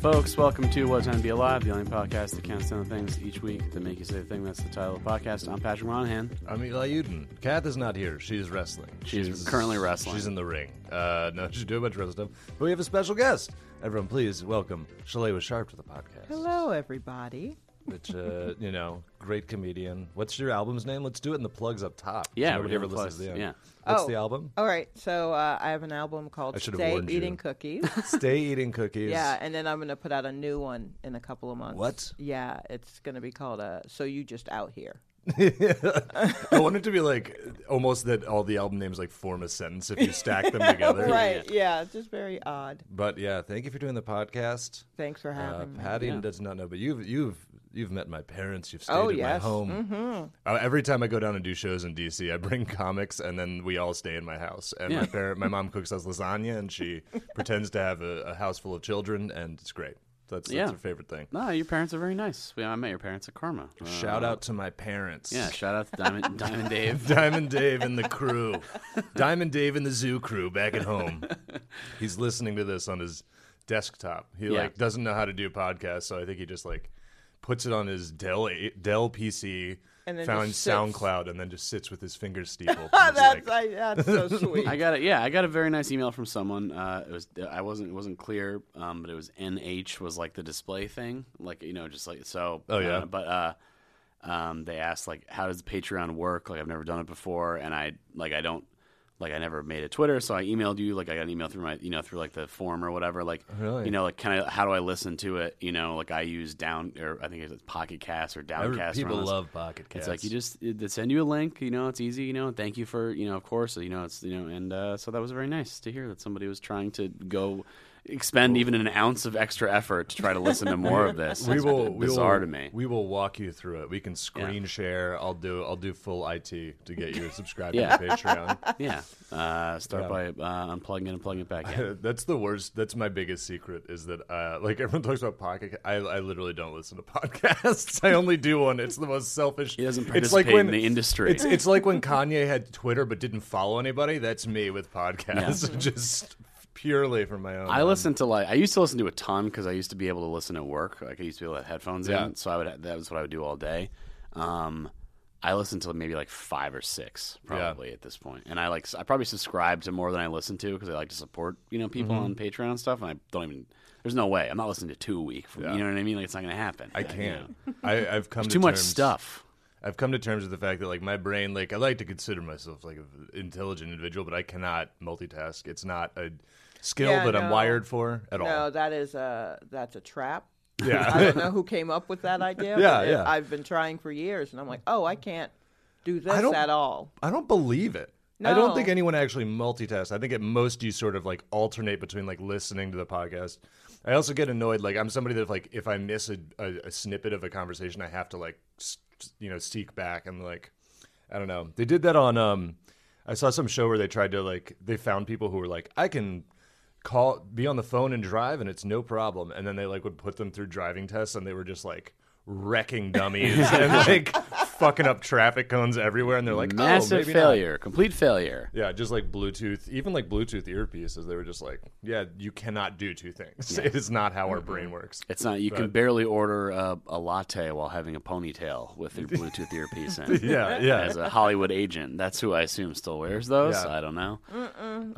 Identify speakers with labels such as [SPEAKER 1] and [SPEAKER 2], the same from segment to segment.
[SPEAKER 1] Folks, welcome to What Time to Be Alive, the only podcast that counts down the things each week that make you say the thing. That's the title of the podcast. I'm Patrick Monahan.
[SPEAKER 2] I'm Eli Uden. Kath is not here. She's wrestling.
[SPEAKER 1] She's currently wrestling.
[SPEAKER 2] She's in the ring. Uh, no, she's doing a bunch of other stuff. But we have a special guest. Everyone, please welcome Shalay was Sharp to the podcast.
[SPEAKER 3] Hello, everybody.
[SPEAKER 2] Which, uh, you know, great comedian. What's your album's name? Let's do it in the plugs up top.
[SPEAKER 1] Yeah,
[SPEAKER 2] Nobody
[SPEAKER 1] we're
[SPEAKER 2] ever
[SPEAKER 1] doing
[SPEAKER 2] listens to
[SPEAKER 1] plugs,
[SPEAKER 2] the end.
[SPEAKER 1] yeah.
[SPEAKER 2] What's
[SPEAKER 3] Oh.
[SPEAKER 2] the album?
[SPEAKER 3] All right, so uh, I have an album
[SPEAKER 2] I
[SPEAKER 3] called
[SPEAKER 2] should have
[SPEAKER 3] Stay
[SPEAKER 2] warned you.
[SPEAKER 3] Eating Cookies.
[SPEAKER 2] Stay Eating Cookies.
[SPEAKER 3] yeah, and then I'm going to put out a new one in a couple of months.
[SPEAKER 2] What?
[SPEAKER 3] Yeah, it's going to be called uh, So You Just Out Here.
[SPEAKER 2] I want it to be like almost that all the album names like form a sentence if you stack them together.
[SPEAKER 3] Right, yeah, it's just very odd.
[SPEAKER 2] But yeah, thank you for doing the podcast.
[SPEAKER 3] Thanks for
[SPEAKER 2] Uh,
[SPEAKER 3] having me.
[SPEAKER 2] Patty does not know, but you've you've you've met my parents. You've stayed
[SPEAKER 3] Oh,
[SPEAKER 2] at my
[SPEAKER 3] yes. Mm-hmm.
[SPEAKER 2] home. Uh, every time I go down and do shows in DC, I bring comics, and then we all stay in my house. And my
[SPEAKER 1] Yeah.
[SPEAKER 2] parent, my mom cooks us lasagna, and she pretends to have a, a house full of children, and it's great. That's that's
[SPEAKER 1] Yeah.
[SPEAKER 2] her favorite thing.
[SPEAKER 3] Uh,
[SPEAKER 1] No, your parents are very nice. We, I met your parents at Karma. Uh,
[SPEAKER 2] Shout out to my parents.
[SPEAKER 1] Yeah, shout out to Diamond, Diamond Dave.
[SPEAKER 2] Diamond Dave and the crew. Diamond Dave and the zoo crew back at home. He's listening to this on his desktop. He
[SPEAKER 1] Yeah.
[SPEAKER 2] like doesn't know how to do podcasts, so I think he just like puts it on his Dell Dell PC,
[SPEAKER 3] And then
[SPEAKER 2] found
[SPEAKER 3] just sits.
[SPEAKER 2] SoundCloud, and then just sits with his fingers steepled.
[SPEAKER 3] Oh,
[SPEAKER 2] He's
[SPEAKER 3] that's,
[SPEAKER 2] like,
[SPEAKER 3] I, that's so sweet.
[SPEAKER 1] I got it. Yeah, I got a very nice email from someone. Uh, it was I wasn't it wasn't clear, um, but it was NH was like the display thing, like you know, just like so.
[SPEAKER 2] Oh,
[SPEAKER 1] uh,
[SPEAKER 2] yeah.
[SPEAKER 1] but uh, um, they asked like, how does Patreon work? Like I've never done it before, and I like I don't like I never made a Twitter, so I emailed you. Like I got an email through my you know through like the form or whatever. Like
[SPEAKER 2] Really?
[SPEAKER 1] you know like kind of how do I listen to it? You know like I use down or I think it's Pocket Cast or
[SPEAKER 2] every-
[SPEAKER 1] Downcast. or one
[SPEAKER 2] people
[SPEAKER 1] of those-
[SPEAKER 2] love Pocket Casts.
[SPEAKER 1] it's like you just they send you a link, you know, it's easy, you know. Thank you for, you know, of course, you know, it's you know, and uh, so that was very nice to hear that somebody was trying to go expend even an ounce of extra effort to try to listen to more of this.
[SPEAKER 2] we
[SPEAKER 1] It's
[SPEAKER 2] will
[SPEAKER 1] b-
[SPEAKER 2] we
[SPEAKER 1] bizarre to
[SPEAKER 2] will,
[SPEAKER 1] me.
[SPEAKER 2] We will walk you through it. We can screen share. I'll do I'll do full IT to get you subscribed
[SPEAKER 1] Yeah.
[SPEAKER 2] to Patreon.
[SPEAKER 1] yeah, uh, start
[SPEAKER 2] Yeah.
[SPEAKER 1] by uh, unplugging it and plugging it back in.
[SPEAKER 2] that's the worst. That's my biggest secret is that uh, like everyone talks about pocket. I, I literally don't listen to podcasts. I only do one. It's the most selfish. He
[SPEAKER 1] doesn't
[SPEAKER 2] it's like
[SPEAKER 1] participate
[SPEAKER 2] when,
[SPEAKER 1] in the industry.
[SPEAKER 2] It's, it's like when Kanye had Twitter but didn't follow anybody. That's me with podcasts, just purely for my own.
[SPEAKER 1] I listen to like I used to listen to a ton because I used to be able to listen at work. Like I used to be able to have headphones
[SPEAKER 2] Yeah.
[SPEAKER 1] in, so I would that was what I would do all day. Um, I listened to maybe like five or six probably at this point, and I like s- I probably subscribe to more than I listen to because I like to support you know people
[SPEAKER 2] Mm-hmm.
[SPEAKER 1] on Patreon and stuff, and I don't even. There's no way I'm not listening to two a week. From,
[SPEAKER 2] Yeah.
[SPEAKER 1] You know what I mean? Like it's not gonna happen.
[SPEAKER 2] I
[SPEAKER 1] you know.
[SPEAKER 2] can't. I, I've come to
[SPEAKER 1] Too much
[SPEAKER 2] terms-
[SPEAKER 1] stuff.
[SPEAKER 2] I've come to terms with the fact that like my brain, like I like to consider myself like an intelligent individual, but I cannot multitask. It's not a skill
[SPEAKER 3] Yeah,
[SPEAKER 2] that I'm
[SPEAKER 3] no.
[SPEAKER 2] wired for at
[SPEAKER 3] no,
[SPEAKER 2] all.
[SPEAKER 3] that is a, that's a trap. I
[SPEAKER 2] Yeah.
[SPEAKER 3] don't know who came up with that idea.
[SPEAKER 2] Yeah,
[SPEAKER 3] but it-
[SPEAKER 2] yeah.
[SPEAKER 3] I've been trying for years, and I'm like, oh, I can't do this
[SPEAKER 2] don't-
[SPEAKER 3] at all.
[SPEAKER 2] I don't believe it. I don't
[SPEAKER 3] No.
[SPEAKER 2] think anyone actually multitasks. I think at most you sort of like alternate between like listening to the podcast. I also get annoyed. Like I'm somebody that if, like if I miss a, a, a snippet of a conversation, I have to like s- you know seek back and like I don't know. They did that on um I saw some show where they tried to like they found people who were like I can call be on the phone and drive and it's no problem and then they like would put them through driving tests and they were just like wrecking dummies and like fucking up traffic cones everywhere and they're like oh,
[SPEAKER 1] Massive
[SPEAKER 2] maybe not."
[SPEAKER 1] failure, complete failure.
[SPEAKER 2] Yeah, just like Bluetooth, even like Bluetooth earpieces, they were just like, yeah, you cannot do two things. It is not how our brain works.
[SPEAKER 1] It's not. You can barely order a, a latte while having a ponytail with your Bluetooth earpiece in.
[SPEAKER 2] Yeah, yeah.
[SPEAKER 1] As a Hollywood agent, that's who I assume still wears those.
[SPEAKER 2] Yeah.
[SPEAKER 1] I don't know.
[SPEAKER 2] When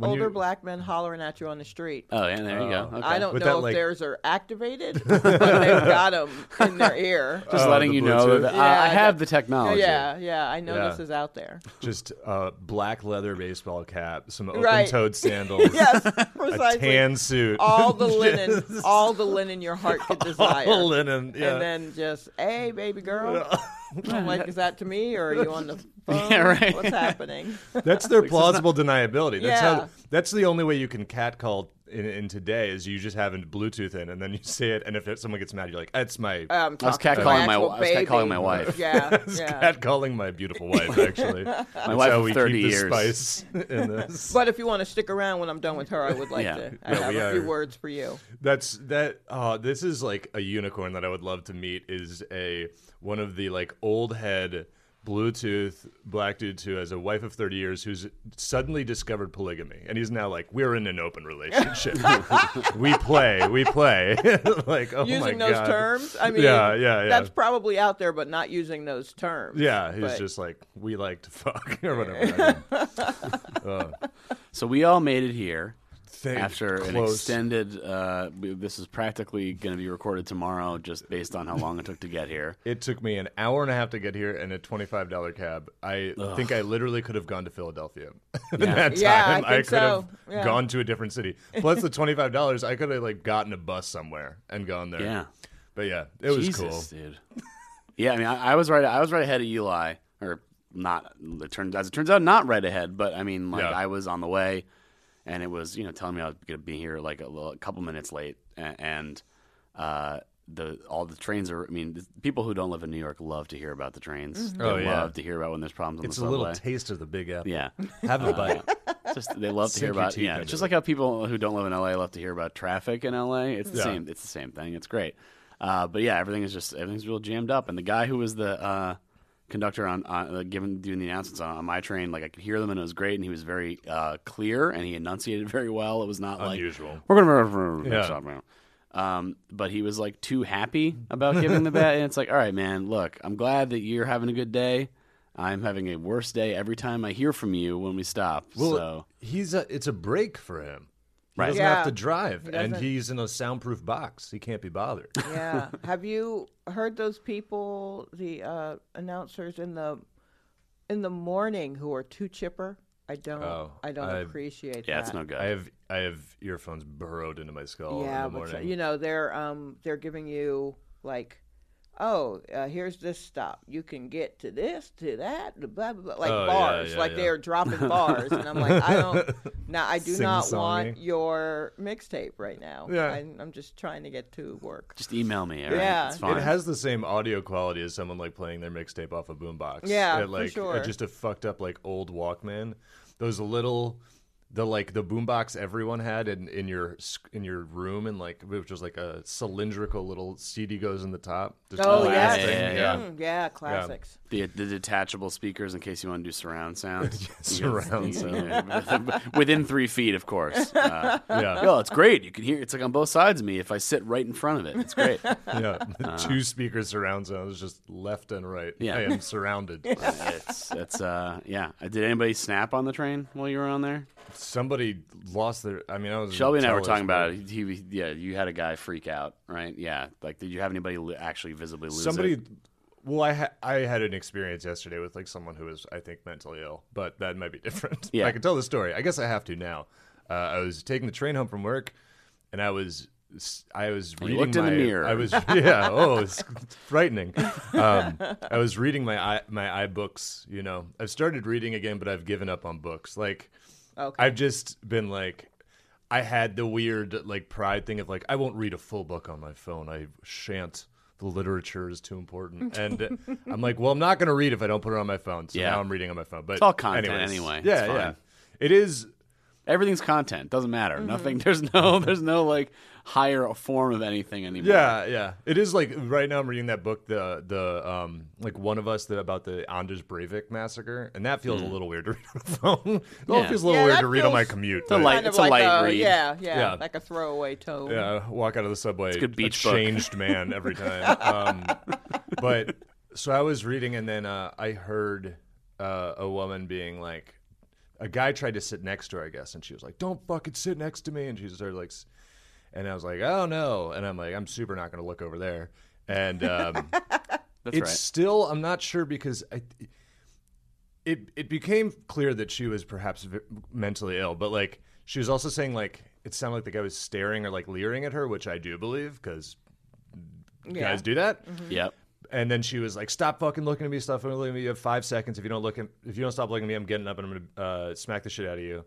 [SPEAKER 2] you-
[SPEAKER 3] Older black men hollering at you on the street.
[SPEAKER 1] Oh, yeah, there you go. Okay.
[SPEAKER 3] I don't
[SPEAKER 2] With
[SPEAKER 3] know
[SPEAKER 2] that,
[SPEAKER 3] if
[SPEAKER 2] like-
[SPEAKER 3] theirs are activated, but they've got them in their ear.
[SPEAKER 1] Just letting
[SPEAKER 2] Oh, the
[SPEAKER 1] you know
[SPEAKER 2] Bluetooth.
[SPEAKER 1] that
[SPEAKER 3] Yeah,
[SPEAKER 1] I, I have
[SPEAKER 3] that-
[SPEAKER 1] the technology.
[SPEAKER 3] Yeah, yeah. I know this
[SPEAKER 2] Yeah.
[SPEAKER 3] is out there.
[SPEAKER 2] Just a black leather baseball cap, some open
[SPEAKER 3] Right.
[SPEAKER 2] toed sandals,
[SPEAKER 3] Yes,
[SPEAKER 2] a
[SPEAKER 3] precisely.
[SPEAKER 2] tan suit,
[SPEAKER 3] All the linen, all the linen your heart could desire.
[SPEAKER 2] all linen. Yeah.
[SPEAKER 3] And then just, hey, baby girl. I'm like, is that to me or are you on the phone?
[SPEAKER 1] Yeah, right.
[SPEAKER 3] What's happening?
[SPEAKER 2] that's their plausible deniability. That's
[SPEAKER 3] Yeah.
[SPEAKER 2] how. That's the only way you can catcall in, in today is you just have a Bluetooth in, and then you say it, and if it, someone gets mad, you're like, "That's my
[SPEAKER 3] Um,
[SPEAKER 1] I was catcalling my- I was catcalling my wife.
[SPEAKER 3] Yeah,
[SPEAKER 2] It's
[SPEAKER 3] yeah.
[SPEAKER 2] catcalling my beautiful wife, actually. my
[SPEAKER 1] wife
[SPEAKER 2] how
[SPEAKER 1] of
[SPEAKER 2] we
[SPEAKER 1] 30
[SPEAKER 2] keep the
[SPEAKER 1] years.
[SPEAKER 2] spice in this.
[SPEAKER 3] But if you want to stick around when I'm done with her, I would like
[SPEAKER 1] Yeah.
[SPEAKER 3] to. I
[SPEAKER 2] Yeah,
[SPEAKER 3] have
[SPEAKER 2] we
[SPEAKER 3] a few
[SPEAKER 2] are.
[SPEAKER 3] words for you.
[SPEAKER 2] That's that. Uh, this is like a unicorn that I would love to meet. Is a one of the like old head Bluetooth black dude who has a wife of thirty years who's suddenly discovered polygamy, and he's now like, we're in an open relationship. we play, we play. like, oh my
[SPEAKER 3] using those
[SPEAKER 2] God.
[SPEAKER 3] terms, I mean,
[SPEAKER 2] Yeah, yeah, yeah.
[SPEAKER 3] that's probably out there, but not using those terms.
[SPEAKER 2] Yeah, he's
[SPEAKER 3] But-
[SPEAKER 2] just like, we like to fuck or whatever.
[SPEAKER 1] So we all made it here
[SPEAKER 2] Thank-
[SPEAKER 1] after an
[SPEAKER 2] close.
[SPEAKER 1] extended. Uh, we- this is practically going to be recorded tomorrow, just based on how long it took to get here.
[SPEAKER 2] It took me an hour and a half to get here and a twenty-five dollar cab. I think I literally could have gone to Philadelphia at that time.
[SPEAKER 3] Yeah, I think
[SPEAKER 2] could
[SPEAKER 3] so.
[SPEAKER 2] have
[SPEAKER 3] Yeah.
[SPEAKER 2] gone to a different city. Plus the twenty-five dollars, I could have like gotten a bus somewhere and gone there.
[SPEAKER 1] Yeah.
[SPEAKER 2] but yeah, it was
[SPEAKER 1] Jesus, dude. Yeah, I mean, I, I was right. I was right ahead of Eli, or not. It turns as it turns out, not right ahead. But I mean, like
[SPEAKER 2] Yeah.
[SPEAKER 1] I was on the way, and it was you know telling me I was going to be here like a, little, a couple minutes late, and, and uh, the all the trains are. I mean, the, people who don't live in New York love to hear about the trains. They
[SPEAKER 2] Oh,
[SPEAKER 1] love
[SPEAKER 2] yeah.
[SPEAKER 1] to hear about when there's problems on
[SPEAKER 2] cool. It's
[SPEAKER 1] the
[SPEAKER 2] a
[SPEAKER 1] subway.
[SPEAKER 2] little taste of the Big Apple.
[SPEAKER 1] yeah.
[SPEAKER 2] Have a bite.
[SPEAKER 1] Just they love to hear
[SPEAKER 2] Sink your
[SPEAKER 1] about
[SPEAKER 2] teeth
[SPEAKER 1] yeah.
[SPEAKER 2] into
[SPEAKER 1] It's just
[SPEAKER 2] it.
[SPEAKER 1] like how people who don't live in LA love to hear about traffic in LA. It's the
[SPEAKER 2] Yeah.
[SPEAKER 1] same. It's the same thing. It's great. Uh, but yeah, everything is just everything's real jammed up. And the guy who was the uh, conductor on, on uh, giving doing the announcements on, on my train, like I could hear them and it was great. And he was very uh, clear and he enunciated very well. It was not
[SPEAKER 2] Unusual.
[SPEAKER 1] like we're gonna
[SPEAKER 2] Yeah.
[SPEAKER 1] yeah. Um, but he was like too happy about giving the bet, and it's like, all right, man, look, I'm glad that you're having a good day. I'm having a worse day every time I hear from you when we stop.
[SPEAKER 2] Well,
[SPEAKER 1] so
[SPEAKER 2] he's a, it's a break for him. He
[SPEAKER 1] Right.
[SPEAKER 2] doesn't
[SPEAKER 3] Yeah.
[SPEAKER 2] have to drive, and
[SPEAKER 3] doesn't.
[SPEAKER 2] he's in a soundproof box. He can't be bothered.
[SPEAKER 3] Yeah. Have you heard those people, the uh, announcers in the in the morning who are too chipper? I don't.
[SPEAKER 2] Oh,
[SPEAKER 3] I don't
[SPEAKER 2] I-
[SPEAKER 3] appreciate
[SPEAKER 1] yeah,
[SPEAKER 3] that.
[SPEAKER 1] it's no good.
[SPEAKER 2] I have I have earphones burrowed into my skull
[SPEAKER 3] yeah,
[SPEAKER 2] in the
[SPEAKER 3] but
[SPEAKER 2] morning.
[SPEAKER 3] you know they're um they're giving you like, oh uh, here's this stop you can get to this to that blah blah, blah like
[SPEAKER 2] Oh, yeah,
[SPEAKER 3] bars
[SPEAKER 2] yeah,
[SPEAKER 3] like
[SPEAKER 2] yeah.
[SPEAKER 3] they are dropping bars and I'm like I don't now I do not want
[SPEAKER 2] Sing-songy.
[SPEAKER 3] your mixtape right now
[SPEAKER 2] Yeah.
[SPEAKER 3] I'm, I'm just trying to get to work
[SPEAKER 1] Just email me. all right?
[SPEAKER 3] Yeah.
[SPEAKER 1] it's fine.
[SPEAKER 2] It has the same audio quality as someone like playing their mixtape off a boombox.
[SPEAKER 3] Yeah,
[SPEAKER 2] It,
[SPEAKER 3] for
[SPEAKER 2] like,
[SPEAKER 3] sure.
[SPEAKER 2] uh, Just a fucked up like old Walkman. Those little, the like the boombox everyone had in in your s- in your room and like which was like a cylindrical little CD goes in the top. Just a
[SPEAKER 3] oh
[SPEAKER 2] little
[SPEAKER 3] yes.
[SPEAKER 1] yeah,
[SPEAKER 2] thing.
[SPEAKER 1] yeah,
[SPEAKER 3] Mm, yeah classics
[SPEAKER 1] the, the detachable speakers in case you want to do surround sound.
[SPEAKER 2] Surround
[SPEAKER 1] sound within three feet, of course. Uh,
[SPEAKER 2] Yeah.
[SPEAKER 1] yo, it's great. You can hear. It's like on both sides of me if I sit right in front of it. It's great.
[SPEAKER 2] yeah. Two speaker surround sounds just left and right.
[SPEAKER 1] Uh-huh. Yeah.
[SPEAKER 2] I am surrounded.
[SPEAKER 1] it's it's uh yeah. Did anybody snap on the train while you were on there?
[SPEAKER 2] Somebody lost their. I mean, I was
[SPEAKER 1] Shelby and I were talking about it. He, he- yeah, you had a guy freak out, right? Yeah, like did you have anybody li- actually visibly lose
[SPEAKER 2] somebody
[SPEAKER 1] it?
[SPEAKER 2] well i ha- i had an experience yesterday with like someone who was i think mentally ill but that might be different
[SPEAKER 1] Yeah.
[SPEAKER 2] i can tell the story i guess i have to now uh, i was taking the train home from work and i was I was reading
[SPEAKER 1] looked in the
[SPEAKER 2] my-
[SPEAKER 1] mirror.
[SPEAKER 2] I was yeah. Oh, it's frightening. Um, I was reading my i my iBooks. You know, I've started reading again, but I've given up on books. Like,
[SPEAKER 3] Okay.
[SPEAKER 2] I've just been like, I had the weird like pride thing of like, I won't read a full book on my phone. I shan't. The literature is too important, and I'm like, well, I'm not going to read if I don't put it on my phone. So
[SPEAKER 1] Yeah.
[SPEAKER 2] now I'm reading on my phone. But it's
[SPEAKER 1] all content anyway. It's
[SPEAKER 2] Yeah,
[SPEAKER 1] fine.
[SPEAKER 2] yeah. It is.
[SPEAKER 1] Everything's content. Doesn't matter.
[SPEAKER 2] Mm-hmm.
[SPEAKER 1] Nothing. There's no. There's no like higher form of anything anymore.
[SPEAKER 2] Yeah, yeah. It is like right now I'm reading that book, the the um like one of us that about the Anders Breivik massacre, and that feels a little weird to read on the phone. It all
[SPEAKER 1] Hmm. Yeah.
[SPEAKER 2] feels a little
[SPEAKER 3] Yeah,
[SPEAKER 2] weird
[SPEAKER 3] that
[SPEAKER 2] to read on my
[SPEAKER 3] feels-
[SPEAKER 2] commute.
[SPEAKER 1] The
[SPEAKER 2] but-
[SPEAKER 1] light-
[SPEAKER 3] kind of
[SPEAKER 1] it's a
[SPEAKER 3] like
[SPEAKER 1] light
[SPEAKER 3] a,
[SPEAKER 1] read.
[SPEAKER 3] Yeah, yeah,
[SPEAKER 2] Yeah.
[SPEAKER 3] like a throwaway tone.
[SPEAKER 2] Yeah, walk out of the subway.
[SPEAKER 1] good beach
[SPEAKER 2] a
[SPEAKER 1] book.
[SPEAKER 2] changed man every time. um, but so I was reading, and then uh, I heard uh, a woman being like, a guy tried to sit next to her, I guess, and she was like, "Don't fucking sit next to me," and she started like, s- and I was like, "Oh no," and I'm like, "I'm super not going to look over there," and um,
[SPEAKER 1] that's
[SPEAKER 2] it's
[SPEAKER 1] right.
[SPEAKER 2] still I'm not sure because I. It, it became clear that she was perhaps v- mentally ill, but like she was also saying like it sounded like the guy was staring or like leering at her, which I do believe because
[SPEAKER 3] Yeah.
[SPEAKER 2] guys do that.
[SPEAKER 1] Yep.
[SPEAKER 2] And then she was like, "Stop fucking looking at me! Stop fucking looking at me! You have five seconds. If you don't look, at, if you don't stop looking at me, I'm getting up and I'm gonna uh, smack the shit out of you,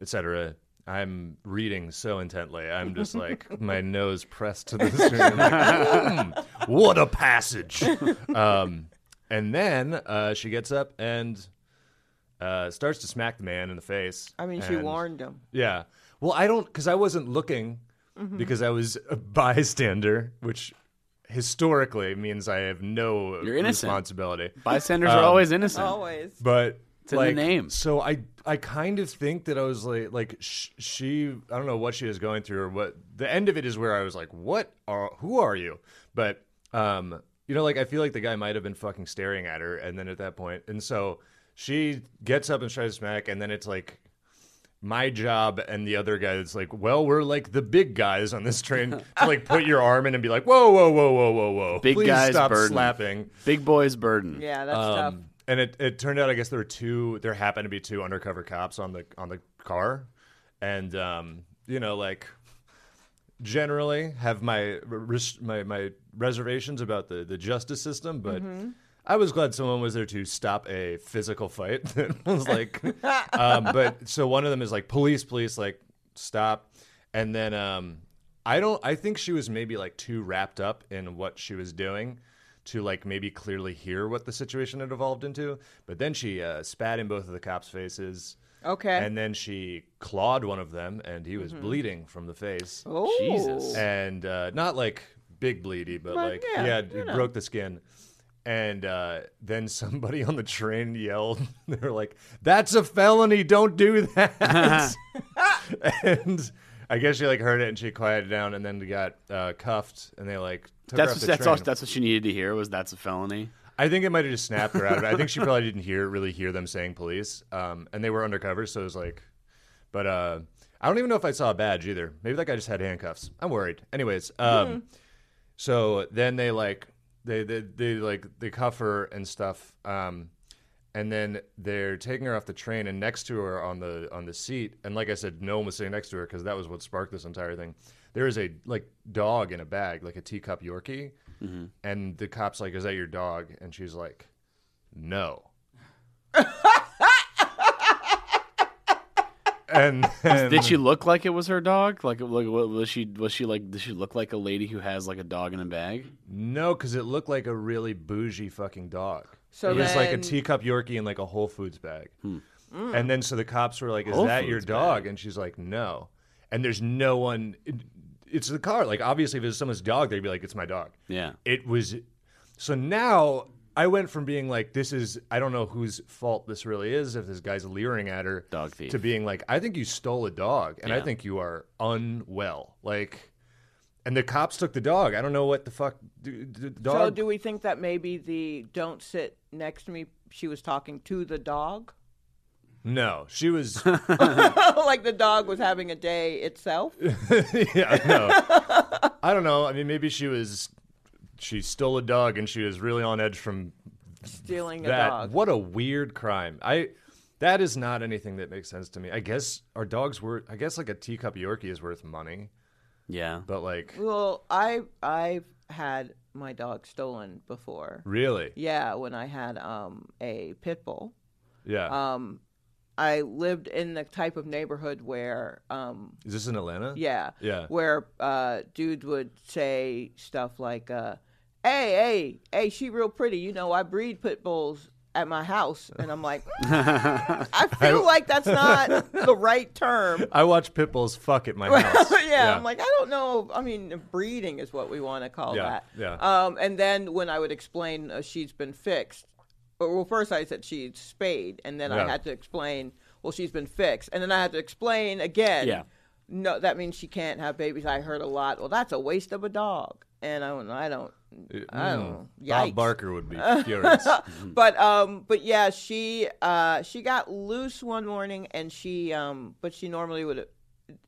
[SPEAKER 2] etc." I'm reading so intently. I'm just like my nose pressed to the screen. I'm like, "Hmm, what a passage! Um, and then uh, she gets up and uh, starts to smack the man in the face.
[SPEAKER 3] I mean, she
[SPEAKER 2] and-
[SPEAKER 3] warned him.
[SPEAKER 2] Yeah. Well, I don't because I wasn't looking because I was a bystander, which historically means I have no
[SPEAKER 1] You're innocent.
[SPEAKER 2] responsibility.
[SPEAKER 1] Bystanders
[SPEAKER 2] Um,
[SPEAKER 1] are always innocent.
[SPEAKER 3] Always.
[SPEAKER 2] But
[SPEAKER 1] in the
[SPEAKER 2] like,
[SPEAKER 1] name.
[SPEAKER 2] So I I kind of think that I was like like sh- she I don't know what she was going through or what the end of it is where I was like what are who are you? But um you know like I feel like the guy might have been fucking staring at her and then at that point and so she gets up and tries to smack and then it's like my job and the other guy that's like, well, we're like the big guys on this train to like put your arm in and be like, whoa, whoa, whoa, whoa, whoa, whoa,
[SPEAKER 1] Big
[SPEAKER 2] please
[SPEAKER 1] guy's
[SPEAKER 2] stop
[SPEAKER 1] burden.
[SPEAKER 2] slapping.
[SPEAKER 1] Big boy's burden.
[SPEAKER 3] Yeah, that's tough.
[SPEAKER 2] Um, and it, it turned out, I guess there were two. There happened to be two undercover cops on the on the car, and um, you know, like generally have my res- my my reservations about the the justice system, but. I was glad someone was there to stop a physical fight. That was like, um, but so one of them is like, police, police, like stop, and then um, I don't. I think she was maybe like too wrapped up in what she was doing to like maybe clearly hear what the situation had evolved into. But then she uh, spat in both of the cops' faces.
[SPEAKER 3] Okay.
[SPEAKER 2] And then she clawed one of them, and he was bleeding from the face
[SPEAKER 3] Oh.
[SPEAKER 1] Jesus.
[SPEAKER 2] and uh, not like big bleedy, but,
[SPEAKER 3] But,
[SPEAKER 2] like
[SPEAKER 3] yeah,
[SPEAKER 2] yeah, it it broke the skin. And uh, then somebody on the train yelled, "They were like, that's a felony! Don't do that!" and I guess she like heard it and she quieted down, and then got uh, cuffed, and they like took her
[SPEAKER 1] That's
[SPEAKER 2] off
[SPEAKER 1] what,
[SPEAKER 2] the
[SPEAKER 1] that's
[SPEAKER 2] train.
[SPEAKER 1] all, that's what she needed to hear was that's a felony.
[SPEAKER 2] I think it might have just snapped her out of it. I think she probably didn't hear really hear them saying police. Um, and they were undercover, so it was like, but uh, I don't even know if I saw a badge either. Maybe that guy just had handcuffs. I'm worried. Anyways,
[SPEAKER 1] Hmm.
[SPEAKER 2] um, so then they like they, they they like they cuff her and stuff. Um, and then they're taking her off the train and next to her on the on the seat and like i said no one was sitting next to her because that was what sparked this entire thing there is a like dog in a bag like a teacup yorkie and the cops like is that your dog and she's like no and, and
[SPEAKER 1] Did she look like it was her dog? Like, like what- was she? Was she like? Did she look like a lady who has like a dog in a bag?
[SPEAKER 2] no because it looked like a really bougie fucking dog
[SPEAKER 3] So
[SPEAKER 2] it was like a
[SPEAKER 3] then- Mm.
[SPEAKER 2] teacup yorkie in like a whole foods bag and then so the cops were like is
[SPEAKER 1] Hmm. Whole
[SPEAKER 2] that your
[SPEAKER 1] Foods
[SPEAKER 2] dog and she's like no and there's no one it- it's the car like obviously if it's someone's dog they'd be like it's my dog
[SPEAKER 1] Yeah.
[SPEAKER 2] it was so now i went from being like this is i don't know whose fault this really is if this guy's leering at her
[SPEAKER 1] Dog thief.
[SPEAKER 2] to being like i think you stole a dog and i
[SPEAKER 1] Yeah.
[SPEAKER 2] think you are unwell like and the cops took the dog i don't know what the fuck d- d- dog
[SPEAKER 3] So do we think that maybe the don't sit next to me she was talking to the dog?
[SPEAKER 2] no she was
[SPEAKER 3] like the dog was having a day itself?
[SPEAKER 2] yeah, no. I don't know. I mean, maybe she was she stole a dog and she was really on edge from
[SPEAKER 3] Stealing a
[SPEAKER 2] that.
[SPEAKER 3] dog.
[SPEAKER 2] What a weird crime. I that is not anything that makes sense to me. I guess our dogs were I guess like a teacup Yorkie is worth money,
[SPEAKER 1] Yeah.
[SPEAKER 2] but like
[SPEAKER 3] Well, I I've had my dog stolen before.
[SPEAKER 2] really?
[SPEAKER 3] Yeah, when I had um a pit bull.
[SPEAKER 2] Yeah.
[SPEAKER 3] Um I lived in the type of neighborhood where um
[SPEAKER 2] is this in Atlanta?
[SPEAKER 3] Yeah.
[SPEAKER 2] Yeah.
[SPEAKER 3] Where uh, dudes would say stuff like, uh, "Hey, hey, hey, she real pretty. You know, I breed pit bulls at my house," and I'm like, "Mm, I feel like that's not the right term.
[SPEAKER 2] I watch pit bulls fuck at my house.
[SPEAKER 3] yeah, I'm like, I don't know. I mean, breeding is what we want to call
[SPEAKER 2] Yeah,
[SPEAKER 3] that.
[SPEAKER 2] yeah.
[SPEAKER 3] Um, and then when I would explain uh, she's been fixed, or, well, first I said she's spayed, and then I
[SPEAKER 2] Yeah.
[SPEAKER 3] had to explain, well, she's been fixed, and then I had to explain again.
[SPEAKER 1] Yeah.
[SPEAKER 3] No, that means she can't have babies. I heard a lot. Well, that's a waste of a dog, and I don't. know, I don't.
[SPEAKER 2] Uh,
[SPEAKER 3] I don't. know.
[SPEAKER 2] Bob
[SPEAKER 3] Yikes.
[SPEAKER 2] Barker would be furious.
[SPEAKER 3] But um, but yeah, she uh, she got loose one morning, and she um, but she normally would.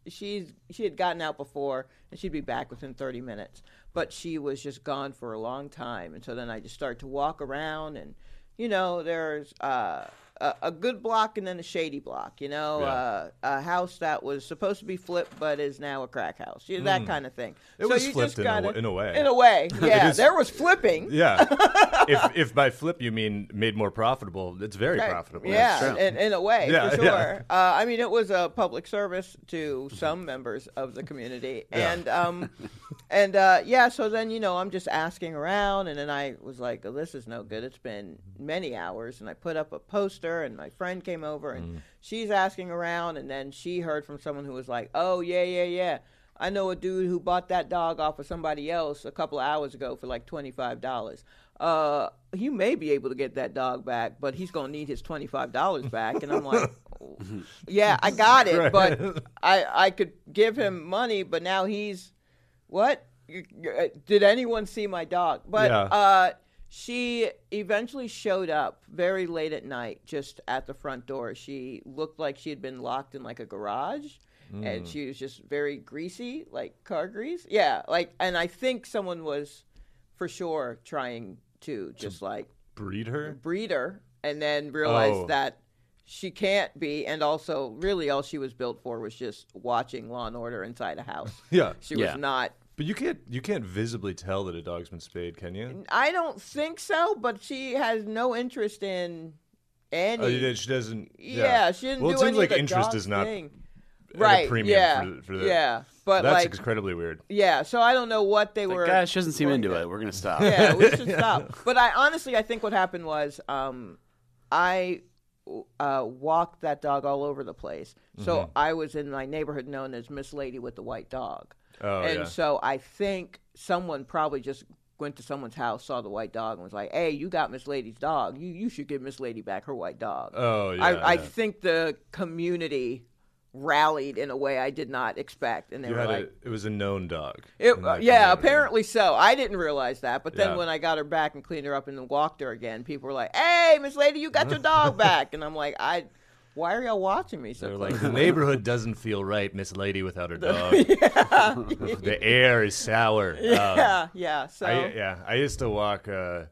[SPEAKER 3] She's she had gotten out before, and she'd be back within thirty minutes. But she was just gone for a long time, and so then I just started to walk around, and you know, there's uh, a, a good block and then a shady block. You know,
[SPEAKER 2] Yeah.
[SPEAKER 3] uh, a house that was supposed to be flipped but is now a crack house. You know, that kind of thing.
[SPEAKER 2] Mm. It was flipped in a wa- in a way.
[SPEAKER 3] In a way, yeah.
[SPEAKER 2] is-
[SPEAKER 3] there was flipping.
[SPEAKER 2] Yeah. if if by flip you mean made more profitable, it's very
[SPEAKER 3] Right.
[SPEAKER 2] profitable.
[SPEAKER 3] Yeah, in, in a way,
[SPEAKER 2] Yeah,
[SPEAKER 3] for sure.
[SPEAKER 2] yeah.
[SPEAKER 3] Uh, I mean, it was a public service to some members of the community,
[SPEAKER 2] Yeah.
[SPEAKER 3] and um, and uh, yeah. So then you know, I'm just asking around, and then I was like, oh, "This is no good." It's been many hours, and I put up a poster, and my friend came over, and
[SPEAKER 2] Mm.
[SPEAKER 3] she's asking around, and then she heard from someone who was like, "Oh yeah, yeah, yeah." I know a dude who bought that dog off of somebody else a couple of hours ago for like twenty five dollars. Uh, you may be able to get that dog back, but he's gonna need his twenty five dollars back. And I'm like, yeah, I got it, but I I could give him money, but now he's what? You- you- uh, Did anyone see my dog? But
[SPEAKER 2] Yeah.
[SPEAKER 3] uh, she eventually showed up very late at night, just at the front door. She looked like she had been locked in like a garage, and she was just very greasy, like car grease. Yeah, like, and I think someone was for sure trying to just like
[SPEAKER 2] Breed her?
[SPEAKER 3] breed her, and then realized
[SPEAKER 2] Oh.
[SPEAKER 3] that she can't be, and also really all she was built for was just watching Law and Order inside a house.
[SPEAKER 2] Yeah.
[SPEAKER 3] She
[SPEAKER 1] Yeah.
[SPEAKER 3] was not
[SPEAKER 2] But you can't you can't visibly tell that a dog's been spayed, can you?
[SPEAKER 3] I don't think so, but she has no interest in any.
[SPEAKER 2] Oh, you did. She doesn't.
[SPEAKER 3] yeah. she didn't
[SPEAKER 2] Well,
[SPEAKER 3] do
[SPEAKER 2] it seems
[SPEAKER 3] any
[SPEAKER 2] like
[SPEAKER 3] of the
[SPEAKER 2] interest
[SPEAKER 3] dog
[SPEAKER 2] is not.
[SPEAKER 3] thing.
[SPEAKER 2] a
[SPEAKER 3] right.
[SPEAKER 2] premium
[SPEAKER 3] yeah,
[SPEAKER 2] for- for the-
[SPEAKER 3] yeah, but
[SPEAKER 2] That's
[SPEAKER 3] like,
[SPEAKER 2] incredibly weird.
[SPEAKER 3] yeah. So I don't know what they were.
[SPEAKER 1] Like, guys, she doesn't seem into it. We're gonna stop.
[SPEAKER 3] yeah, we should stop. But I honestly, I think what happened was, um, I uh, walked that dog all over the place. So
[SPEAKER 2] Mm-hmm.
[SPEAKER 3] I was in my neighborhood known as Miss Lady with the White Dog.
[SPEAKER 2] Oh,
[SPEAKER 3] and
[SPEAKER 2] yeah.
[SPEAKER 3] so I think someone probably just went to someone's house, saw the white dog, and was like, "Hey, you got Miss Lady's dog. You you should give Miss Lady back her white dog."
[SPEAKER 2] Oh yeah.
[SPEAKER 3] I, I
[SPEAKER 2] yeah.
[SPEAKER 3] think the community rallied in a way I did not expect, and they
[SPEAKER 2] you
[SPEAKER 3] were
[SPEAKER 2] had
[SPEAKER 3] like,
[SPEAKER 2] a, it was a known dog.
[SPEAKER 3] it,
[SPEAKER 2] in
[SPEAKER 3] uh,
[SPEAKER 2] that
[SPEAKER 3] yeah,
[SPEAKER 2] community.
[SPEAKER 3] apparently so. I didn't realize that, but then
[SPEAKER 2] Yeah.
[SPEAKER 3] when I got her back and cleaned her up and then walked her again, people were like, "Hey, Miss Lady, you got your dog back," and I'm like, "I, why are y'all watching me so
[SPEAKER 2] They're
[SPEAKER 3] close?"
[SPEAKER 2] like the neighborhood doesn't feel right, Miss Lady without her dog. the air is sour. Uh,
[SPEAKER 3] yeah, yeah. So
[SPEAKER 2] I, yeah, I used to walk uh,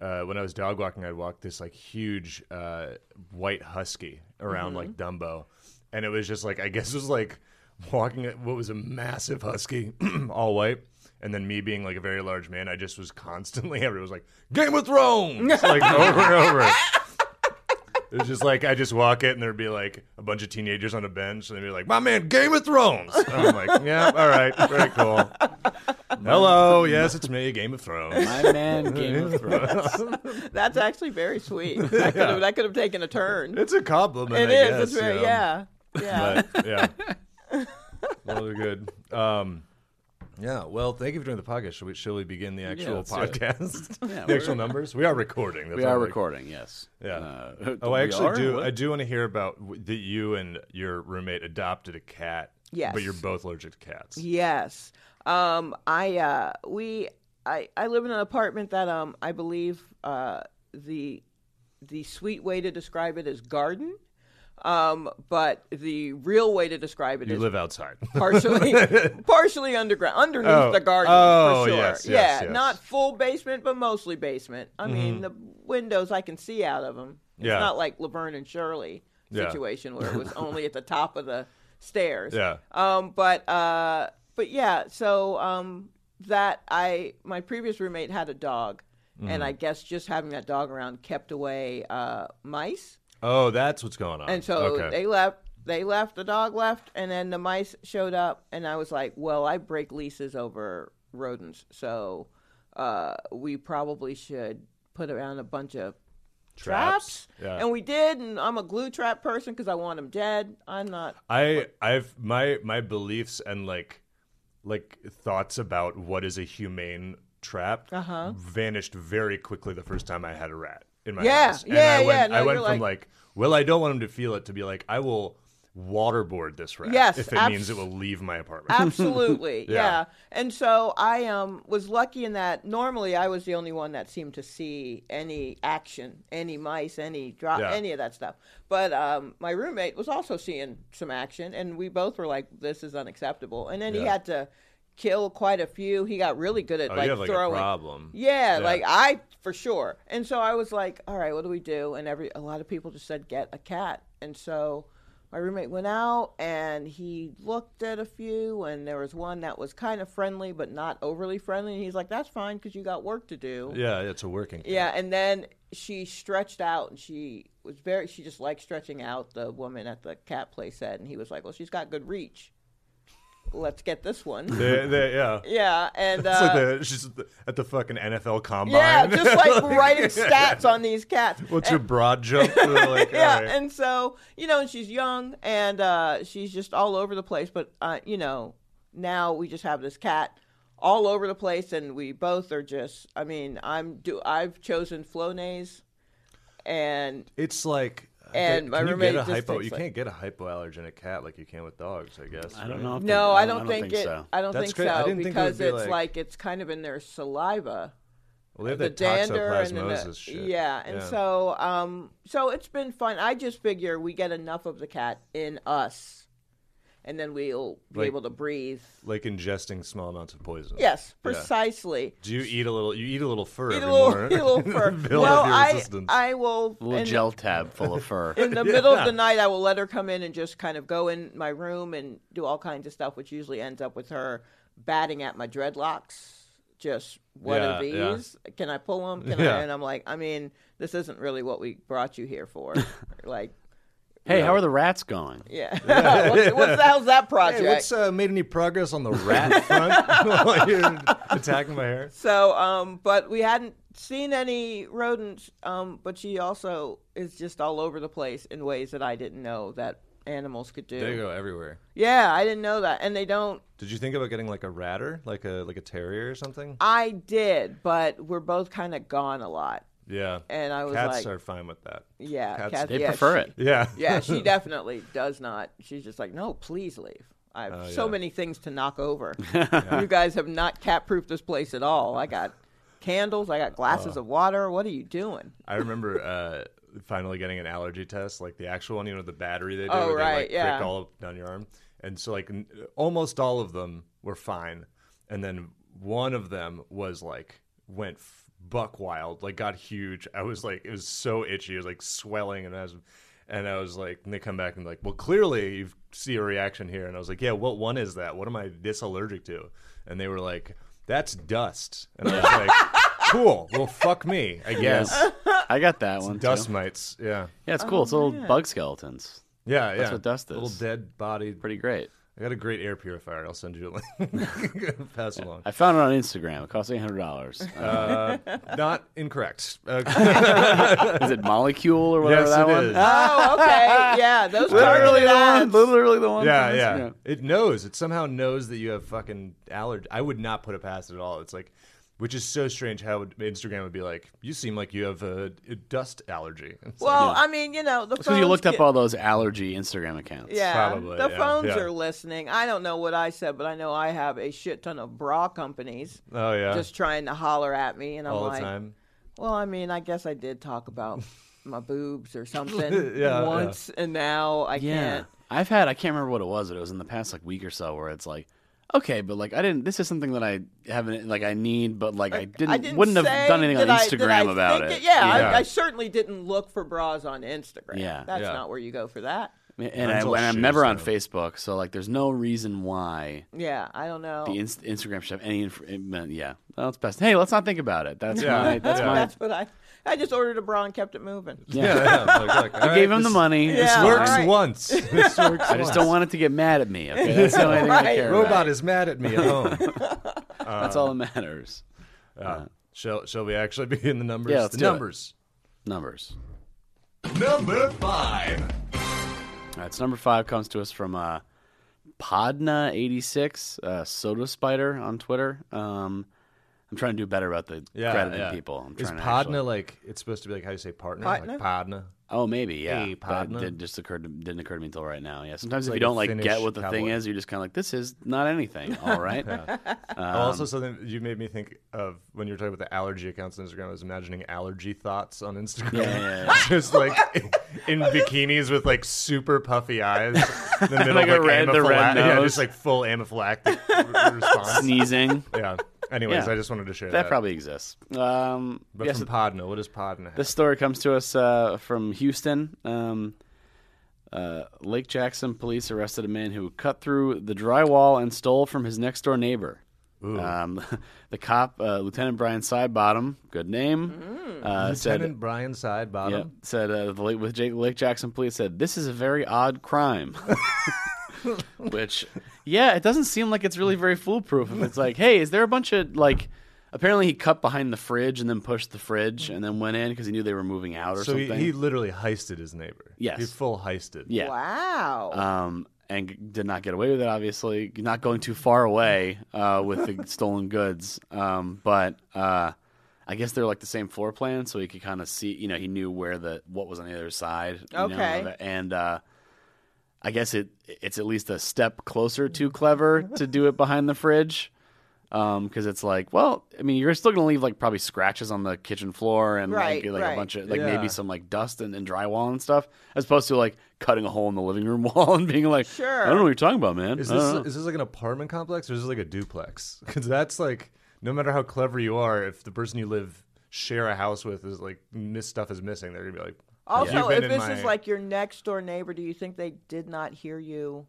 [SPEAKER 2] uh, when I was dog walking. I'd walk this like huge uh, white husky around like Dumbo, and it was just like I guess it was like walking at what was a massive husky, all white. And then me being like a very large man, I just was constantly everyone was like Game of Thrones, like over and over. It was just like I just walk it, and there'd be like a bunch of teenagers on a bench, and they'd be like, "My man, Game of Thrones." And I'm like, "Yeah, all right, very cool." Hello, yes, it's me, Game of Thrones.
[SPEAKER 1] My man, Game of Thrones.
[SPEAKER 3] that's actually very sweet. That could have that could have taken a turn.
[SPEAKER 2] It's a compliment.
[SPEAKER 3] It
[SPEAKER 2] I
[SPEAKER 3] is.
[SPEAKER 2] Guess,
[SPEAKER 3] it's very
[SPEAKER 2] you know.
[SPEAKER 3] yeah. Yeah.
[SPEAKER 2] But, yeah. well, they're good. Um, yeah. Well, thank you for doing the podcast. Should we, shall we begin the actual
[SPEAKER 1] let's do it.
[SPEAKER 2] podcast?
[SPEAKER 1] Yeah,
[SPEAKER 2] the
[SPEAKER 1] we're-
[SPEAKER 2] actual numbers. We are recording. That's
[SPEAKER 1] We
[SPEAKER 2] all
[SPEAKER 1] are
[SPEAKER 2] like-
[SPEAKER 1] recording. Yes.
[SPEAKER 2] Yeah.
[SPEAKER 1] Uh,
[SPEAKER 2] Oh,
[SPEAKER 1] we
[SPEAKER 2] I actually
[SPEAKER 1] are?
[SPEAKER 2] do.
[SPEAKER 1] What?
[SPEAKER 2] I do want to hear about w- that you and your roommate adopted a cat.
[SPEAKER 3] Yes.
[SPEAKER 2] But you're both allergic to cats.
[SPEAKER 3] Yes. Um, I uh, we I, I live in an apartment that um I believe uh, the the sweet way to describe it is garden. Um, but the real way to describe it
[SPEAKER 2] You
[SPEAKER 3] is
[SPEAKER 2] live outside.
[SPEAKER 3] partially partially underground underneath
[SPEAKER 2] Oh.
[SPEAKER 3] the garden
[SPEAKER 2] Oh,
[SPEAKER 3] for sure.
[SPEAKER 2] yes,
[SPEAKER 3] yeah,
[SPEAKER 2] yes, yes.
[SPEAKER 3] not full basement but mostly basement. I mean the windows I can see out of them. It's
[SPEAKER 2] Yeah.
[SPEAKER 3] not like Laverne and Shirley
[SPEAKER 2] Yeah.
[SPEAKER 3] situation where it was only at the top of the stairs.
[SPEAKER 2] Yeah.
[SPEAKER 3] Um, but uh, but yeah, so um, that I my previous roommate had a dog,
[SPEAKER 2] Mm-hmm.
[SPEAKER 3] and I guess just having that dog around kept away uh, mice,
[SPEAKER 2] oh, that's what's going on.
[SPEAKER 3] and so
[SPEAKER 2] okay.
[SPEAKER 3] they left. They left. The dog left, and then the mice showed up, and I was like, "Well, I break leases over rodents, so uh, we probably should put around a bunch of." Traps,
[SPEAKER 2] Traps, yeah.
[SPEAKER 3] and we did, and I'm a glue trap person because I want them dead. I'm not
[SPEAKER 2] I I've my my beliefs and like like thoughts about what is a humane trap
[SPEAKER 3] Uh-huh.
[SPEAKER 2] vanished very quickly the first time I had a rat in my
[SPEAKER 3] Yeah,
[SPEAKER 2] house. And
[SPEAKER 3] yeah,
[SPEAKER 2] I went,
[SPEAKER 3] yeah, no,
[SPEAKER 2] I went
[SPEAKER 3] you're
[SPEAKER 2] from
[SPEAKER 3] like-
[SPEAKER 2] like, well, I don't want him to feel it to be like, I will waterboard this rat
[SPEAKER 3] Yes,
[SPEAKER 2] if it
[SPEAKER 3] abs-
[SPEAKER 2] means it will leave my apartment.
[SPEAKER 3] Absolutely,
[SPEAKER 2] Yeah.
[SPEAKER 3] yeah. And so I um, was lucky in that normally I was the only one that seemed to see any action, any mice, any drop,
[SPEAKER 2] Yeah.
[SPEAKER 3] any of that stuff. But um, my roommate was also seeing some action, and we both were like, "This is unacceptable." And then he
[SPEAKER 2] Yeah.
[SPEAKER 3] had to killed quite a few. He got really good at
[SPEAKER 2] Oh,
[SPEAKER 3] like,
[SPEAKER 2] you have like
[SPEAKER 3] throwing.
[SPEAKER 2] a problem.
[SPEAKER 3] Yeah,
[SPEAKER 2] Yeah.
[SPEAKER 3] like I for sure. And so I was like, all right, what do we do? And every a lot of people just said get a cat. And so my roommate went out and he looked at a few and there was one that was kind of friendly but not overly friendly and he's like that's fine cuz you got work to do.
[SPEAKER 2] Yeah, it's a working. cat.
[SPEAKER 3] Yeah, and then she stretched out and she was very she just liked stretching out the woman at the cat play set and he was like, "Well, she's got good reach. Let's get this one."
[SPEAKER 2] They- they- yeah.
[SPEAKER 3] yeah, and
[SPEAKER 2] It's
[SPEAKER 3] uh,
[SPEAKER 2] like the, she's at the- at the fucking NFL combine.
[SPEAKER 3] yeah, just like writing stats on these cats.
[SPEAKER 2] What's your broad jump? They're like,
[SPEAKER 3] yeah,
[SPEAKER 2] all right.
[SPEAKER 3] and so you know, and she's young, and uh, she's just all over the place. But uh, you know, now we just have this cat all over the place, and we both are just. I mean, I'm do I've chosen Flonase, and
[SPEAKER 2] It's like uh,
[SPEAKER 3] And
[SPEAKER 2] can
[SPEAKER 3] my
[SPEAKER 2] you
[SPEAKER 3] roommate
[SPEAKER 2] get a
[SPEAKER 3] just
[SPEAKER 2] hypo.
[SPEAKER 3] thinks
[SPEAKER 2] You
[SPEAKER 3] like-
[SPEAKER 2] can't get a hypoallergenic cat like you can with dogs, I guess.
[SPEAKER 1] I don't
[SPEAKER 2] right?
[SPEAKER 1] know. If
[SPEAKER 3] no,
[SPEAKER 1] they,
[SPEAKER 3] I don't, think, it.
[SPEAKER 1] so.
[SPEAKER 3] I don't
[SPEAKER 2] That's
[SPEAKER 3] think
[SPEAKER 2] cra- I
[SPEAKER 3] so
[SPEAKER 2] didn't think it would
[SPEAKER 3] because
[SPEAKER 2] be
[SPEAKER 3] it's
[SPEAKER 2] like-
[SPEAKER 3] like, it's kind of in their saliva.
[SPEAKER 2] Well, they have
[SPEAKER 3] the
[SPEAKER 2] that
[SPEAKER 3] dander and the,
[SPEAKER 2] toxoplasmosis shit.
[SPEAKER 3] yeah and so um so it's been fun i just figure we get enough of the cat in us and then we'll be
[SPEAKER 2] Like-
[SPEAKER 3] able to breathe
[SPEAKER 2] like ingesting small amounts of poison.
[SPEAKER 3] yes precisely
[SPEAKER 2] Do you eat a little? You eat a little fur
[SPEAKER 3] Eat
[SPEAKER 2] every
[SPEAKER 3] a little,
[SPEAKER 2] morning.
[SPEAKER 3] eat a little fur.
[SPEAKER 2] Build
[SPEAKER 3] well,
[SPEAKER 2] up your
[SPEAKER 3] I,
[SPEAKER 2] resistance.
[SPEAKER 3] I will.
[SPEAKER 1] A little
[SPEAKER 3] in-
[SPEAKER 1] gel tab full of fur.
[SPEAKER 3] in the middle of the night i will let her come in and just kind of go in my room and do all kinds of stuff which usually ends up with her batting at my dreadlocks just what are
[SPEAKER 2] Yeah, yeah.
[SPEAKER 3] these can i pull them can
[SPEAKER 2] Yeah.
[SPEAKER 3] I? and i'm like i mean this isn't really what we brought you here for like
[SPEAKER 1] hey, how are the rats going?
[SPEAKER 3] yeah what's, what's the hell's that project
[SPEAKER 2] Hey, what's uh, made any progress on the rat front? While you're attacking my hair.
[SPEAKER 3] so um but we hadn't seen any rodents um but she also is just all over the place in ways that i didn't know that animals could do
[SPEAKER 2] They go everywhere.
[SPEAKER 3] yeah i didn't know that and they don't
[SPEAKER 2] Did you think about getting like a ratter, like a like a terrier or something?
[SPEAKER 3] I did, but we're both kind of gone a lot,
[SPEAKER 2] Yeah.
[SPEAKER 3] and I was
[SPEAKER 2] Cats
[SPEAKER 3] like,
[SPEAKER 2] are fine with that.
[SPEAKER 3] yeah,
[SPEAKER 2] cats-
[SPEAKER 3] Kathy-
[SPEAKER 1] They
[SPEAKER 3] yeah,
[SPEAKER 1] prefer
[SPEAKER 3] she-
[SPEAKER 1] it.
[SPEAKER 2] Yeah.
[SPEAKER 3] Yeah, she definitely does not. She's just like, no, please leave. I have so
[SPEAKER 2] yeah.
[SPEAKER 3] many things to knock over. You guys have not cat-proofed this place at all. I got candles. I got glasses of water. What are you doing?
[SPEAKER 2] I remember uh, finally getting an allergy test, like the actual one, you know, the battery they do,
[SPEAKER 3] Oh,
[SPEAKER 2] where they
[SPEAKER 3] right,
[SPEAKER 2] like
[SPEAKER 3] yeah.
[SPEAKER 2] prick all up down your arm. And so, like, n- almost all of them were fine, and then one of them was like went f- buck wild, like got huge. I was like, it was so itchy, it was like swelling, and I was, and I was like, and they come back and like, well, clearly you see a reaction here, and I was like, yeah, what one is that? What am I this allergic to? And they were like, that's dust, and I was like. Cool. Well, fuck me, I guess.
[SPEAKER 1] I got that one.
[SPEAKER 2] Dust
[SPEAKER 1] Too.
[SPEAKER 2] mites. Yeah.
[SPEAKER 1] Yeah,
[SPEAKER 3] Oh,
[SPEAKER 1] it's cool. It's little bug skeletons.
[SPEAKER 2] Yeah, yeah.
[SPEAKER 1] what dust is.
[SPEAKER 2] Little dead body.
[SPEAKER 1] Pretty great.
[SPEAKER 2] I got a great air purifier. I'll send you a link. Pass along.
[SPEAKER 1] I found it on Instagram. It cost eight hundred dollars. Uh,
[SPEAKER 2] Not incorrect. Uh,
[SPEAKER 1] is it molecule or whatever
[SPEAKER 2] yes,
[SPEAKER 1] that
[SPEAKER 2] it
[SPEAKER 1] one? Ah,
[SPEAKER 2] is.
[SPEAKER 3] Oh, okay, yeah, those
[SPEAKER 1] Literally
[SPEAKER 3] targeted
[SPEAKER 1] the one.
[SPEAKER 3] ads.
[SPEAKER 1] Literally the one.
[SPEAKER 2] Yeah,
[SPEAKER 1] from
[SPEAKER 2] yeah.
[SPEAKER 1] Instagram.
[SPEAKER 2] It knows. It somehow knows that you have fucking allergy. I would not put it past it at all. It's like, which is so strange. How would, Instagram would be like, you seem like you have a, a dust allergy. It's like,
[SPEAKER 3] Well, I mean, you know, the
[SPEAKER 1] Because you
[SPEAKER 3] phones
[SPEAKER 1] looked up
[SPEAKER 3] get-
[SPEAKER 1] all those allergy Instagram accounts.
[SPEAKER 3] Yeah,
[SPEAKER 2] Probably,
[SPEAKER 3] the
[SPEAKER 2] yeah,
[SPEAKER 3] phones
[SPEAKER 2] yeah.
[SPEAKER 3] are listening. I don't know what I said, but I know I have a shit ton of bra companies
[SPEAKER 2] oh yeah.
[SPEAKER 3] just trying to holler at me, and I'm
[SPEAKER 2] all the
[SPEAKER 3] like,
[SPEAKER 2] time.
[SPEAKER 3] well, I mean, I guess I did talk about my boobs or something
[SPEAKER 2] Yeah, yeah.
[SPEAKER 3] once, and now I
[SPEAKER 1] Yeah.
[SPEAKER 3] can't.
[SPEAKER 1] I've had I can't remember what it was, but it was in the past like week or so where it's like, okay, but like I didn't this is something that I haven't like I need, but like I didn't,
[SPEAKER 3] I didn't
[SPEAKER 1] wouldn't
[SPEAKER 3] say,
[SPEAKER 1] have done anything on
[SPEAKER 3] did I- did
[SPEAKER 1] Instagram
[SPEAKER 3] I
[SPEAKER 1] about
[SPEAKER 3] think
[SPEAKER 1] it.
[SPEAKER 3] Yeah,
[SPEAKER 2] Yeah.
[SPEAKER 3] I, I certainly didn't look for bras on Instagram.
[SPEAKER 1] Yeah.
[SPEAKER 3] that's
[SPEAKER 2] Yeah.
[SPEAKER 3] not where you go for that.
[SPEAKER 1] And, I,
[SPEAKER 2] Mine's all
[SPEAKER 1] and I'm
[SPEAKER 2] shoes,
[SPEAKER 1] never on
[SPEAKER 2] though.
[SPEAKER 1] Facebook, so like there's no reason why
[SPEAKER 3] Yeah, I don't know.
[SPEAKER 1] the inst- Instagram should have any inf- yeah. That's best. Hey, let's not think about it. That's
[SPEAKER 2] Yeah.
[SPEAKER 1] my that's
[SPEAKER 2] Yeah.
[SPEAKER 1] my
[SPEAKER 3] that's what I. I just ordered a bra and kept it moving.
[SPEAKER 2] Yeah. yeah. Like, like, all
[SPEAKER 1] I gave
[SPEAKER 2] right,
[SPEAKER 1] him the
[SPEAKER 2] this-
[SPEAKER 1] money.
[SPEAKER 3] Yeah.
[SPEAKER 1] It's
[SPEAKER 3] All
[SPEAKER 2] Works
[SPEAKER 1] works.
[SPEAKER 3] right.
[SPEAKER 2] once. This works
[SPEAKER 1] I just don't want it to get mad at me. Okay, that's the only thing I
[SPEAKER 3] Right.
[SPEAKER 1] care
[SPEAKER 2] Robot
[SPEAKER 1] about.
[SPEAKER 2] is mad at me at home.
[SPEAKER 1] That's all that matters.
[SPEAKER 2] Uh, shall shall we actually be in the numbers?
[SPEAKER 1] Yeah, let's
[SPEAKER 2] the
[SPEAKER 1] do it.
[SPEAKER 2] numbers.
[SPEAKER 1] Numbers.
[SPEAKER 4] Number five.
[SPEAKER 1] All right, so number five comes to us from uh, Podna86, uh, Soda Spider on Twitter. Um, I'm trying to do better about the
[SPEAKER 2] Yeah,
[SPEAKER 1] crediting
[SPEAKER 2] yeah.
[SPEAKER 1] people. I'm
[SPEAKER 2] Is
[SPEAKER 1] trying to
[SPEAKER 2] Podna
[SPEAKER 1] actually-
[SPEAKER 2] like it's supposed to be like how you say partner?
[SPEAKER 3] Podna?
[SPEAKER 2] Like Podna.
[SPEAKER 1] Oh, maybe yeah. But
[SPEAKER 2] Hey,
[SPEAKER 1] it
[SPEAKER 2] partner.
[SPEAKER 1] did, just occurred to, didn't occur to me until right now. Yeah. Sometimes if
[SPEAKER 2] Like
[SPEAKER 1] you
[SPEAKER 2] a
[SPEAKER 1] don't like
[SPEAKER 2] Finnish
[SPEAKER 1] get what the thing
[SPEAKER 2] cowboy.
[SPEAKER 1] is, you're just kind of like, this is not anything. All right. Um,
[SPEAKER 2] Oh, also, something you made me think of when you were talking about the allergy accounts on Instagram. I was imagining allergy thoughts on Instagram,
[SPEAKER 1] Yeah, yeah, yeah.
[SPEAKER 2] just like in, bikinis with like super puffy eyes, in the middle
[SPEAKER 1] Like a
[SPEAKER 2] like,
[SPEAKER 1] red- the red
[SPEAKER 2] amaphylac- yeah,
[SPEAKER 1] nose.
[SPEAKER 2] just like full anaphylactic r- response.
[SPEAKER 1] Sneezing.
[SPEAKER 2] Yeah. Anyways,
[SPEAKER 1] Yeah.
[SPEAKER 2] I just wanted to share that.
[SPEAKER 1] That probably exists. Um,
[SPEAKER 2] But
[SPEAKER 1] yes,
[SPEAKER 2] from Podna, what is Podna?
[SPEAKER 1] This story comes to us uh, from Houston. Um, uh, Lake Jackson police arrested a man who cut through the drywall and stole from his next door neighbor. Um, the cop, uh, Lieutenant Brian Sidebottom, good name, uh, said,
[SPEAKER 2] Lieutenant Brian Sidebottom.
[SPEAKER 1] yeah, said uh, the Lake, with Jake, Lake Jackson police said, This is a very odd crime. Which, yeah, it doesn't seem like it's really very foolproof. If it's like, hey, is there a bunch of like. Apparently, he cut behind the fridge and then pushed the fridge and then went in because he knew they were moving out or
[SPEAKER 2] So he,
[SPEAKER 1] something.
[SPEAKER 2] he literally heisted his neighbor.
[SPEAKER 1] Yes.
[SPEAKER 2] He full heisted.
[SPEAKER 1] yeah.
[SPEAKER 3] Wow.
[SPEAKER 1] Um, and g- did not get away with it, obviously. Not going too far away uh, with the stolen goods. Um, but uh, I guess they're like the same floor plan, so he could kind of see, you know, he knew where the what was on the other side. you know,
[SPEAKER 3] Okay.
[SPEAKER 1] of it. and uh, I guess it it's at least a step closer to clever to do it behind the fridge. Because it's like, well, I mean, you're still gonna leave like probably scratches on the kitchen floor and
[SPEAKER 3] Right,
[SPEAKER 1] like, like
[SPEAKER 3] right.
[SPEAKER 1] a bunch of like
[SPEAKER 2] Yeah.
[SPEAKER 1] maybe some like dust and, and drywall and stuff, as opposed to like cutting a hole in the living room wall and being like,
[SPEAKER 3] Sure.
[SPEAKER 1] I don't know what you're talking about, man.
[SPEAKER 2] Is
[SPEAKER 1] I
[SPEAKER 2] this
[SPEAKER 1] don't know."
[SPEAKER 2] is this like an apartment complex or is this like a duplex? Because that's like no matter how clever you are, if the person you live share a house with is like miss stuff is missing, they're gonna be like. "You've
[SPEAKER 3] also,
[SPEAKER 2] been
[SPEAKER 3] if
[SPEAKER 2] in
[SPEAKER 3] this
[SPEAKER 2] my-"
[SPEAKER 3] is like your next door neighbor, do you think they did not hear you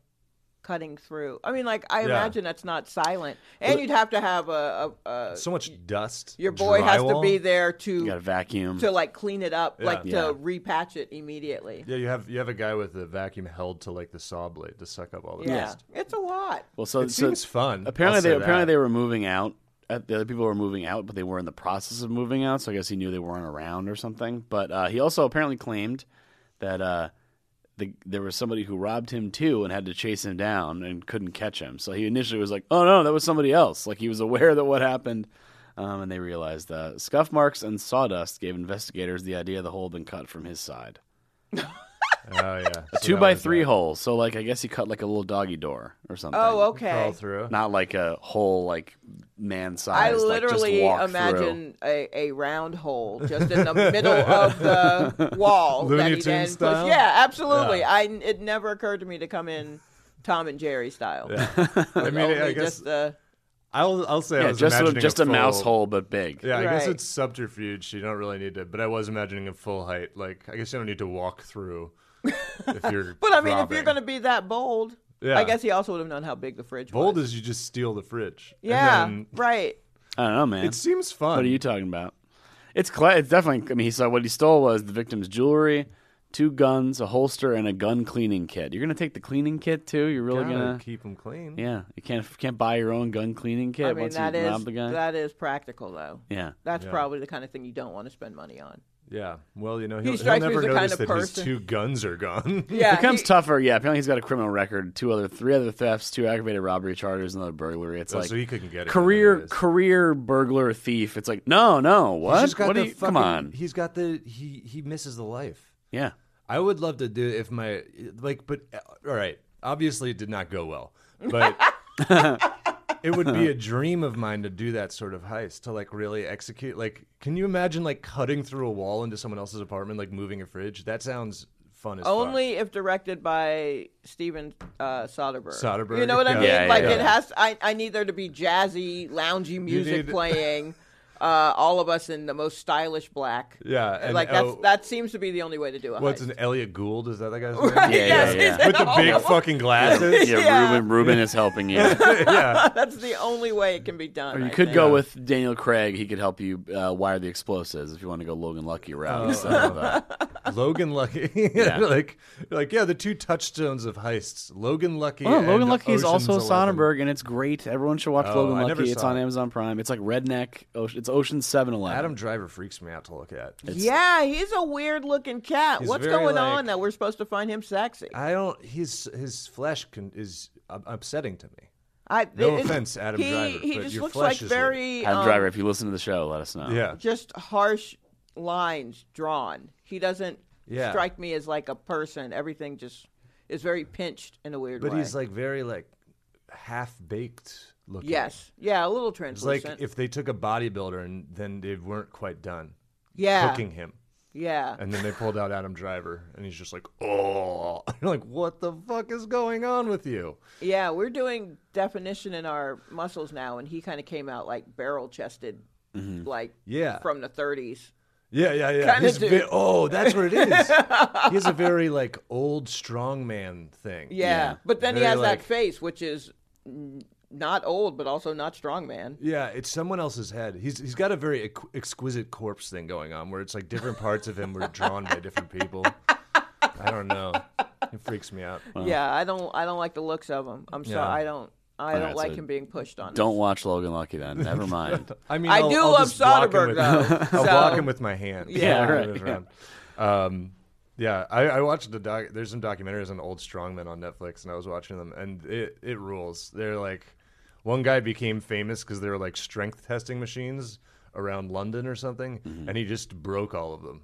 [SPEAKER 3] cutting through? I mean, like I
[SPEAKER 2] Yeah.
[SPEAKER 3] imagine that's not silent, and you'd have to have a, a, a
[SPEAKER 2] so much dust,
[SPEAKER 3] your boy has to
[SPEAKER 2] drywall.
[SPEAKER 3] be there
[SPEAKER 1] you got
[SPEAKER 3] to
[SPEAKER 1] a vacuum.
[SPEAKER 3] to like clean it up, like
[SPEAKER 1] Yeah.
[SPEAKER 3] to repatch it immediately.
[SPEAKER 2] Yeah, you have you have a guy with a vacuum held to like the saw blade to suck up all the
[SPEAKER 3] Yeah,
[SPEAKER 2] dust.
[SPEAKER 3] it's a lot.
[SPEAKER 1] well, so,
[SPEAKER 2] It
[SPEAKER 1] so
[SPEAKER 2] seems fun.
[SPEAKER 1] Apparently,
[SPEAKER 2] I'll say
[SPEAKER 1] they apparently
[SPEAKER 2] that.
[SPEAKER 1] they were moving out. Uh, The other people were moving out, but they were in the process of moving out. So I guess he knew they weren't around or something. But uh, he also apparently claimed that uh, the, there was somebody who robbed him too and had to chase him down and couldn't catch him. So he initially was like, "Oh no, that was somebody else." Like he was aware that what happened, um, and they realized uh, scuff marks and sawdust gave investigators the idea the hole had been cut from his side.
[SPEAKER 2] Oh yeah, So
[SPEAKER 1] Two
[SPEAKER 2] that
[SPEAKER 1] by
[SPEAKER 2] was
[SPEAKER 1] three
[SPEAKER 2] that.
[SPEAKER 1] hole. So like I guess he cut like a little doggy door or something
[SPEAKER 3] Oh,
[SPEAKER 2] crawl
[SPEAKER 3] okay.
[SPEAKER 2] through.
[SPEAKER 1] not like a whole like man size.
[SPEAKER 3] I literally imagine a, a round hole just in the middle of the wall.
[SPEAKER 2] Looney
[SPEAKER 3] that he
[SPEAKER 2] Tunes
[SPEAKER 3] then pushed-
[SPEAKER 2] style?
[SPEAKER 3] Yeah, absolutely.
[SPEAKER 2] Yeah.
[SPEAKER 3] I it never occurred to me to come in Tom and Jerry style.
[SPEAKER 2] I mean,
[SPEAKER 3] Only
[SPEAKER 2] I guess
[SPEAKER 3] just the
[SPEAKER 2] I'll I'll say I
[SPEAKER 1] Yeah,
[SPEAKER 2] was
[SPEAKER 1] just a,
[SPEAKER 2] imagining
[SPEAKER 1] just a,
[SPEAKER 2] full-
[SPEAKER 1] mouse hole, but big.
[SPEAKER 2] Yeah, I guess
[SPEAKER 3] Right.
[SPEAKER 2] it's subterfuge. You don't really need to, but I was imagining a full height. Like, I guess you don't need to walk through if you're.
[SPEAKER 3] But I mean, if you're
[SPEAKER 2] robbing.
[SPEAKER 3] going to be that bold,
[SPEAKER 2] Yeah.
[SPEAKER 3] I guess he also would have known how big the fridge
[SPEAKER 2] bold,
[SPEAKER 3] was.
[SPEAKER 2] is you just steal the fridge. And
[SPEAKER 3] yeah,
[SPEAKER 2] then-
[SPEAKER 3] right.
[SPEAKER 1] I don't know, man.
[SPEAKER 2] it seems fun.
[SPEAKER 1] what are you talking about? It's cla it's definitely. I mean, he saw what he stole was the victim's jewelry, two guns, a holster, and a gun cleaning kit. You're gonna take the cleaning kit too. You're really
[SPEAKER 2] Gotta
[SPEAKER 1] gonna.
[SPEAKER 2] keep them clean?
[SPEAKER 1] Yeah, you can't can't buy your own gun cleaning kit
[SPEAKER 3] I mean,
[SPEAKER 1] once
[SPEAKER 3] that
[SPEAKER 1] you
[SPEAKER 3] is
[SPEAKER 1] rob the guy.
[SPEAKER 3] that is practical though.
[SPEAKER 1] yeah,
[SPEAKER 3] That's
[SPEAKER 2] Yeah.
[SPEAKER 3] probably the kind of thing you don't want to spend money on.
[SPEAKER 2] Yeah. Well, you know, he'll, he'll
[SPEAKER 3] strikes me as
[SPEAKER 2] never
[SPEAKER 3] the kind
[SPEAKER 2] notice
[SPEAKER 3] of
[SPEAKER 2] that his
[SPEAKER 3] person-
[SPEAKER 2] two guns are gone.
[SPEAKER 3] Yeah,
[SPEAKER 1] becomes
[SPEAKER 3] he-
[SPEAKER 1] tougher. Yeah, apparently he's got a criminal record, two other, three other thefts, two aggravated robbery charges, another burglary. It's
[SPEAKER 2] Oh,
[SPEAKER 1] like
[SPEAKER 2] so he couldn't get it.
[SPEAKER 1] career
[SPEAKER 2] Anyways.
[SPEAKER 1] career burglar thief. It's like no, no,
[SPEAKER 2] He's
[SPEAKER 1] what?
[SPEAKER 2] just got
[SPEAKER 1] What
[SPEAKER 2] the
[SPEAKER 1] are you? Come
[SPEAKER 2] fucking-
[SPEAKER 1] on,
[SPEAKER 2] He's got the. He, he misses the life.
[SPEAKER 1] yeah.
[SPEAKER 2] I would love to do if my like, but uh, all right. Obviously, it did not go well, but it would be a dream of mine to do that sort of heist to like really execute. Like, can you imagine like cutting through a wall into someone else's apartment, like moving a fridge? That sounds fun as fuck.
[SPEAKER 3] Only if directed by Steven uh, Soderbergh.
[SPEAKER 2] Soderbergh,
[SPEAKER 3] You know what I
[SPEAKER 2] yeah.
[SPEAKER 3] mean?
[SPEAKER 1] Yeah,
[SPEAKER 3] like
[SPEAKER 1] yeah,
[SPEAKER 3] it
[SPEAKER 1] yeah.
[SPEAKER 3] has. I, I need there to be jazzy, loungy music
[SPEAKER 2] need-
[SPEAKER 3] playing. Uh, all of us in the most stylish black.
[SPEAKER 2] Yeah, and,
[SPEAKER 3] like that's,
[SPEAKER 2] oh,
[SPEAKER 3] that seems to be the only way to do a
[SPEAKER 2] What's
[SPEAKER 3] heist.
[SPEAKER 2] an Elliot Gould? Is that that guy's name?
[SPEAKER 3] Right,
[SPEAKER 1] Yeah,
[SPEAKER 3] yes,
[SPEAKER 1] yeah,
[SPEAKER 3] he's
[SPEAKER 1] yeah.
[SPEAKER 3] in
[SPEAKER 2] With the
[SPEAKER 3] all
[SPEAKER 2] big
[SPEAKER 3] of them.
[SPEAKER 2] fucking glasses.
[SPEAKER 1] Yeah,
[SPEAKER 3] Yeah.
[SPEAKER 1] Ruben. Ruben is helping you.
[SPEAKER 2] yeah.
[SPEAKER 3] That's the only way it can be done.
[SPEAKER 1] Or you
[SPEAKER 3] I
[SPEAKER 1] could
[SPEAKER 3] think.
[SPEAKER 1] go with Daniel Craig. He could help you uh, wire the explosives if you want to go Logan Lucky route. instead of, uh,
[SPEAKER 2] Logan Lucky.
[SPEAKER 1] Yeah.
[SPEAKER 2] like, like, yeah, the two touchstones of heists. Logan Lucky.
[SPEAKER 1] well, Oh, Logan
[SPEAKER 2] and
[SPEAKER 1] Lucky is also
[SPEAKER 2] Ocean's Eleven.
[SPEAKER 1] Sonnenberg, and it's great. Everyone should watch
[SPEAKER 2] Oh,
[SPEAKER 1] Logan
[SPEAKER 2] I never
[SPEAKER 1] Lucky. It's
[SPEAKER 2] saw
[SPEAKER 1] on
[SPEAKER 2] it.
[SPEAKER 1] Amazon Prime. It's like Redneck. Ocean, it's Ocean Seven Eleven.
[SPEAKER 2] Adam Driver freaks me out to look at.
[SPEAKER 3] Yeah, he's a weird looking cat.
[SPEAKER 2] He's
[SPEAKER 3] What's
[SPEAKER 2] very,
[SPEAKER 3] going
[SPEAKER 2] like-
[SPEAKER 3] on that we're supposed to find him sexy?
[SPEAKER 2] I don't. His his flesh can, is u- upsetting to me.
[SPEAKER 3] I,
[SPEAKER 2] No
[SPEAKER 3] it-
[SPEAKER 2] offense, Adam
[SPEAKER 3] he,
[SPEAKER 2] Driver,
[SPEAKER 3] He
[SPEAKER 2] but
[SPEAKER 3] just
[SPEAKER 2] your
[SPEAKER 3] looks
[SPEAKER 2] flesh
[SPEAKER 3] like
[SPEAKER 2] is
[SPEAKER 3] very
[SPEAKER 1] Adam
[SPEAKER 3] um,
[SPEAKER 1] Driver, if you listen to the show, let us know.
[SPEAKER 2] Yeah.
[SPEAKER 3] just harsh lines drawn. He doesn't
[SPEAKER 2] Yeah.
[SPEAKER 3] strike me as like a person. Everything just is very pinched in a weird
[SPEAKER 2] But
[SPEAKER 3] way.
[SPEAKER 2] he's like very like half baked looking.
[SPEAKER 3] yes, yeah, a little
[SPEAKER 2] It's like
[SPEAKER 3] translucent.
[SPEAKER 2] if they took a bodybuilder and then they weren't quite done
[SPEAKER 3] yeah,
[SPEAKER 2] cooking him.
[SPEAKER 3] yeah.
[SPEAKER 2] And then they pulled out Adam Driver and he's just like, Oh you're like, what the fuck is going on with you?
[SPEAKER 3] Yeah, we're doing definition in our muscles now, and he kind of came out like barrel chested, like
[SPEAKER 2] Yeah.
[SPEAKER 3] from the 30s.
[SPEAKER 2] Yeah, yeah, yeah.
[SPEAKER 3] Kinda
[SPEAKER 2] He's
[SPEAKER 3] do.
[SPEAKER 2] ve- oh, that's what it is. he has a very like old strongman thing.
[SPEAKER 3] Yeah, but then he
[SPEAKER 2] Very,
[SPEAKER 3] has
[SPEAKER 2] like-
[SPEAKER 3] that face, which is n- not old, but also not strong man.
[SPEAKER 2] Yeah, it's someone else's head. He's he's got a very ex- exquisite corpse thing going on, where it's like different parts of him were drawn by different people. I don't know. It freaks me out.
[SPEAKER 3] Yeah, I don't, I don't like the looks of him. I'm
[SPEAKER 2] Yeah.
[SPEAKER 3] sorry, I don't, I don't
[SPEAKER 1] right,
[SPEAKER 3] like
[SPEAKER 1] so
[SPEAKER 3] him being pushed on.
[SPEAKER 1] Don't watch Logan Lucky then. Never mind.
[SPEAKER 2] I mean,
[SPEAKER 3] I
[SPEAKER 2] I'll-
[SPEAKER 3] do
[SPEAKER 2] I'll
[SPEAKER 3] love
[SPEAKER 2] just block him
[SPEAKER 3] Soderbergh,
[SPEAKER 2] with-
[SPEAKER 3] though,
[SPEAKER 2] I'll block
[SPEAKER 3] so-
[SPEAKER 2] him with my hand.
[SPEAKER 3] Yeah,
[SPEAKER 2] Block him with my hand. Um, yeah, I, I watched the doc. There's some documentaries on old strongmen on Netflix, and I was watching them, and it it rules. They're like, one guy became famous because they were like strength testing machines around London or something, and he just broke all of them.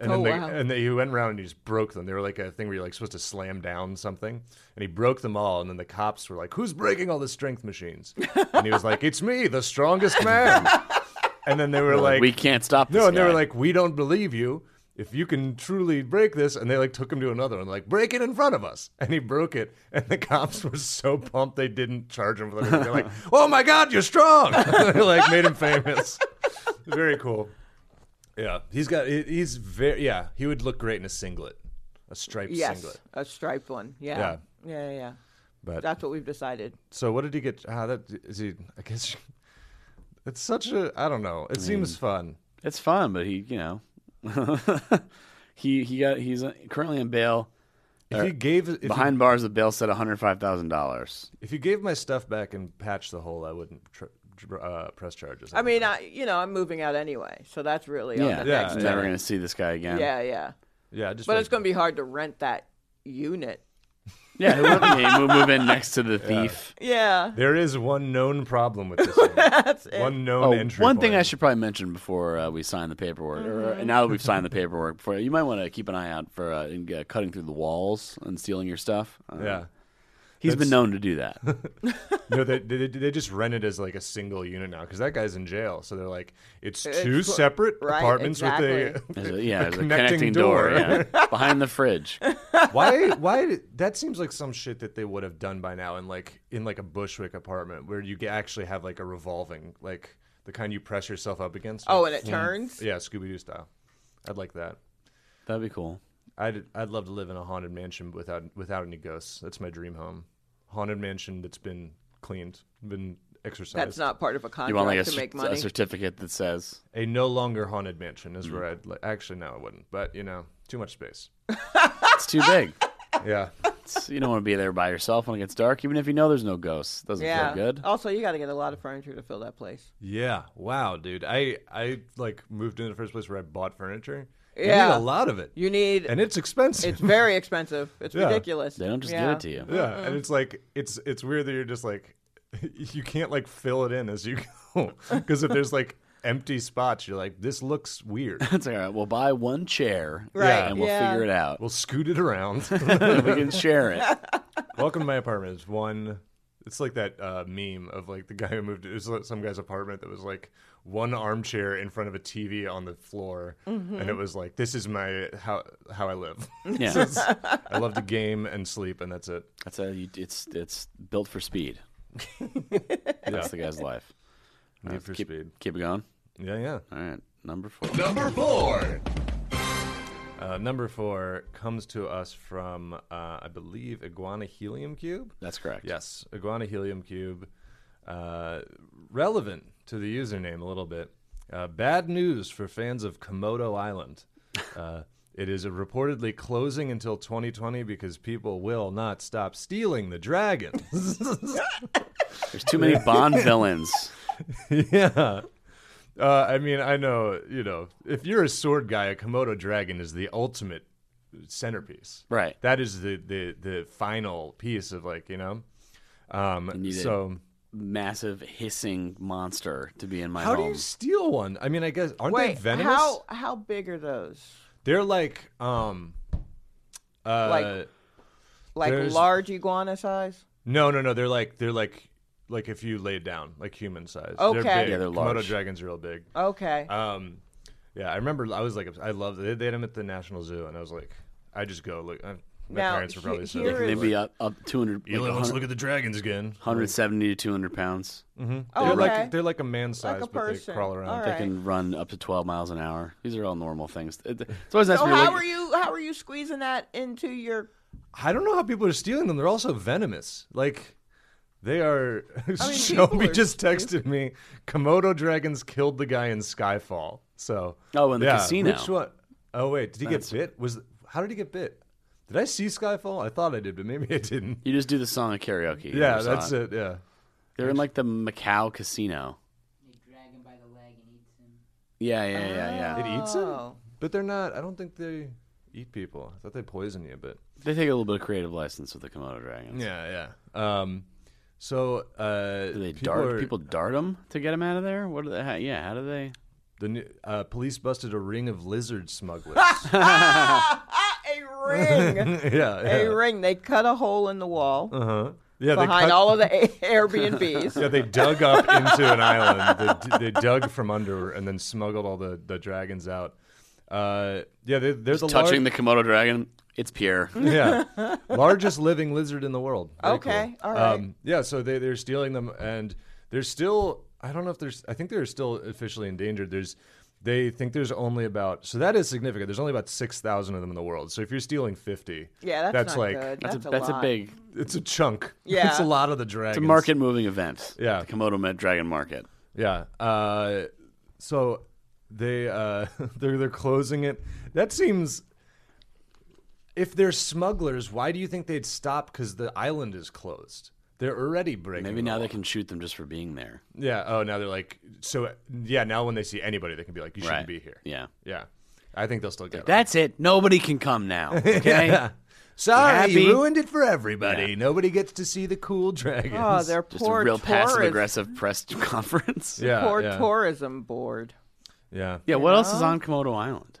[SPEAKER 2] And then
[SPEAKER 3] Oh,
[SPEAKER 2] they,
[SPEAKER 3] wow.
[SPEAKER 2] and they, he went around and he just broke them. They were like a thing where you're like supposed to slam down something, and he broke them all. And then the cops were like, "Who's breaking all the strength machines?" and he was like, "It's me, the strongest man." and then they were like,
[SPEAKER 1] we can't stop this.
[SPEAKER 2] no, and they were
[SPEAKER 1] guy.
[SPEAKER 2] like, we don't believe you. If you can truly break this, and they like took him to another one, like break it in front of us, and he broke it, and the cops were so pumped they didn't charge him for that. They're like, "Oh my God, you're strong!" they like made him famous. Very cool. Yeah, he's got. he- He's very. Yeah, he would look great in a singlet, a striped
[SPEAKER 3] Yes,
[SPEAKER 2] singlet.
[SPEAKER 3] a striped one. Yeah. yeah, yeah, yeah.
[SPEAKER 2] But
[SPEAKER 3] That's what we've decided.
[SPEAKER 2] so, what did he get? Ah, that is he? I guess it's such a. I don't know. It seems fun.
[SPEAKER 1] it's fun, but he, you know, he he got he's uh, currently on bail.
[SPEAKER 2] If he gave if he
[SPEAKER 1] uh, Behind bars, the bail set one hundred five thousand dollars.
[SPEAKER 2] If you gave my stuff back and patched the hole, I wouldn't tr- tr- uh, press charges.
[SPEAKER 3] I mean, I, you know, I'm moving out anyway, so that's really on
[SPEAKER 1] Yeah,
[SPEAKER 3] the
[SPEAKER 2] Yeah,
[SPEAKER 3] next
[SPEAKER 1] I'm
[SPEAKER 2] yeah.
[SPEAKER 1] never gonna see this guy again.
[SPEAKER 3] Yeah, yeah.
[SPEAKER 2] yeah, just
[SPEAKER 3] But
[SPEAKER 2] like-
[SPEAKER 3] it's going to be hard to rent that unit.
[SPEAKER 1] yeah, he would- yeah, we'll move in next to the thief.
[SPEAKER 3] Yeah.
[SPEAKER 2] There is one known problem with this. one.
[SPEAKER 3] That's it.
[SPEAKER 2] One known
[SPEAKER 1] Oh,
[SPEAKER 2] entry.
[SPEAKER 1] one thing
[SPEAKER 2] point.
[SPEAKER 1] I should probably mention before uh, we sign the paperwork, or
[SPEAKER 3] Mm-hmm.
[SPEAKER 1] uh, now that we've signed the paperwork, before you might want to keep an eye out for uh, in- uh, cutting through the walls and stealing your stuff. Uh,
[SPEAKER 2] Yeah.
[SPEAKER 1] he's been
[SPEAKER 2] That's-
[SPEAKER 1] known to do that.
[SPEAKER 2] No, they, they they just rent it as like a single unit now because that guy's in jail. So they're like, it's two
[SPEAKER 3] It's wha-
[SPEAKER 2] separate
[SPEAKER 3] right,
[SPEAKER 2] apartments with
[SPEAKER 1] There's
[SPEAKER 2] a
[SPEAKER 1] a- yeah, there's a
[SPEAKER 2] connecting
[SPEAKER 1] connecting, door,
[SPEAKER 2] door.
[SPEAKER 1] yeah, behind the fridge.
[SPEAKER 2] why why did- that seems like some shit that they would have done by now in like in like a Bushwick apartment where you g- actually have like a revolving like the kind you press yourself up against.
[SPEAKER 3] Oh, and it turns?
[SPEAKER 2] Yeah, Scooby Doo style. I'd like that.
[SPEAKER 1] That'd be cool.
[SPEAKER 2] I'd I'd love to live in a haunted mansion without without any ghosts. That's my dream home. Haunted mansion that's been cleaned, been exercised.
[SPEAKER 3] That's not part of a contract
[SPEAKER 1] You want like a,
[SPEAKER 3] to
[SPEAKER 1] cer-
[SPEAKER 3] make
[SPEAKER 1] a
[SPEAKER 3] money.
[SPEAKER 1] certificate that says
[SPEAKER 2] a no longer haunted mansion is
[SPEAKER 3] Mm.
[SPEAKER 2] where I'd li- actually no, I wouldn't. But you know, too much space.
[SPEAKER 1] it's too big.
[SPEAKER 2] Yeah,
[SPEAKER 1] It's- you don't want to be there by yourself when it gets dark, even if you know there's no ghosts. Doesn't
[SPEAKER 3] yeah. Oh,
[SPEAKER 1] feel good.
[SPEAKER 3] Also, you got to get a lot of furniture to fill that place.
[SPEAKER 2] yeah. Wow, dude. I I like moved in the first place where I bought furniture. You need a
[SPEAKER 3] Yeah.
[SPEAKER 2] lot of it,
[SPEAKER 3] You need.
[SPEAKER 2] and it's expensive.
[SPEAKER 3] it's very expensive. It's
[SPEAKER 2] Yeah.
[SPEAKER 3] ridiculous.
[SPEAKER 1] They don't just
[SPEAKER 3] Yeah.
[SPEAKER 1] give it to you.
[SPEAKER 2] yeah, and it's like it's it's weird that you're just like you can't like fill it in as you go because if there's like empty spots, you're like this looks weird.
[SPEAKER 1] It's like, all right, we'll buy one chair,
[SPEAKER 3] Right,
[SPEAKER 1] and we'll
[SPEAKER 3] yeah.
[SPEAKER 1] figure it out.
[SPEAKER 2] We'll scoot it around.
[SPEAKER 1] we can share it.
[SPEAKER 2] Welcome to my apartment. It's one. It's like that uh, meme of like the guy who moved. It was like some guy's apartment that was like one armchair in front of a TV on the floor, and it was like, "This is my how how I live.
[SPEAKER 1] Yeah.
[SPEAKER 2] This is- I love to game and sleep, and that's it."
[SPEAKER 1] That's a, you, it's it's built for speed. That's the guy's life.
[SPEAKER 2] Need for
[SPEAKER 1] keep,
[SPEAKER 2] speed.
[SPEAKER 1] Keep it Uh-huh. going.
[SPEAKER 2] Yeah, yeah.
[SPEAKER 1] All right, number four.
[SPEAKER 4] Number four.
[SPEAKER 2] Uh, number four comes to us from uh, I believe Iguana Helium Cube.
[SPEAKER 1] That's correct.
[SPEAKER 2] Yes, Iguana Helium Cube. Uh, relevant to the username a little bit. Uh, bad news for fans of Komodo Island. Uh, it is reportedly closing until 2020 because people will not stop stealing the dragons.
[SPEAKER 1] There's too many Bond villains.
[SPEAKER 2] yeah. Uh, I mean, I know, you know, if you're a sword guy, a Komodo dragon is the ultimate centerpiece.
[SPEAKER 1] Right.
[SPEAKER 2] That is the, the, the final piece of, like, you know? Um,
[SPEAKER 1] need it.
[SPEAKER 2] so
[SPEAKER 1] massive hissing monster to be in my
[SPEAKER 2] How do
[SPEAKER 1] home.
[SPEAKER 2] you steal one? I mean, I guess aren't
[SPEAKER 3] Um, Wait,
[SPEAKER 2] they venomous?
[SPEAKER 3] how how big are those?
[SPEAKER 2] They're like um uh
[SPEAKER 3] Like- Like
[SPEAKER 2] There's-
[SPEAKER 3] large iguana size?
[SPEAKER 2] no, no, no, they're like they're like like if you laid down, like human size.
[SPEAKER 3] Okay.
[SPEAKER 2] They're big.
[SPEAKER 1] Yeah, they're large.
[SPEAKER 2] Komodo dragons are real big.
[SPEAKER 3] Okay.
[SPEAKER 2] Um yeah, I remember I was like I loved it. They had them at the National Zoo and I was like I just go look I, my
[SPEAKER 3] Now,
[SPEAKER 2] parents were
[SPEAKER 3] he-
[SPEAKER 2] probably so
[SPEAKER 3] here
[SPEAKER 2] like,
[SPEAKER 3] is-
[SPEAKER 1] They'd be up, up 200, like
[SPEAKER 2] Eli, let's
[SPEAKER 1] 100
[SPEAKER 2] look at the dragons again.
[SPEAKER 1] 170 to 200 pounds.
[SPEAKER 3] Oh,
[SPEAKER 2] they're
[SPEAKER 3] okay.
[SPEAKER 2] like they're like a man size,
[SPEAKER 3] Like a
[SPEAKER 2] but they
[SPEAKER 3] person.
[SPEAKER 2] crawl around.
[SPEAKER 3] All
[SPEAKER 1] They
[SPEAKER 3] right.
[SPEAKER 1] can run up to 12 miles an hour. These are all normal things. It- It's always nice
[SPEAKER 3] so
[SPEAKER 1] when you're
[SPEAKER 3] how
[SPEAKER 1] like-
[SPEAKER 3] are you how are you squeezing that into your
[SPEAKER 2] I don't know how people are stealing them. They're also venomous. Like they are.
[SPEAKER 3] people
[SPEAKER 2] Shelby
[SPEAKER 3] are
[SPEAKER 2] just texted me. Komodo dragons killed the guy in Skyfall. So
[SPEAKER 1] Oh, in the
[SPEAKER 2] yeah,
[SPEAKER 1] casino.
[SPEAKER 2] Which one? Oh wait, did he get bit? Was how did he get bit? Did I see Skyfall? I thought I did, but maybe I didn't.
[SPEAKER 1] You just do the song at karaoke. You
[SPEAKER 2] Yeah,
[SPEAKER 1] never saw
[SPEAKER 2] that's it. Yeah.
[SPEAKER 1] They're in like the Macau casino.
[SPEAKER 5] They drag him by the leg and eats him.
[SPEAKER 1] Yeah, yeah, yeah, yeah.
[SPEAKER 2] It eats it,
[SPEAKER 3] Oh.
[SPEAKER 2] but they're not. I don't think they eat people. I thought they poison you, but
[SPEAKER 1] They take a little bit of creative license with the Komodo dragons.
[SPEAKER 2] yeah, yeah. Um, so uh,
[SPEAKER 1] Do they
[SPEAKER 2] people
[SPEAKER 1] dart?
[SPEAKER 2] are-
[SPEAKER 1] People dart them to get them out of there. What do they? How, yeah, how do they?
[SPEAKER 2] The new, uh, police busted a ring of lizard smugglers.
[SPEAKER 3] ah, ah, a ring.
[SPEAKER 2] yeah, yeah.
[SPEAKER 3] a ring. They cut a hole in the wall
[SPEAKER 2] Uh-huh. Yeah,
[SPEAKER 3] behind
[SPEAKER 2] they cut,
[SPEAKER 3] all of the A- Airbnbs.
[SPEAKER 2] Yeah, they dug up into an island. They, d- they dug from under and then smuggled all the, the dragons out. Uh, yeah, they, they're the
[SPEAKER 1] Touching
[SPEAKER 2] lar-
[SPEAKER 1] the Komodo dragon, it's Pierre.
[SPEAKER 2] yeah largest living lizard in the world. Very
[SPEAKER 3] Okay,
[SPEAKER 2] cool. Um,
[SPEAKER 3] all right.
[SPEAKER 2] yeah, so they they're stealing them, and they're still. I don't know if there's. I think they're still officially endangered. There's. They think there's only about so that is significant. There's only about six thousand of them in the world. So if you're stealing fifty,
[SPEAKER 3] yeah, that's, not
[SPEAKER 2] like
[SPEAKER 3] good.
[SPEAKER 1] That's,
[SPEAKER 3] That's,
[SPEAKER 1] a, that's a
[SPEAKER 3] lot.
[SPEAKER 1] big.
[SPEAKER 2] it's a chunk.
[SPEAKER 3] Yeah.
[SPEAKER 2] it's a lot of the dragons.
[SPEAKER 1] It's a market moving event.
[SPEAKER 2] Yeah.
[SPEAKER 1] the Komodo Met Dragon Market.
[SPEAKER 2] Yeah. Uh, so they uh, they're they're closing it. That seems. If they're smugglers, why do you think they'd stop? Because the island is closed. They're already breaking.
[SPEAKER 1] Maybe
[SPEAKER 2] the
[SPEAKER 1] now
[SPEAKER 2] law.
[SPEAKER 1] they can shoot them just for being there.
[SPEAKER 2] Yeah. Oh, now they're like. So yeah. Now when they see anybody, they can be like, "You shouldn't
[SPEAKER 1] right.
[SPEAKER 2] be here."
[SPEAKER 1] Yeah.
[SPEAKER 2] Yeah. I think they'll still get it.
[SPEAKER 1] That's it. Nobody can come now. Okay.
[SPEAKER 2] Sorry,
[SPEAKER 1] Happy-
[SPEAKER 2] you ruined it for everybody.
[SPEAKER 1] Yeah.
[SPEAKER 2] Nobody gets to see the cool dragons.
[SPEAKER 3] Oh, they're
[SPEAKER 1] Just
[SPEAKER 3] poor
[SPEAKER 1] a real passive
[SPEAKER 3] touris-
[SPEAKER 1] aggressive press conference.
[SPEAKER 2] yeah,
[SPEAKER 3] Poor
[SPEAKER 2] yeah,
[SPEAKER 3] tourism board.
[SPEAKER 2] yeah.
[SPEAKER 1] Yeah. What else is on Komodo Island?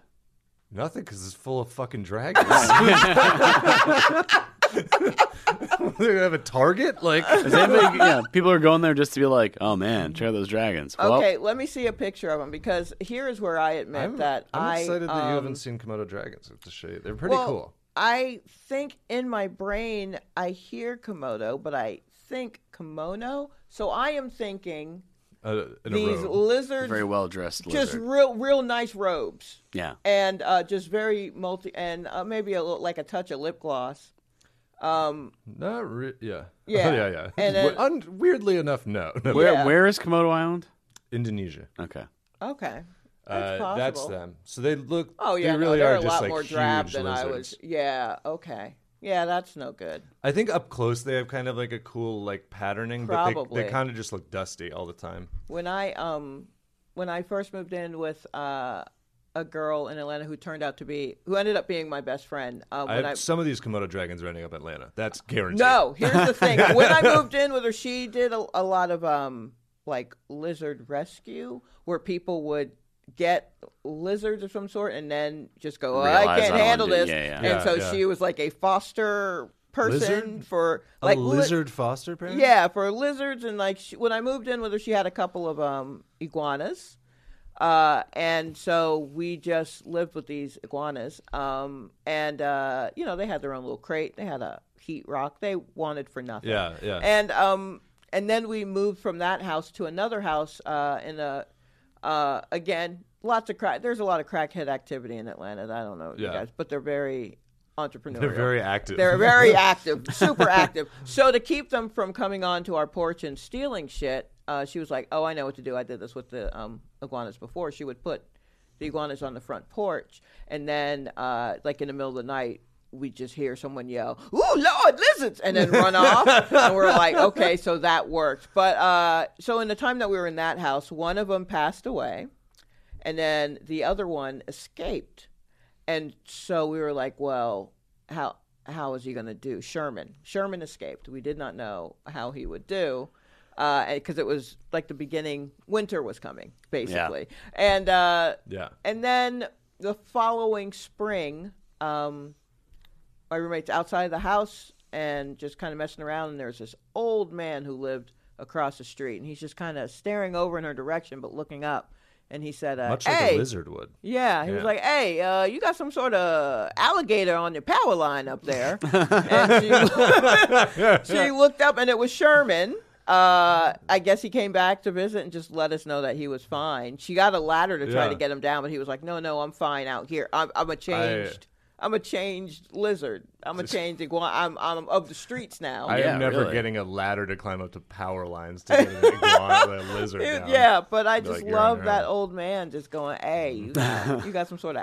[SPEAKER 2] Nothing, because it's full of fucking dragons. They're gonna have a target, like
[SPEAKER 1] Is anybody, yeah, people are going there just to be like, oh man, check out those dragons. Well,
[SPEAKER 3] Okay, let me see a picture of them because here is where I admit
[SPEAKER 2] I'm,
[SPEAKER 3] that
[SPEAKER 2] I'm
[SPEAKER 3] I,
[SPEAKER 2] excited that you
[SPEAKER 3] um,
[SPEAKER 2] haven't seen Komodo dragons. I have to show you. They're pretty
[SPEAKER 3] well,
[SPEAKER 2] cool.
[SPEAKER 3] I think in my brain I hear Komodo, but I think kimono. So I am thinking
[SPEAKER 2] Uh, in a
[SPEAKER 3] these
[SPEAKER 2] row.
[SPEAKER 3] lizards,
[SPEAKER 1] very well dressed
[SPEAKER 3] just
[SPEAKER 1] lizard.
[SPEAKER 3] real, real nice robes,
[SPEAKER 1] Yeah.
[SPEAKER 3] and uh, just very multi, and uh, maybe a little, like a touch of lip gloss.
[SPEAKER 2] Not re- yeah.
[SPEAKER 3] Yeah.
[SPEAKER 2] yeah, yeah.
[SPEAKER 3] And then-
[SPEAKER 2] Well, un- weirdly enough, no. no.
[SPEAKER 1] Where
[SPEAKER 3] Yeah.
[SPEAKER 1] Where is Komodo Island?
[SPEAKER 2] Indonesia.
[SPEAKER 1] Okay.
[SPEAKER 3] Okay, that's
[SPEAKER 2] Uh,
[SPEAKER 3] possible.
[SPEAKER 2] that's them. So they look.
[SPEAKER 3] Oh yeah,
[SPEAKER 2] they
[SPEAKER 3] no,
[SPEAKER 2] really
[SPEAKER 3] they're
[SPEAKER 2] are
[SPEAKER 3] a
[SPEAKER 2] just
[SPEAKER 3] lot
[SPEAKER 2] like
[SPEAKER 3] more drab
[SPEAKER 2] huge
[SPEAKER 3] than I was.
[SPEAKER 2] lizards.
[SPEAKER 3] Yeah. Okay. Yeah, that's no good.
[SPEAKER 2] I think up close they have kind of like a cool like patterning, but they,
[SPEAKER 3] Probably.
[SPEAKER 2] they kind of just look dusty all the time.
[SPEAKER 3] when I um when I first moved in with uh, a girl in Atlanta who turned out to be who ended up being my best friend. Um,
[SPEAKER 2] I
[SPEAKER 3] when
[SPEAKER 2] have,
[SPEAKER 3] I,
[SPEAKER 2] some of these Komodo dragons are ending up in Atlanta. That's guaranteed.
[SPEAKER 3] no, here's the thing. when I moved in with her, she did a, a lot of um like lizard rescue where people would get lizards of some sort and then just go, oh, I
[SPEAKER 1] Realize
[SPEAKER 3] can't
[SPEAKER 1] I don't
[SPEAKER 3] handle
[SPEAKER 1] do-
[SPEAKER 3] this.
[SPEAKER 1] yeah, yeah.
[SPEAKER 3] And
[SPEAKER 2] Yeah,
[SPEAKER 3] so
[SPEAKER 2] yeah.
[SPEAKER 3] she was like a foster person
[SPEAKER 2] Lizard?
[SPEAKER 3] for like
[SPEAKER 2] a
[SPEAKER 3] li-
[SPEAKER 2] lizard foster parent.
[SPEAKER 3] Yeah, for lizards and like she, when I moved in with her, she had a couple of um iguanas, uh, and so we just lived with these iguanas. Um, and uh, you know they had their own little crate. They had a heat rock. They wanted for nothing.
[SPEAKER 2] Yeah, yeah.
[SPEAKER 3] And um, and then we moved from that house to another house uh, in a uh, again lots of crack. There's a lot of crackhead activity in Atlanta. I don't know, you
[SPEAKER 2] Yeah.
[SPEAKER 3] guys, but they're very entrepreneurial.
[SPEAKER 2] They're very active.
[SPEAKER 3] They're very active, super active. So to keep them from coming onto our porch and stealing shit, uh, she was like, "Oh, I know what to do. I did this with the um, iguanas before." She would put the iguanas on the front porch, and then, uh, like in the middle of the night, we just hear someone yell, "Ooh, Lord, lizards!" and then run off. and we're like, "Okay, so that worked." But uh, so in the time that we were in that house, one of them passed away and then the other one escaped and so we were like well how how is he going to do sherman sherman escaped we did not know how he would do because it was like the beginning. Winter was coming basically, and uh,
[SPEAKER 2] Yeah.
[SPEAKER 3] and then the following spring, um, my roommate's outside of the house and just kind of messing around. And there's this old man who lived across the street, and he's just kind of staring over in her direction, but looking up. And he said, uh,
[SPEAKER 2] Much
[SPEAKER 3] "Hey,
[SPEAKER 2] like a lizard would.
[SPEAKER 3] yeah, he was
[SPEAKER 2] Yeah.
[SPEAKER 3] like, "Hey, uh, you got some sort of alligator on your power line up there." and she, she looked up, and it was Sherman. Uh, I guess he came back to visit and just let us know that he was fine. She got a ladder to try
[SPEAKER 2] Yeah. uh,
[SPEAKER 3] to get him down, but he was like, "No, no, I'm fine out here. I'm, I'm a changed." I... am a changed lizard. I'm a changed iguana. I'm I'm of the streets now.
[SPEAKER 2] I
[SPEAKER 1] Yeah,
[SPEAKER 2] am never
[SPEAKER 1] really.
[SPEAKER 2] getting a ladder to climb up to power lines to get an iguana a lizard
[SPEAKER 3] It-
[SPEAKER 2] down.
[SPEAKER 3] yeah, but I just
[SPEAKER 2] like, you're on
[SPEAKER 3] love
[SPEAKER 2] your
[SPEAKER 3] that
[SPEAKER 2] own.
[SPEAKER 3] old man just going, "Hey, you got, you got some sort of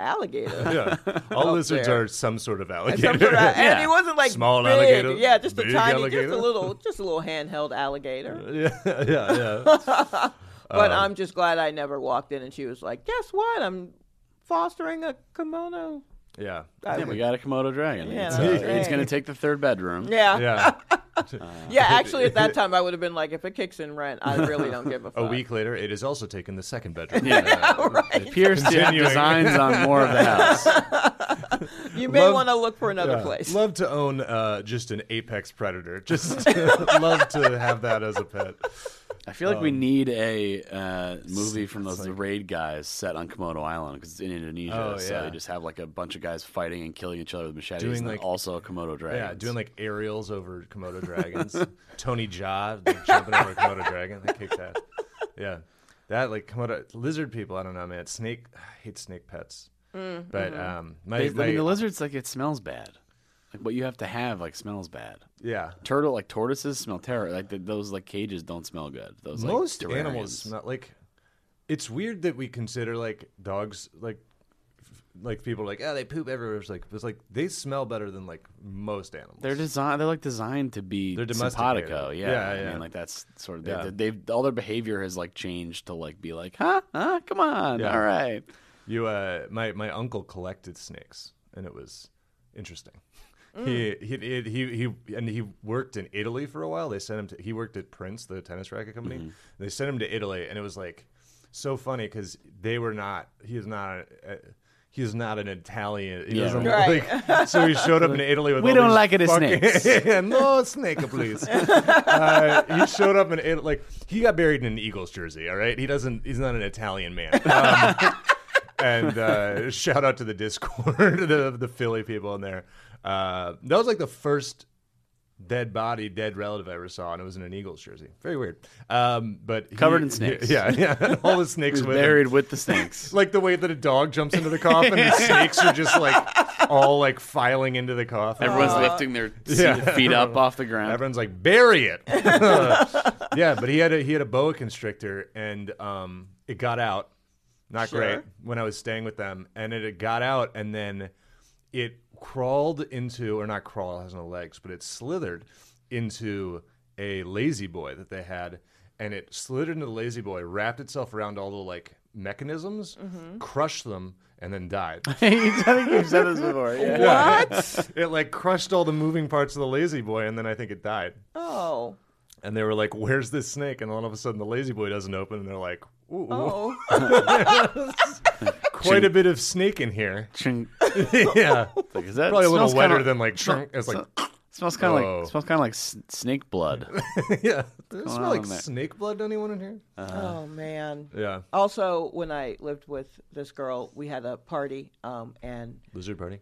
[SPEAKER 3] alligator."
[SPEAKER 2] Yeah. All lizards
[SPEAKER 3] there.
[SPEAKER 2] are some sort of
[SPEAKER 3] And
[SPEAKER 2] alligator.
[SPEAKER 3] some sort of- and he
[SPEAKER 1] Yeah.
[SPEAKER 3] wasn't like
[SPEAKER 2] Small
[SPEAKER 3] big.
[SPEAKER 2] alligator,
[SPEAKER 3] Yeah, just a
[SPEAKER 2] big
[SPEAKER 3] tiny,
[SPEAKER 2] alligator. Uh,
[SPEAKER 3] just a little, just a little handheld alligator.
[SPEAKER 2] yeah, yeah, yeah.
[SPEAKER 3] But I'm just glad I never walked in and she was like, "Guess what? I'm fostering a kimono."
[SPEAKER 2] Yeah.
[SPEAKER 3] I
[SPEAKER 1] Yeah,
[SPEAKER 3] was-
[SPEAKER 1] we got a Komodo dragon.
[SPEAKER 3] Yeah,
[SPEAKER 1] it's,
[SPEAKER 3] that's
[SPEAKER 1] uh,
[SPEAKER 3] right.
[SPEAKER 1] it's gonna take the third bedroom.
[SPEAKER 3] yeah, yeah.
[SPEAKER 2] Yeah.
[SPEAKER 3] Actually, at that time, I would have been like, "If it kicks in rent, I really don't give a fuck."
[SPEAKER 2] A week later, it is also taken the second bedroom. Uh,
[SPEAKER 1] It appears to have
[SPEAKER 2] Continuing.
[SPEAKER 1] designs on more of the house.
[SPEAKER 3] You may
[SPEAKER 2] Love-
[SPEAKER 3] want to look for another
[SPEAKER 2] Yeah.
[SPEAKER 3] place.
[SPEAKER 2] Love to own uh, just an apex predator. Just love to have that as a pet.
[SPEAKER 1] I feel like we
[SPEAKER 2] Um,
[SPEAKER 1] need a uh, movie from those the raid guys set on Komodo Island because it's in Indonesia.
[SPEAKER 2] Oh,
[SPEAKER 1] So
[SPEAKER 2] yeah.
[SPEAKER 1] you just have like a bunch of guys fighting and killing each other with machetes,
[SPEAKER 2] Doing,
[SPEAKER 1] and
[SPEAKER 2] like-
[SPEAKER 1] like, also a Komodo dragon.
[SPEAKER 2] Yeah, doing like aerials over Komodo dragons. Tony Jaa like, jumping over a Komodo dragon. They kicked that. Yeah, that like Komodo lizard people. I don't know, man. Snake. I hate snake pets. but um, my,
[SPEAKER 1] They- I mean,
[SPEAKER 2] my-
[SPEAKER 1] the lizards like it smells bad. Like what you have to have like smells bad.
[SPEAKER 2] yeah.
[SPEAKER 1] Turtle like tortoises smell terror. Like th those like cages don't smell good. Those like,
[SPEAKER 2] most
[SPEAKER 1] terrariums.
[SPEAKER 2] animals smell like it's weird that we consider like dogs like f- like people are like oh they poop everywhere it's like it's like they smell better than like most animals
[SPEAKER 1] They're designed. They're like designed to be.
[SPEAKER 2] They're domesticated.
[SPEAKER 1] simpatico. Yeah,
[SPEAKER 2] Yeah,
[SPEAKER 1] I
[SPEAKER 2] yeah.
[SPEAKER 1] mean, like that's sort of.
[SPEAKER 2] Yeah.
[SPEAKER 1] They, have all their behavior has like changed to like be like, huh, huh, come on,
[SPEAKER 2] Yeah.
[SPEAKER 1] all right.
[SPEAKER 2] you uh my my uncle collected snakes and it was interesting
[SPEAKER 1] Mm.
[SPEAKER 2] he, he he he and he worked in Italy for a while they sent him to he worked at Prince the tennis racket company
[SPEAKER 1] Mm-hmm.
[SPEAKER 2] they sent him to Italy and it was like so funny cuz they were not he is not uh, he is not an Italian. He
[SPEAKER 1] Yeah,
[SPEAKER 2] doesn't
[SPEAKER 3] right.
[SPEAKER 2] look like- so he showed up in Italy with
[SPEAKER 1] We
[SPEAKER 2] all
[SPEAKER 1] don't
[SPEAKER 2] these
[SPEAKER 1] like it as
[SPEAKER 2] fucking-
[SPEAKER 1] snakes.
[SPEAKER 2] Yeah, no snake, please. uh, he showed up in Italy. Like he got buried in an Eagles jersey. All right, he doesn't. He's not an Italian man. Um, and uh, shout out to the Discord, the, the Philly people in there. Uh, that was like the first dead body, dead relative I ever saw, and it was in an Eagles jersey. Very weird. Um, but he-
[SPEAKER 1] Covered in snakes.
[SPEAKER 2] Yeah, yeah. and all the snakes
[SPEAKER 1] He's
[SPEAKER 2] with him.
[SPEAKER 1] buried with the snakes.
[SPEAKER 2] Like the way that a dog jumps into the coffin, the snakes are just like all like filing into the coffin.
[SPEAKER 1] Everyone's lifting their
[SPEAKER 2] uh, Yeah.
[SPEAKER 1] feet up off the ground.
[SPEAKER 2] Everyone's like, bury it. Uh, yeah, but he had a he had a boa constrictor, and um, it got out. Not great when I was staying with them, and it, had got out, and then it crawled into, or not crawl, it has no legs, but it slithered into a lazy boy that they had, and it slid into the lazy boy, wrapped itself around all the like mechanisms, crushed them, and then died.
[SPEAKER 1] I think you've said this before. Yeah.
[SPEAKER 2] what? It like crushed all the moving parts of the lazy boy, and then I think it died
[SPEAKER 3] oh,
[SPEAKER 2] and they were like, "Where's this snake?" And all of a sudden, the lazy boy doesn't open, and they're like, "Ooh,
[SPEAKER 3] oh,
[SPEAKER 2] quite a bit of snake in here."
[SPEAKER 1] Ching.
[SPEAKER 2] yeah,
[SPEAKER 1] Like, is that
[SPEAKER 2] probably a little
[SPEAKER 1] smells
[SPEAKER 2] wetter
[SPEAKER 1] kinda-
[SPEAKER 2] than like shrunk. It's like,
[SPEAKER 1] Smells kind of
[SPEAKER 2] Oh.
[SPEAKER 1] like smells kind of like s- snake blood.
[SPEAKER 2] yeah, does it smell
[SPEAKER 1] on
[SPEAKER 2] like
[SPEAKER 1] in there?
[SPEAKER 2] snake blood to anyone in here?
[SPEAKER 3] oh man.
[SPEAKER 2] yeah,
[SPEAKER 3] Also, when I lived with this girl, we had a party, um, and
[SPEAKER 2] lizard party.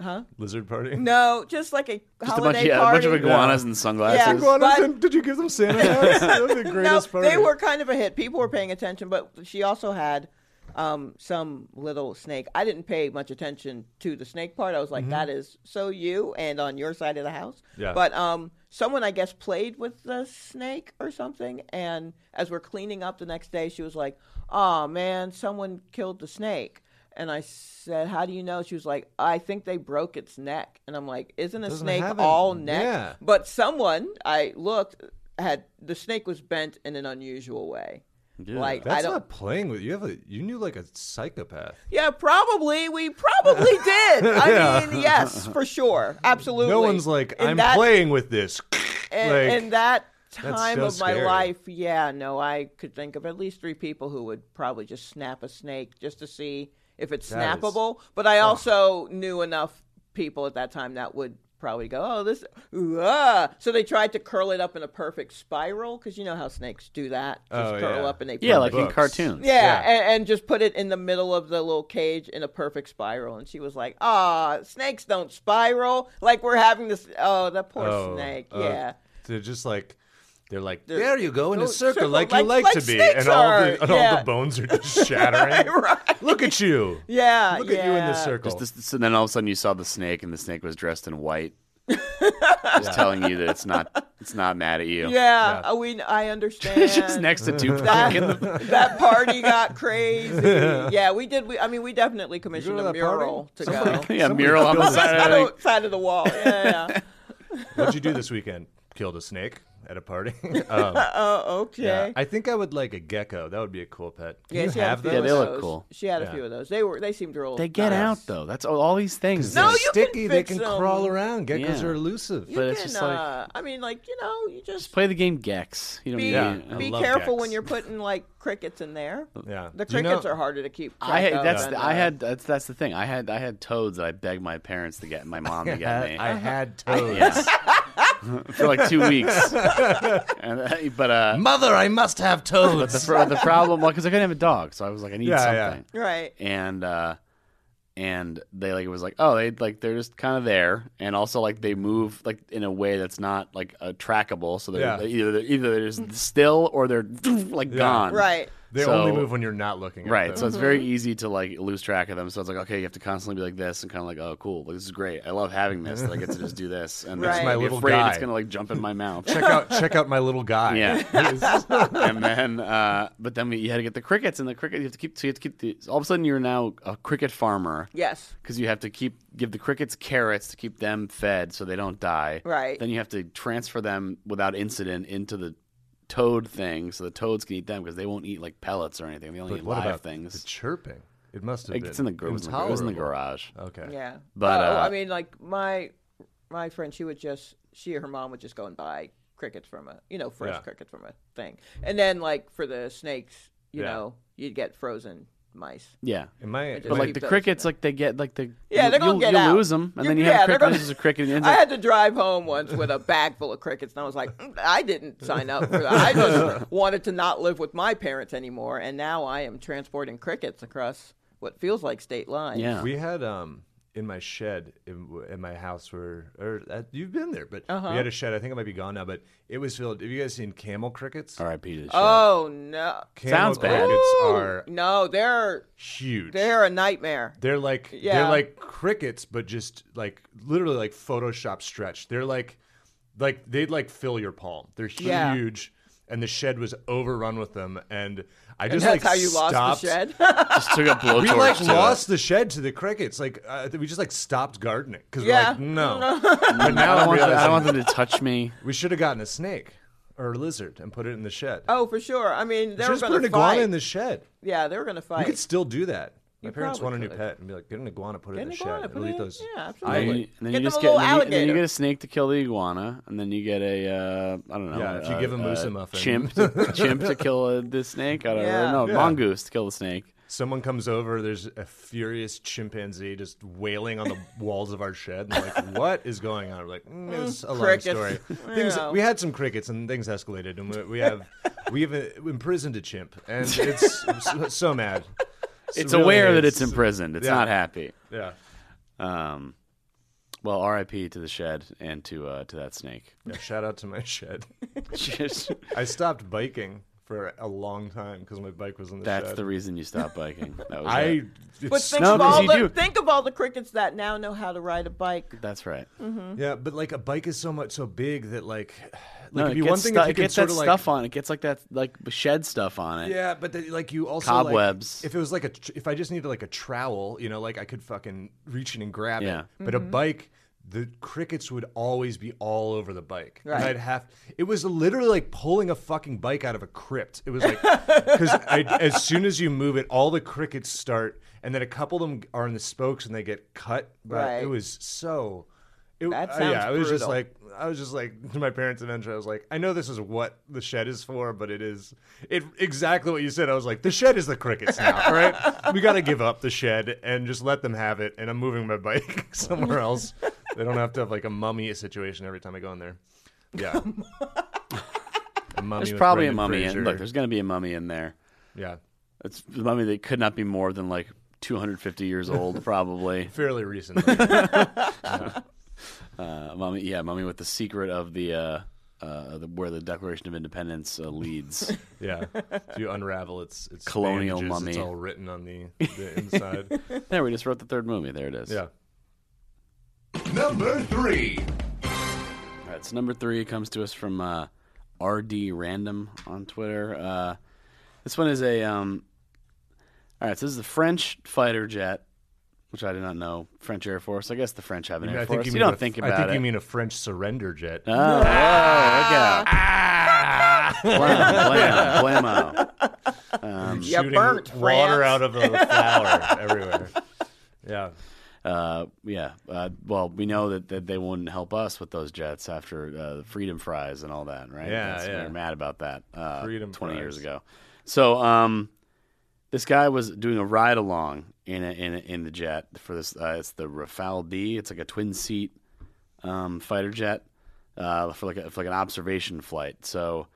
[SPEAKER 3] Huh?
[SPEAKER 2] Lizard party.
[SPEAKER 3] no, just like a
[SPEAKER 1] Just a bunch,
[SPEAKER 3] holiday
[SPEAKER 1] of, yeah, a bunch
[SPEAKER 3] party.
[SPEAKER 1] of iguanas and sunglasses.
[SPEAKER 3] Yeah.
[SPEAKER 2] Iguanas
[SPEAKER 3] But-
[SPEAKER 2] and- did you give them Santa hats? That was the
[SPEAKER 3] no,
[SPEAKER 2] greatest party.
[SPEAKER 3] they were kind of a hit. People were paying attention, but she also had um, some little snake. I didn't pay much attention to the snake part. I was like, "That is so you and on your side of the house.
[SPEAKER 2] Mm-hmm. Yeah.
[SPEAKER 3] But um, someone, I guess, played with the snake or something. And as we're cleaning up the next day, she was like, oh, man, someone killed the snake. And I said, "How do you know?" She was like, "I think they broke its neck." And I'm like, "Isn't a
[SPEAKER 2] Doesn't
[SPEAKER 3] snake
[SPEAKER 2] have it.
[SPEAKER 3] all neck?"
[SPEAKER 2] Yeah.
[SPEAKER 3] But someone I looked had the snake was bent in an unusual way. Like I
[SPEAKER 2] That's
[SPEAKER 3] don't.
[SPEAKER 2] not playing with you. Have a you knew like a psychopath.
[SPEAKER 3] Yeah, probably we probably did. I
[SPEAKER 2] Yeah.
[SPEAKER 3] mean, yes, for sure, absolutely.
[SPEAKER 2] No one's like
[SPEAKER 3] In
[SPEAKER 2] I'm
[SPEAKER 3] that-
[SPEAKER 2] playing with this.
[SPEAKER 3] in,
[SPEAKER 2] like-
[SPEAKER 3] in that time
[SPEAKER 2] so
[SPEAKER 3] of my
[SPEAKER 2] scary.
[SPEAKER 3] life, yeah, no, I could think of at least three people who would probably just snap a snake just to see if it's
[SPEAKER 2] That is- Oh.
[SPEAKER 3] snappable. But I also knew enough people at that time that would probably go, oh, this, ooh, ah. So they tried to curl it up in a perfect spiral because you know how snakes do that. Just
[SPEAKER 2] Oh,
[SPEAKER 3] curl
[SPEAKER 2] yeah.
[SPEAKER 3] up and they
[SPEAKER 1] Yeah,
[SPEAKER 3] put-
[SPEAKER 1] like in
[SPEAKER 2] Books.
[SPEAKER 1] cartoons.
[SPEAKER 3] yeah,
[SPEAKER 2] Yeah.
[SPEAKER 3] And, and just put it in the middle of the little cage in a perfect spiral. And she was like, "Ah, snakes don't spiral. Like we're having this. Oh, the poor
[SPEAKER 2] Oh,
[SPEAKER 3] snake.
[SPEAKER 2] uh,
[SPEAKER 3] yeah,
[SPEAKER 2] they're just like they're like
[SPEAKER 3] They're-
[SPEAKER 2] there you go in a
[SPEAKER 3] go
[SPEAKER 2] circle,
[SPEAKER 3] circle
[SPEAKER 2] like,
[SPEAKER 3] like-
[SPEAKER 2] you like,
[SPEAKER 3] like
[SPEAKER 2] to be,
[SPEAKER 3] snakes
[SPEAKER 2] and all
[SPEAKER 3] are,
[SPEAKER 2] the and all
[SPEAKER 3] yeah.
[SPEAKER 2] the bones are just shattering.
[SPEAKER 3] right.
[SPEAKER 2] Look at you.
[SPEAKER 3] yeah.
[SPEAKER 2] Look at you in the
[SPEAKER 3] yeah.
[SPEAKER 2] circle.
[SPEAKER 1] Just this, and then all of a sudden you saw the snake, and the snake was dressed in white, just telling you that it's not it's not mad at you.
[SPEAKER 3] Yeah, uh, we. I understand.
[SPEAKER 1] it's just next to Tupac. in the,
[SPEAKER 3] that, that party got crazy. Yeah, we did. We, I mean, we definitely commissioned
[SPEAKER 2] to
[SPEAKER 3] a
[SPEAKER 2] that party?
[SPEAKER 3] mural to go.
[SPEAKER 2] Somebody-
[SPEAKER 1] yeah, mural on the side. Of the
[SPEAKER 3] Side of, side of the wall. Yeah. yeah.
[SPEAKER 2] What'd you do this weekend? Killed a snake at a party. um,
[SPEAKER 3] oh, okay.
[SPEAKER 2] yeah. I think I would like a gecko. That would be a cool pet. Can
[SPEAKER 3] Yeah,
[SPEAKER 2] you
[SPEAKER 3] she had a
[SPEAKER 2] have
[SPEAKER 3] few
[SPEAKER 2] those?
[SPEAKER 1] Yeah,
[SPEAKER 3] of
[SPEAKER 1] they look
[SPEAKER 3] those.
[SPEAKER 1] cool.
[SPEAKER 3] She had a
[SPEAKER 2] Yeah.
[SPEAKER 3] few of those. They were they seemed real.
[SPEAKER 1] They get
[SPEAKER 3] nice.
[SPEAKER 1] out though. That's all, all these things.
[SPEAKER 3] No,
[SPEAKER 2] They're
[SPEAKER 3] you can
[SPEAKER 2] sticky. they
[SPEAKER 3] fix
[SPEAKER 2] can
[SPEAKER 3] them.
[SPEAKER 2] crawl around. Geckos
[SPEAKER 1] Yeah.
[SPEAKER 2] are elusive.
[SPEAKER 3] You
[SPEAKER 1] But
[SPEAKER 3] can,
[SPEAKER 1] it's just like-
[SPEAKER 3] uh, I mean, like you know, you just
[SPEAKER 1] play the game Gex. You don't
[SPEAKER 3] be,
[SPEAKER 2] Yeah,
[SPEAKER 1] need.
[SPEAKER 2] I
[SPEAKER 3] be
[SPEAKER 2] love
[SPEAKER 3] careful
[SPEAKER 2] Gex.
[SPEAKER 3] when you're putting like crickets in there.
[SPEAKER 2] yeah.
[SPEAKER 3] The
[SPEAKER 2] Do you
[SPEAKER 3] crickets
[SPEAKER 2] know-
[SPEAKER 3] are harder to keep.
[SPEAKER 1] I
[SPEAKER 3] track
[SPEAKER 1] had,
[SPEAKER 3] of
[SPEAKER 1] that's
[SPEAKER 3] than,
[SPEAKER 1] the, I had that's that's the thing. I had I had toads that I begged my parents to get my mom to get me.
[SPEAKER 2] I had toes.
[SPEAKER 1] yes. For like two weeks, and, uh, but uh,
[SPEAKER 2] Mother, I must have
[SPEAKER 1] but the,
[SPEAKER 2] toes.
[SPEAKER 1] fr- the problem because I couldn't have a dog, so I was like, I need
[SPEAKER 2] Yeah, yeah.
[SPEAKER 1] something.
[SPEAKER 3] uh, right.
[SPEAKER 1] and uh and they like it was like oh they like they're just kind of there and also like they move like in a way that's not like uh, trackable so they're
[SPEAKER 2] Yeah.
[SPEAKER 1] they either they're, either they're just still or they're like gone
[SPEAKER 3] Right.
[SPEAKER 2] They
[SPEAKER 1] So-
[SPEAKER 2] only move when you're not looking at
[SPEAKER 1] right
[SPEAKER 2] them.
[SPEAKER 1] so it's very easy to like lose track of them so it's like okay you have to constantly be like this and kind of like oh cool like, this is great I love having this that I get to just do this and
[SPEAKER 3] Right.
[SPEAKER 1] then
[SPEAKER 3] My
[SPEAKER 1] be
[SPEAKER 2] little
[SPEAKER 1] afraid
[SPEAKER 2] guy.
[SPEAKER 1] it's gonna like jump in my mouth
[SPEAKER 2] check out check out my little guy.
[SPEAKER 1] Yeah. and then, uh, but then we, you had to get the crickets, and the cricket you have to keep. So you have to keep. The, all of a sudden, you're now a cricket farmer
[SPEAKER 3] Yes.
[SPEAKER 1] because you have to keep give the crickets carrots to keep them fed so they don't die.
[SPEAKER 3] Right.
[SPEAKER 1] Then you have to transfer them without incident into the toad thing so the toads can eat them because they won't eat like pellets or anything. They only
[SPEAKER 2] But
[SPEAKER 1] eat
[SPEAKER 2] what
[SPEAKER 1] live
[SPEAKER 2] about the
[SPEAKER 1] things.
[SPEAKER 2] chirping? It must have
[SPEAKER 1] Like,
[SPEAKER 2] been.
[SPEAKER 1] it's in the, gar- it was Uh, in the, gar- it was in the
[SPEAKER 2] intolerable.
[SPEAKER 1] garage.
[SPEAKER 2] Okay.
[SPEAKER 3] Yeah.
[SPEAKER 1] But,
[SPEAKER 3] Oh,
[SPEAKER 1] uh,
[SPEAKER 3] I mean, like my my friend, she would just she or her mom would just go and buy crickets from a you know fresh
[SPEAKER 2] Yeah.
[SPEAKER 3] crickets from a thing, and then like for the snakes, you
[SPEAKER 2] Yeah.
[SPEAKER 3] know, you'd get frozen mice.
[SPEAKER 1] Yeah.
[SPEAKER 2] Am I?
[SPEAKER 3] just-
[SPEAKER 1] But
[SPEAKER 3] Like
[SPEAKER 1] like the
[SPEAKER 3] those,
[SPEAKER 1] crickets, like they get like the
[SPEAKER 3] Yeah, they're gonna
[SPEAKER 1] you'll,
[SPEAKER 3] get
[SPEAKER 1] you'll
[SPEAKER 3] out.
[SPEAKER 1] lose them, and
[SPEAKER 3] You-
[SPEAKER 1] then you
[SPEAKER 3] yeah,
[SPEAKER 1] have a
[SPEAKER 3] they're
[SPEAKER 1] cricket.
[SPEAKER 3] gonna-
[SPEAKER 1] This is a cricket. And it's
[SPEAKER 3] I
[SPEAKER 1] like,
[SPEAKER 3] had to drive home once with a bag full of crickets, and I was like, "Mm, I didn't sign up for that. I just wanted to not live with my parents anymore, and now I am transporting crickets across what feels like state lines.
[SPEAKER 1] yeah,
[SPEAKER 2] We had um in my shed in, in my house where or uh, you've been there, but
[SPEAKER 3] Uh-huh.
[SPEAKER 2] we had a shed. I think it might be gone now, but it was filled. Have you guys seen camel crickets?
[SPEAKER 1] R.I.P. to the shit.
[SPEAKER 3] Oh no,
[SPEAKER 2] Camel
[SPEAKER 1] Sounds bad.
[SPEAKER 2] Crickets
[SPEAKER 3] Ooh,
[SPEAKER 2] are
[SPEAKER 3] no, they're
[SPEAKER 2] huge.
[SPEAKER 3] they're a nightmare.
[SPEAKER 2] They're like
[SPEAKER 3] Yeah.
[SPEAKER 2] they're like crickets, but just like literally like Photoshop stretched. They're like like they'd like fill your palm. They're
[SPEAKER 3] Yeah.
[SPEAKER 2] huge. And the shed was overrun with them, and I
[SPEAKER 3] And
[SPEAKER 2] just
[SPEAKER 3] that's
[SPEAKER 2] like
[SPEAKER 3] how you
[SPEAKER 2] stopped.
[SPEAKER 3] lost the shed.
[SPEAKER 1] just took a blowtorch.
[SPEAKER 2] We like
[SPEAKER 1] to
[SPEAKER 2] lost the shed to the crickets. Like uh, we just like stopped gardening because we're
[SPEAKER 3] Yeah.
[SPEAKER 2] like no.
[SPEAKER 1] It. But now I don't, want
[SPEAKER 2] I'm
[SPEAKER 1] them, I
[SPEAKER 2] realizing-
[SPEAKER 1] don't want them to touch me.
[SPEAKER 2] We should have gotten a snake or a lizard and put it in the shed.
[SPEAKER 3] oh, for sure. I mean, they
[SPEAKER 2] Should
[SPEAKER 3] were
[SPEAKER 2] just put
[SPEAKER 3] going
[SPEAKER 2] an
[SPEAKER 3] to
[SPEAKER 2] iguana
[SPEAKER 3] fight.
[SPEAKER 2] in the shed.
[SPEAKER 3] yeah, they were going to
[SPEAKER 2] We
[SPEAKER 3] fight.
[SPEAKER 2] could still do that. My
[SPEAKER 3] You
[SPEAKER 2] parents want a
[SPEAKER 3] probably
[SPEAKER 2] new
[SPEAKER 3] could.
[SPEAKER 2] pet and be like, get an iguana, put it
[SPEAKER 3] Get
[SPEAKER 2] in
[SPEAKER 3] an
[SPEAKER 2] the
[SPEAKER 3] iguana,
[SPEAKER 2] shed.
[SPEAKER 3] put
[SPEAKER 2] It'll
[SPEAKER 3] it
[SPEAKER 2] eat
[SPEAKER 3] in-
[SPEAKER 2] those.
[SPEAKER 3] yeah,
[SPEAKER 1] And
[SPEAKER 3] absolutely.
[SPEAKER 1] then,
[SPEAKER 3] Like,
[SPEAKER 1] you- and then
[SPEAKER 3] get
[SPEAKER 1] you just
[SPEAKER 3] them a
[SPEAKER 1] get,
[SPEAKER 3] little
[SPEAKER 1] and then, you, and then you
[SPEAKER 3] alligator.
[SPEAKER 1] get a snake to kill the iguana, and then you get a uh, I don't know.
[SPEAKER 2] Yeah, if you
[SPEAKER 1] a-
[SPEAKER 2] give a moose a muffin.
[SPEAKER 1] chimp, to, chimp to kill uh the snake. I don't
[SPEAKER 3] Yeah.
[SPEAKER 1] know. No,
[SPEAKER 2] Yeah.
[SPEAKER 1] mongoose to kill the snake.
[SPEAKER 2] Someone comes over. There's a furious chimpanzee just wailing on the walls of our shed. And they're like, what is going on? We're like, mm, it's a
[SPEAKER 3] crickets.
[SPEAKER 2] long story. Things,
[SPEAKER 3] Yeah.
[SPEAKER 2] We had some crickets and things escalated, and we, we have we have uh imprisoned a chimp, and it's I'm so, so mad.
[SPEAKER 1] It's
[SPEAKER 2] really
[SPEAKER 1] aware
[SPEAKER 2] is.
[SPEAKER 1] that it's imprisoned. It's
[SPEAKER 2] yeah.
[SPEAKER 1] not happy.
[SPEAKER 2] Yeah.
[SPEAKER 1] Um, well, R.I.P. to the shed and to uh, to that snake.
[SPEAKER 2] yeah. Shout out to my shed.
[SPEAKER 1] Just-
[SPEAKER 2] I stopped biking for a long time because my bike was in the
[SPEAKER 1] that's
[SPEAKER 2] shed.
[SPEAKER 1] the reason you stopped biking. That was
[SPEAKER 2] I.
[SPEAKER 1] it.
[SPEAKER 2] It's,
[SPEAKER 3] But think
[SPEAKER 1] No,
[SPEAKER 3] of
[SPEAKER 1] 'cause
[SPEAKER 3] all
[SPEAKER 1] you
[SPEAKER 3] the
[SPEAKER 1] do.
[SPEAKER 3] think of all the crickets that now know how to ride a bike.
[SPEAKER 1] That's right.
[SPEAKER 3] Mm-hmm.
[SPEAKER 2] yeah, but like a bike is so much so big that like, like
[SPEAKER 1] No,
[SPEAKER 2] it'd
[SPEAKER 1] it
[SPEAKER 2] be
[SPEAKER 1] gets,
[SPEAKER 2] one thing
[SPEAKER 1] stu-
[SPEAKER 2] if you
[SPEAKER 1] it
[SPEAKER 2] could
[SPEAKER 1] gets
[SPEAKER 2] sort
[SPEAKER 1] that
[SPEAKER 2] of like
[SPEAKER 1] stuff on. It gets like that like shed stuff on it.
[SPEAKER 2] Yeah, but the, like you also like,
[SPEAKER 1] Cobwebs.
[SPEAKER 2] if it was like a, tr- if I just needed like a trowel, you know, like I could fucking reach in and grab
[SPEAKER 1] Yeah.
[SPEAKER 2] it. But
[SPEAKER 3] Mm-hmm.
[SPEAKER 2] a bike, the crickets would always be all over the bike. And
[SPEAKER 3] Right.
[SPEAKER 2] I'd have. It was literally like pulling a fucking bike out of a crypt. It was like because as soon as you move it, all the crickets start, and then a couple of them are in the spokes and they get cut. But
[SPEAKER 3] Right.
[SPEAKER 2] it was so. It,
[SPEAKER 3] That
[SPEAKER 2] uh,
[SPEAKER 3] sounds
[SPEAKER 2] yeah, I was just
[SPEAKER 3] brutal.
[SPEAKER 2] like I was just like to my parents eventually. I was like, I know this is what the shed is for, but it is it exactly what you said. I was like, the shed is the crickets now, all right? we got to give up the shed and just let them have it. And I'm moving my bike somewhere else. they don't have to have like a mummy situation every time I go in there. Yeah, a mummy
[SPEAKER 1] There's
[SPEAKER 2] with
[SPEAKER 1] probably a
[SPEAKER 2] Brendan
[SPEAKER 1] mummy.
[SPEAKER 2] Fraser.
[SPEAKER 1] In, look, there's going to be a mummy in there.
[SPEAKER 2] yeah,
[SPEAKER 1] It's a mummy that could not be more than like 250 years old, probably.
[SPEAKER 2] fairly recently.
[SPEAKER 1] Uh, mummy, yeah, mummy with the secret of the. Uh, uh, the, where the Declaration of Independence uh, leads.
[SPEAKER 2] yeah, so you unravel its its
[SPEAKER 1] Colonial
[SPEAKER 2] bandages, It's
[SPEAKER 1] mummy.
[SPEAKER 2] all written on the, the inside.
[SPEAKER 1] there, we just wrote the third movie. There it is.
[SPEAKER 2] yeah.
[SPEAKER 4] Number three.
[SPEAKER 1] All right, so number three comes to us from uh, RD Random on Twitter. Uh, this one is a. Um, all right, so this is the French fighter jet, which I did not know. French Air Force. I guess the French have an Air Force. You,
[SPEAKER 2] mean
[SPEAKER 1] don't
[SPEAKER 2] a-
[SPEAKER 1] think
[SPEAKER 2] I
[SPEAKER 1] about
[SPEAKER 2] think
[SPEAKER 1] it.
[SPEAKER 2] you mean a French surrender jet.
[SPEAKER 1] oh, oh, look out. Blam, blam, blam.
[SPEAKER 3] Yeah,
[SPEAKER 2] shooting
[SPEAKER 3] burnt
[SPEAKER 2] water
[SPEAKER 3] France.
[SPEAKER 2] out of a flower everywhere. Yeah.
[SPEAKER 1] Uh, yeah. Uh, well, we know that, that they wouldn't help us with those jets after uh, the Freedom Fries and all that, right?
[SPEAKER 2] Yeah,
[SPEAKER 1] That's-
[SPEAKER 2] yeah.
[SPEAKER 1] They're mad about that. Uh,
[SPEAKER 2] Freedom
[SPEAKER 1] 20 years
[SPEAKER 2] Fries.
[SPEAKER 1] ago. So, um, this guy was doing a ride along in a, in a, in the jet for this. Uh, it's the Rafale D. It's like a twin seat um, fighter jet uh, for like a, for like an observation flight. So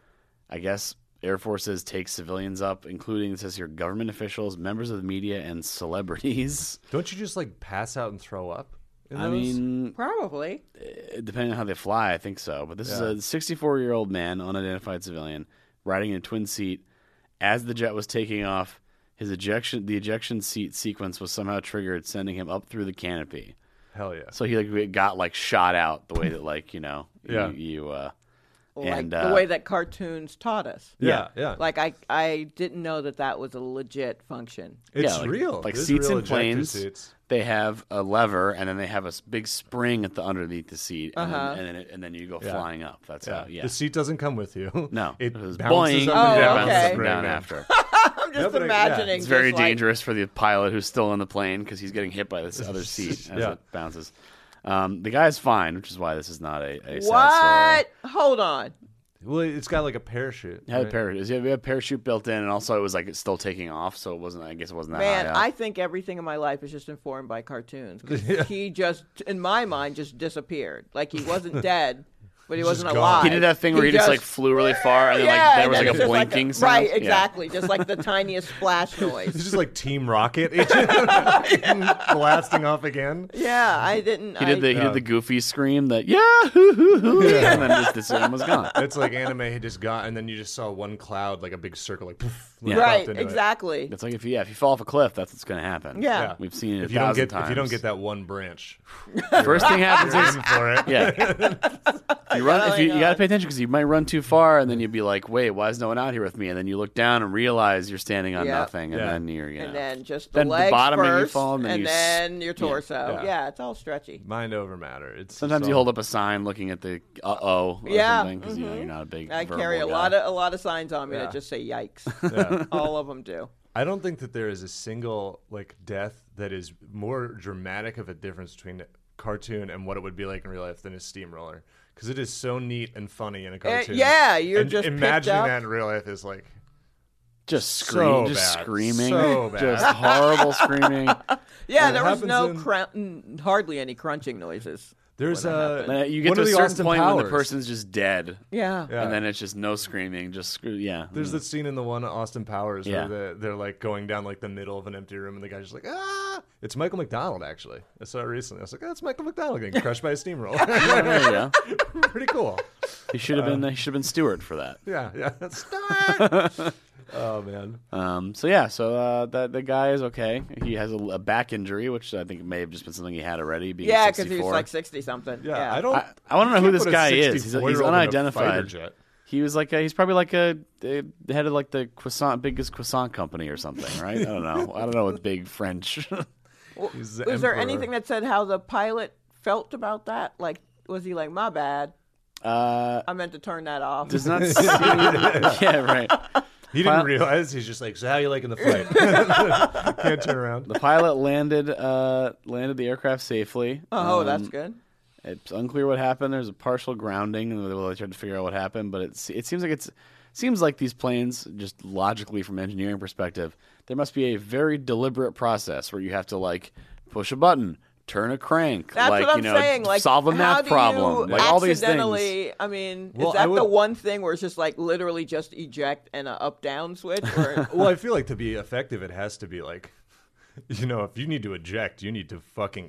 [SPEAKER 1] I guess air forces take civilians up, including it says here government officials, members of the media, and celebrities.
[SPEAKER 2] Don't you just like pass out and throw up? in
[SPEAKER 1] I
[SPEAKER 2] those?
[SPEAKER 1] mean,
[SPEAKER 3] Probably.
[SPEAKER 1] depending on how they fly, I think so. But this is a 64 year old man, unidentified civilian, riding in a twin seat. As the jet was taking off, his ejection, the ejection seat sequence was somehow triggered, sending him up through the canopy.
[SPEAKER 2] hell yeah.
[SPEAKER 1] So he like got like shot out the way that like you know
[SPEAKER 2] Yeah.
[SPEAKER 1] you, you uh
[SPEAKER 3] Like
[SPEAKER 1] and
[SPEAKER 3] the
[SPEAKER 1] uh,
[SPEAKER 3] way that cartoons taught us.
[SPEAKER 2] Yeah, yeah.
[SPEAKER 3] Like I, I didn't know that that was a legit function.
[SPEAKER 2] it's
[SPEAKER 1] yeah, like,
[SPEAKER 2] real.
[SPEAKER 1] like
[SPEAKER 2] There's
[SPEAKER 1] seats
[SPEAKER 2] real
[SPEAKER 1] in
[SPEAKER 2] ejector
[SPEAKER 1] planes.
[SPEAKER 2] seats.
[SPEAKER 1] They have a lever, and then they have a s- big spring at the underneath the seat, and,
[SPEAKER 3] Uh-huh.
[SPEAKER 1] then, and then it, and then you go
[SPEAKER 2] Yeah.
[SPEAKER 1] flying up. That's
[SPEAKER 2] Yeah.
[SPEAKER 1] how. Yeah.
[SPEAKER 2] The seat doesn't come with you.
[SPEAKER 1] no,
[SPEAKER 2] It
[SPEAKER 1] was
[SPEAKER 2] bounces
[SPEAKER 1] boing,
[SPEAKER 2] up and
[SPEAKER 3] Oh,
[SPEAKER 2] down.
[SPEAKER 1] bounces
[SPEAKER 3] okay.
[SPEAKER 1] up and down after.
[SPEAKER 3] I'm just
[SPEAKER 2] but I- yeah.
[SPEAKER 3] imagining.
[SPEAKER 1] It's very
[SPEAKER 3] just like-
[SPEAKER 1] dangerous for the pilot who's still on the plane because he's getting hit by this other seat as
[SPEAKER 2] Yeah.
[SPEAKER 1] it bounces. Um, the guy's fine, which is why this is not a, a sad
[SPEAKER 3] What?
[SPEAKER 1] story.
[SPEAKER 3] Hold on.
[SPEAKER 2] Well, it's got like a parachute.
[SPEAKER 1] It had a
[SPEAKER 2] right?
[SPEAKER 1] parachute. It had a parachute built in, and also it was like it's still taking off, so it wasn't. I guess it
[SPEAKER 2] Uh,
[SPEAKER 1] wasn't that
[SPEAKER 3] Man,
[SPEAKER 1] high up.
[SPEAKER 3] I think everything in my life is just informed by cartoons. 'cause He just, in my mind, just disappeared. Like he wasn't dead, but he wasn't
[SPEAKER 2] gone.
[SPEAKER 3] alive.
[SPEAKER 1] he did that thing where he, just, like flew really far, and then like there was like
[SPEAKER 3] and then
[SPEAKER 1] a
[SPEAKER 3] it's just
[SPEAKER 1] blinking sound.
[SPEAKER 3] Right,
[SPEAKER 1] Yeah.
[SPEAKER 3] exactly. Just like the tiniest splash
[SPEAKER 2] It's
[SPEAKER 3] noise.
[SPEAKER 2] just like Team Rocket It's blasting off again.
[SPEAKER 3] Yeah, I didn't.
[SPEAKER 1] He did the
[SPEAKER 3] I,
[SPEAKER 1] he did the goofy scream that yeah, hoo, hoo, hoo, and then just this one was gone.
[SPEAKER 2] It's like anime had just gone, and then you just saw one cloud, like a big circle, like poof, like, popped
[SPEAKER 3] right,
[SPEAKER 2] into it.
[SPEAKER 3] exactly.
[SPEAKER 1] It's like if you yeah, if you fall off a cliff, that's what's gonna happen.
[SPEAKER 3] Yeah.
[SPEAKER 2] Yeah.
[SPEAKER 1] we've seen it
[SPEAKER 2] If
[SPEAKER 1] a
[SPEAKER 2] you don't
[SPEAKER 1] thousand
[SPEAKER 2] get
[SPEAKER 1] times.
[SPEAKER 2] if you don't get that one branch,
[SPEAKER 1] first thing happens
[SPEAKER 2] you're
[SPEAKER 1] is
[SPEAKER 2] in for it.
[SPEAKER 1] Yeah. you run.
[SPEAKER 3] Oh
[SPEAKER 1] if you,
[SPEAKER 3] my
[SPEAKER 1] you gotta pay attention because you might run too far, and then you'd be like, "Wait, why is no one out here with me?" And then you look down and realize you're standing on
[SPEAKER 3] Yeah.
[SPEAKER 1] nothing, and
[SPEAKER 2] Yeah.
[SPEAKER 1] then you're you know.
[SPEAKER 3] And then just the
[SPEAKER 1] Then the
[SPEAKER 3] legs
[SPEAKER 1] bottom and
[SPEAKER 3] first,
[SPEAKER 1] you fall, and then you s-
[SPEAKER 3] your torso.
[SPEAKER 2] yeah.
[SPEAKER 3] Yeah. it's all stretchy.
[SPEAKER 2] Mind over matter. It's
[SPEAKER 1] sometimes
[SPEAKER 2] it's
[SPEAKER 1] you
[SPEAKER 2] all-
[SPEAKER 1] hold up a sign looking at the uh oh or
[SPEAKER 3] Yeah, Mm-hmm.
[SPEAKER 1] something because you know you're not a big.
[SPEAKER 3] I
[SPEAKER 1] verbal
[SPEAKER 3] carry a
[SPEAKER 1] guy.
[SPEAKER 3] lot of a lot of signs on me
[SPEAKER 2] Yeah.
[SPEAKER 3] that just say "yikes."
[SPEAKER 2] Yeah.
[SPEAKER 3] all of them do.
[SPEAKER 2] I don't think that there is a single like death that is more dramatic of a difference between cartoon and what it would be like in real life than a steamroller because it is so neat and funny in a cartoon.
[SPEAKER 3] Eh, yeah, you're
[SPEAKER 2] And
[SPEAKER 3] just picked
[SPEAKER 2] imagining
[SPEAKER 3] up.
[SPEAKER 2] that in real life is like
[SPEAKER 1] just scream,
[SPEAKER 2] so
[SPEAKER 1] just
[SPEAKER 2] bad.
[SPEAKER 1] screaming,
[SPEAKER 2] So bad.
[SPEAKER 1] just horrible screaming.
[SPEAKER 2] Well,
[SPEAKER 3] Yeah,
[SPEAKER 2] it
[SPEAKER 3] there was no
[SPEAKER 2] happens in-
[SPEAKER 3] crou- n- hardly any crunching noises.
[SPEAKER 2] there's
[SPEAKER 3] What
[SPEAKER 2] a
[SPEAKER 3] happened?
[SPEAKER 1] Uh, you get
[SPEAKER 2] one
[SPEAKER 1] to
[SPEAKER 2] of
[SPEAKER 1] a
[SPEAKER 2] the
[SPEAKER 1] certain
[SPEAKER 2] Austin
[SPEAKER 1] point when the
[SPEAKER 2] Powers.
[SPEAKER 1] person's just dead,
[SPEAKER 3] Yeah.
[SPEAKER 2] Yeah.
[SPEAKER 1] and then it's just no screaming, just screw. Yeah,
[SPEAKER 2] There's that scene in the one Austin Powers
[SPEAKER 1] Hmm. Yeah.
[SPEAKER 2] where the, they're like going down like the middle of an empty room and the guy's just like ah. It's Michael McDonald actually. I saw it recently. I was like, oh, that's Michael McDonald getting crushed by a steamroller.
[SPEAKER 1] Yeah, there you go.
[SPEAKER 2] Pretty cool.
[SPEAKER 1] He should have
[SPEAKER 2] Uh,
[SPEAKER 1] been. He should have been Stewart for that.
[SPEAKER 2] Yeah, yeah. Start. oh man.
[SPEAKER 1] Um, so yeah, so uh, the the guy is okay. He has a, a back injury, which I think may have just been something he had already. Being
[SPEAKER 3] Yeah, because
[SPEAKER 1] because
[SPEAKER 3] he was like sixty something.
[SPEAKER 2] Yeah, I don't.
[SPEAKER 1] I, I want to know who
[SPEAKER 2] can't
[SPEAKER 1] this
[SPEAKER 2] put a
[SPEAKER 1] guy is. He's,
[SPEAKER 2] 64
[SPEAKER 1] he's
[SPEAKER 2] year old in a fighter
[SPEAKER 1] unidentified.
[SPEAKER 2] jet.
[SPEAKER 1] He was like a, he's probably like a, a head of like the croissant biggest croissant company or something, right? I don't know. I don't know what big French.
[SPEAKER 3] W-
[SPEAKER 2] He's
[SPEAKER 3] Was
[SPEAKER 2] the
[SPEAKER 3] there
[SPEAKER 2] emperor.
[SPEAKER 3] anything that said how the pilot felt about that? Like, was he like, "My bad,
[SPEAKER 1] uh,
[SPEAKER 3] I meant to turn that off"?
[SPEAKER 1] does not. Seem, yeah, right.
[SPEAKER 2] He didn't realize. He's just like, so how you liking the flight? Can't turn around.
[SPEAKER 1] The pilot landed uh, landed the aircraft safely.
[SPEAKER 3] oh,
[SPEAKER 1] Um,
[SPEAKER 3] that's good.
[SPEAKER 1] It's unclear what happened. There's a partial grounding. and They tried to figure out what happened, but it's, it seems like it's seems like these planes, just logically from engineering perspective, there must be a very deliberate process where you have to like push a button, turn a crank,
[SPEAKER 3] That's
[SPEAKER 1] like
[SPEAKER 3] what I'm
[SPEAKER 1] you know,
[SPEAKER 3] saying. Like
[SPEAKER 1] solve a
[SPEAKER 3] how
[SPEAKER 1] math
[SPEAKER 3] do
[SPEAKER 1] problem,
[SPEAKER 3] you
[SPEAKER 1] like all these things.
[SPEAKER 3] accidentally- I mean,
[SPEAKER 2] Well,
[SPEAKER 3] is that
[SPEAKER 2] I
[SPEAKER 3] the
[SPEAKER 2] would-
[SPEAKER 3] one thing where it's just like literally just eject and a up down switch? Or oh,
[SPEAKER 2] Well, I feel like to be effective, it has to be like, you know, if you need to eject, you need to fucking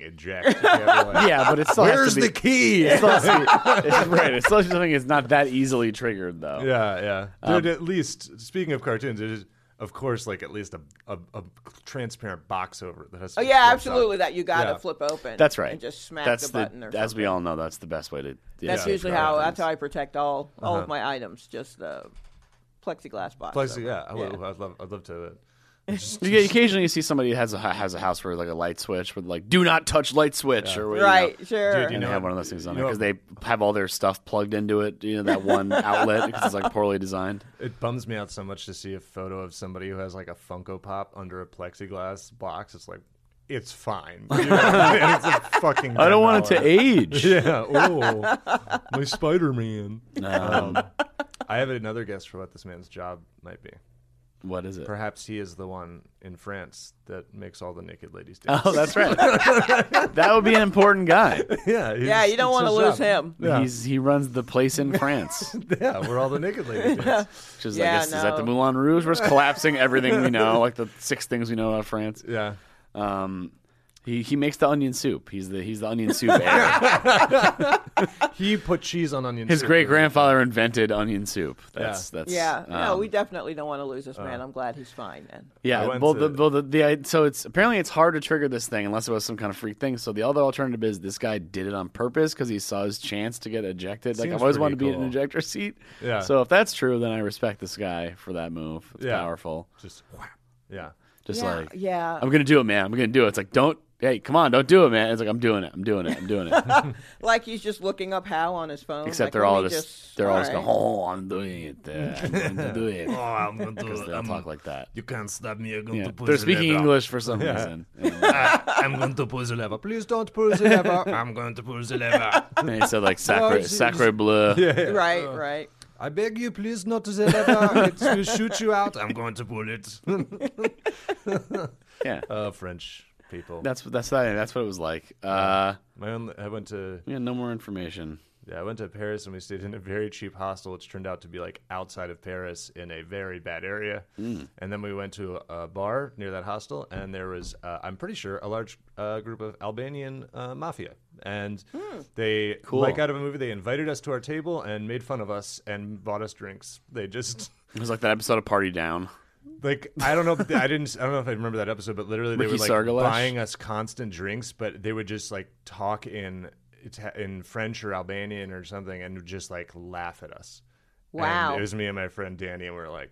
[SPEAKER 2] eject.
[SPEAKER 1] Yeah, but it still has
[SPEAKER 2] Where's
[SPEAKER 1] to be.
[SPEAKER 2] the key?
[SPEAKER 1] It's
[SPEAKER 2] Yeah,
[SPEAKER 1] still has to be- it's- right. It's still something that's not that easily triggered, though.
[SPEAKER 2] yeah.
[SPEAKER 1] Um,
[SPEAKER 2] Dude, at least speaking of cartoons, it is of course like at least a a, a transparent box over it that has. To
[SPEAKER 3] oh
[SPEAKER 2] be
[SPEAKER 3] yeah,
[SPEAKER 2] flipped up.
[SPEAKER 3] absolutely. That you got to
[SPEAKER 2] Yeah.
[SPEAKER 3] flip open.
[SPEAKER 1] That's right.
[SPEAKER 3] And just smack
[SPEAKER 1] that's
[SPEAKER 3] the button. or
[SPEAKER 1] as we
[SPEAKER 3] something.
[SPEAKER 1] all know, that's the best way to. yeah, Uh-huh.
[SPEAKER 3] That's
[SPEAKER 1] to
[SPEAKER 3] usually
[SPEAKER 1] figure out
[SPEAKER 3] how.
[SPEAKER 1] things.
[SPEAKER 3] That's how I protect all all of my items. Just the plexiglass box.
[SPEAKER 2] Plus,
[SPEAKER 3] over.
[SPEAKER 2] yeah, I would, I'd love, I'd love to. Just,
[SPEAKER 1] You get, occasionally, you see somebody who has a has a house where like a light switch with like "Do not touch light switch" or what, you know.
[SPEAKER 3] Right. Sure.
[SPEAKER 2] Dude, you
[SPEAKER 1] and they
[SPEAKER 2] know
[SPEAKER 1] have
[SPEAKER 2] what?
[SPEAKER 1] one of those things on
[SPEAKER 2] You
[SPEAKER 1] it
[SPEAKER 2] know
[SPEAKER 1] because they have all their stuff plugged into it. You know that one outlet because it's like poorly designed.
[SPEAKER 2] it bums me out so much to see a photo of somebody who has like a Funko Pop under a plexiglass box. It's like, it's fine. You know? And it's a fucking.
[SPEAKER 1] I don't want it to
[SPEAKER 2] $10.
[SPEAKER 1] age.
[SPEAKER 2] Yeah. Oh, my Spider Man. Um, I have another guess for what this man's job might be.
[SPEAKER 1] What is it?
[SPEAKER 2] Perhaps he is the one in France that makes all the naked ladies dance.
[SPEAKER 1] Oh, that's right. that would be an important guy.
[SPEAKER 2] yeah.
[SPEAKER 3] yeah, you don't want to lose him.
[SPEAKER 2] Yeah.
[SPEAKER 1] He's he runs the place in France,
[SPEAKER 2] Yeah, where all the naked ladies dance.
[SPEAKER 1] which is I
[SPEAKER 3] Yeah,
[SPEAKER 1] guess is that the
[SPEAKER 3] no.
[SPEAKER 1] Moulin Rouge? We're just collapsing everything we know, like the six things we know about France.
[SPEAKER 2] Yeah.
[SPEAKER 1] Um, he he makes the onion soup. He's the he's the onion soup. heir.
[SPEAKER 2] He put cheese on onion
[SPEAKER 1] His
[SPEAKER 2] soup.
[SPEAKER 1] great grandfather invented onion soup. That's that's
[SPEAKER 3] Yeah. no,
[SPEAKER 1] um, uh,
[SPEAKER 3] we definitely don't want to lose this man. I'm glad he's fine then.
[SPEAKER 2] I
[SPEAKER 1] Yeah,
[SPEAKER 2] went
[SPEAKER 1] well, the,
[SPEAKER 2] to-
[SPEAKER 1] well the, the I- so it's apparently it's hard to trigger this thing unless it was some kind of freak thing. So the other alternative is this guy did it on purpose because he saw his chance to get ejected. Like
[SPEAKER 2] Seems
[SPEAKER 1] I've always
[SPEAKER 2] pretty
[SPEAKER 1] wanted to be in
[SPEAKER 2] cool.
[SPEAKER 1] an ejector seat.
[SPEAKER 2] Yeah.
[SPEAKER 1] So if that's true, then I respect this guy for that move. It's
[SPEAKER 2] Yeah.
[SPEAKER 1] powerful.
[SPEAKER 2] Just whap. Yeah.
[SPEAKER 1] Just
[SPEAKER 3] yeah.
[SPEAKER 1] like
[SPEAKER 3] yeah.
[SPEAKER 1] I'm gonna do it, man. I'm gonna do it. It's like don't hey come on, don't do it, man. It's like I'm doing it. I'm doing it. I'm doing it.
[SPEAKER 3] Like he's just looking up how on his phone.
[SPEAKER 1] Except
[SPEAKER 3] like,
[SPEAKER 1] they're
[SPEAKER 3] let
[SPEAKER 1] all
[SPEAKER 3] me
[SPEAKER 1] just, they're all, just
[SPEAKER 3] alright.
[SPEAKER 1] going, oh, I'm doing it. uh, I'm going to do it.
[SPEAKER 6] Oh, I'm going
[SPEAKER 1] Because
[SPEAKER 6] to.
[SPEAKER 2] um,
[SPEAKER 1] they'll
[SPEAKER 6] I'm,
[SPEAKER 1] talk like that.
[SPEAKER 6] you can't stop me. I'm going
[SPEAKER 1] Yeah.
[SPEAKER 6] to push
[SPEAKER 1] They're
[SPEAKER 6] the
[SPEAKER 1] speaking
[SPEAKER 6] lever.
[SPEAKER 1] English for some reason. And
[SPEAKER 2] Ah,
[SPEAKER 6] I'm going to pull the lever.
[SPEAKER 2] Please don't pull the lever.
[SPEAKER 6] I'm going to pull the lever.
[SPEAKER 1] they said like sacre,
[SPEAKER 2] Jesus.
[SPEAKER 1] sacre bleu.
[SPEAKER 3] Right,
[SPEAKER 1] Uh.
[SPEAKER 3] right.
[SPEAKER 2] I beg you, please not to the lever. It will shoot you out.
[SPEAKER 6] I'm going to pull it.
[SPEAKER 1] Yeah.
[SPEAKER 2] Uh, French people.
[SPEAKER 1] That's that's that, that's what it was like. Uh,
[SPEAKER 2] My own. I went to
[SPEAKER 1] yeah, no more information.
[SPEAKER 2] yeah. I went to Paris and we stayed in a very cheap hostel, which turned out to be like outside of Paris in a very bad area. And then we went to a bar near that hostel, and there was, uh, I'm pretty sure, a large uh, group of Albanian uh, mafia. And they, like out of a movie, they invited us to our table and made fun of us and bought us drinks. They just.
[SPEAKER 1] It was like that episode of Party Down.
[SPEAKER 2] Like I don't know, if I didn't. I don't know if I remember that episode, but literally they
[SPEAKER 1] Ricky
[SPEAKER 2] were like
[SPEAKER 1] Sargalesh?
[SPEAKER 2] buying us constant drinks, but they would just like talk in Ita- in French or Albanian or something, and just like laugh at us. And
[SPEAKER 3] Wow.
[SPEAKER 2] it was me and my friend Danny, and we were like,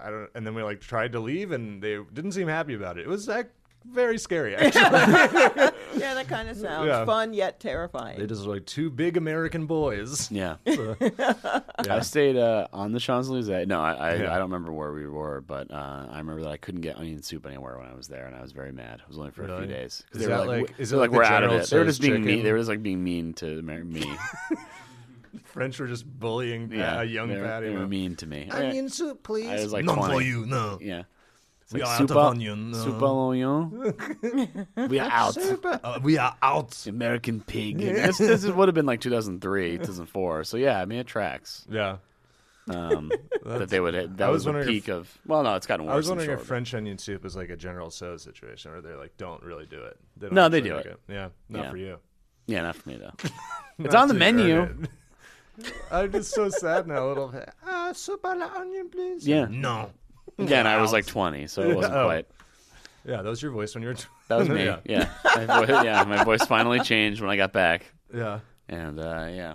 [SPEAKER 2] I don't. And then we like tried to leave, and they didn't seem happy about it. It was like very scary. Actually,
[SPEAKER 3] Yeah, that kind of sounds
[SPEAKER 2] Yeah.
[SPEAKER 3] fun yet terrifying.
[SPEAKER 2] they just like two big American boys.
[SPEAKER 1] Yeah. I stayed uh, on the Champs Elysees. No, I I,
[SPEAKER 2] Yeah.
[SPEAKER 1] I don't remember where we were, but uh, I remember that I couldn't get onion soup anywhere when I was there, and I was very mad. It was only for a
[SPEAKER 2] Really?
[SPEAKER 1] few days. 'Cause
[SPEAKER 2] Is
[SPEAKER 1] they were
[SPEAKER 2] that
[SPEAKER 1] like,
[SPEAKER 2] like-
[SPEAKER 1] w-
[SPEAKER 2] is
[SPEAKER 1] they
[SPEAKER 2] it
[SPEAKER 1] were
[SPEAKER 2] like
[SPEAKER 1] like
[SPEAKER 2] the
[SPEAKER 1] we're out of
[SPEAKER 2] General
[SPEAKER 1] it. They were
[SPEAKER 2] Tso's
[SPEAKER 1] just being mean.
[SPEAKER 2] chicken?
[SPEAKER 1] They were just like being mean to Amer- me.
[SPEAKER 2] French were just bullying
[SPEAKER 1] Yeah,
[SPEAKER 2] uh, young
[SPEAKER 1] they were,
[SPEAKER 2] Patty.
[SPEAKER 1] They were
[SPEAKER 2] with-
[SPEAKER 1] mean to me.
[SPEAKER 6] Onion soup, please.
[SPEAKER 1] I was like
[SPEAKER 6] None
[SPEAKER 1] 20.
[SPEAKER 6] for you, no.
[SPEAKER 1] Yeah. It's
[SPEAKER 6] We
[SPEAKER 1] like
[SPEAKER 6] are out
[SPEAKER 1] soup
[SPEAKER 6] of
[SPEAKER 1] al-
[SPEAKER 6] onion, uh,
[SPEAKER 1] Soup al oignon. we are out.
[SPEAKER 6] Uh, we are out.
[SPEAKER 1] American pig. This, this is, would have been like 2003, 2004. So yeah, I mean it tracks
[SPEAKER 2] Yeah.
[SPEAKER 1] um, that they would. That
[SPEAKER 2] I was
[SPEAKER 1] was, the
[SPEAKER 2] wondering if-
[SPEAKER 1] peak of. Well, no, it's gotten worse.
[SPEAKER 2] I was
[SPEAKER 1] I'm
[SPEAKER 2] wondering
[SPEAKER 1] sure,
[SPEAKER 2] if
[SPEAKER 1] but-
[SPEAKER 2] French onion soup is like a General So situation, where they're like, don't really do it. don't
[SPEAKER 1] No, they
[SPEAKER 2] actually
[SPEAKER 1] do
[SPEAKER 2] make
[SPEAKER 1] it.
[SPEAKER 2] Yeah, not
[SPEAKER 1] Yeah.
[SPEAKER 2] for you.
[SPEAKER 1] Yeah, not for me though. it's on the
[SPEAKER 2] to earn
[SPEAKER 1] menu.
[SPEAKER 2] it. I'm just so sad now. A little ah, soup a la onion, please.
[SPEAKER 1] Yeah.
[SPEAKER 6] No.
[SPEAKER 1] Again, I was like 20, so it wasn't
[SPEAKER 2] Oh.
[SPEAKER 1] quite.
[SPEAKER 2] yeah, that was your voice when you were.
[SPEAKER 1] That was me. Yeah. My voice, yeah, my voice finally changed when I got back,
[SPEAKER 2] yeah.
[SPEAKER 1] and uh, yeah,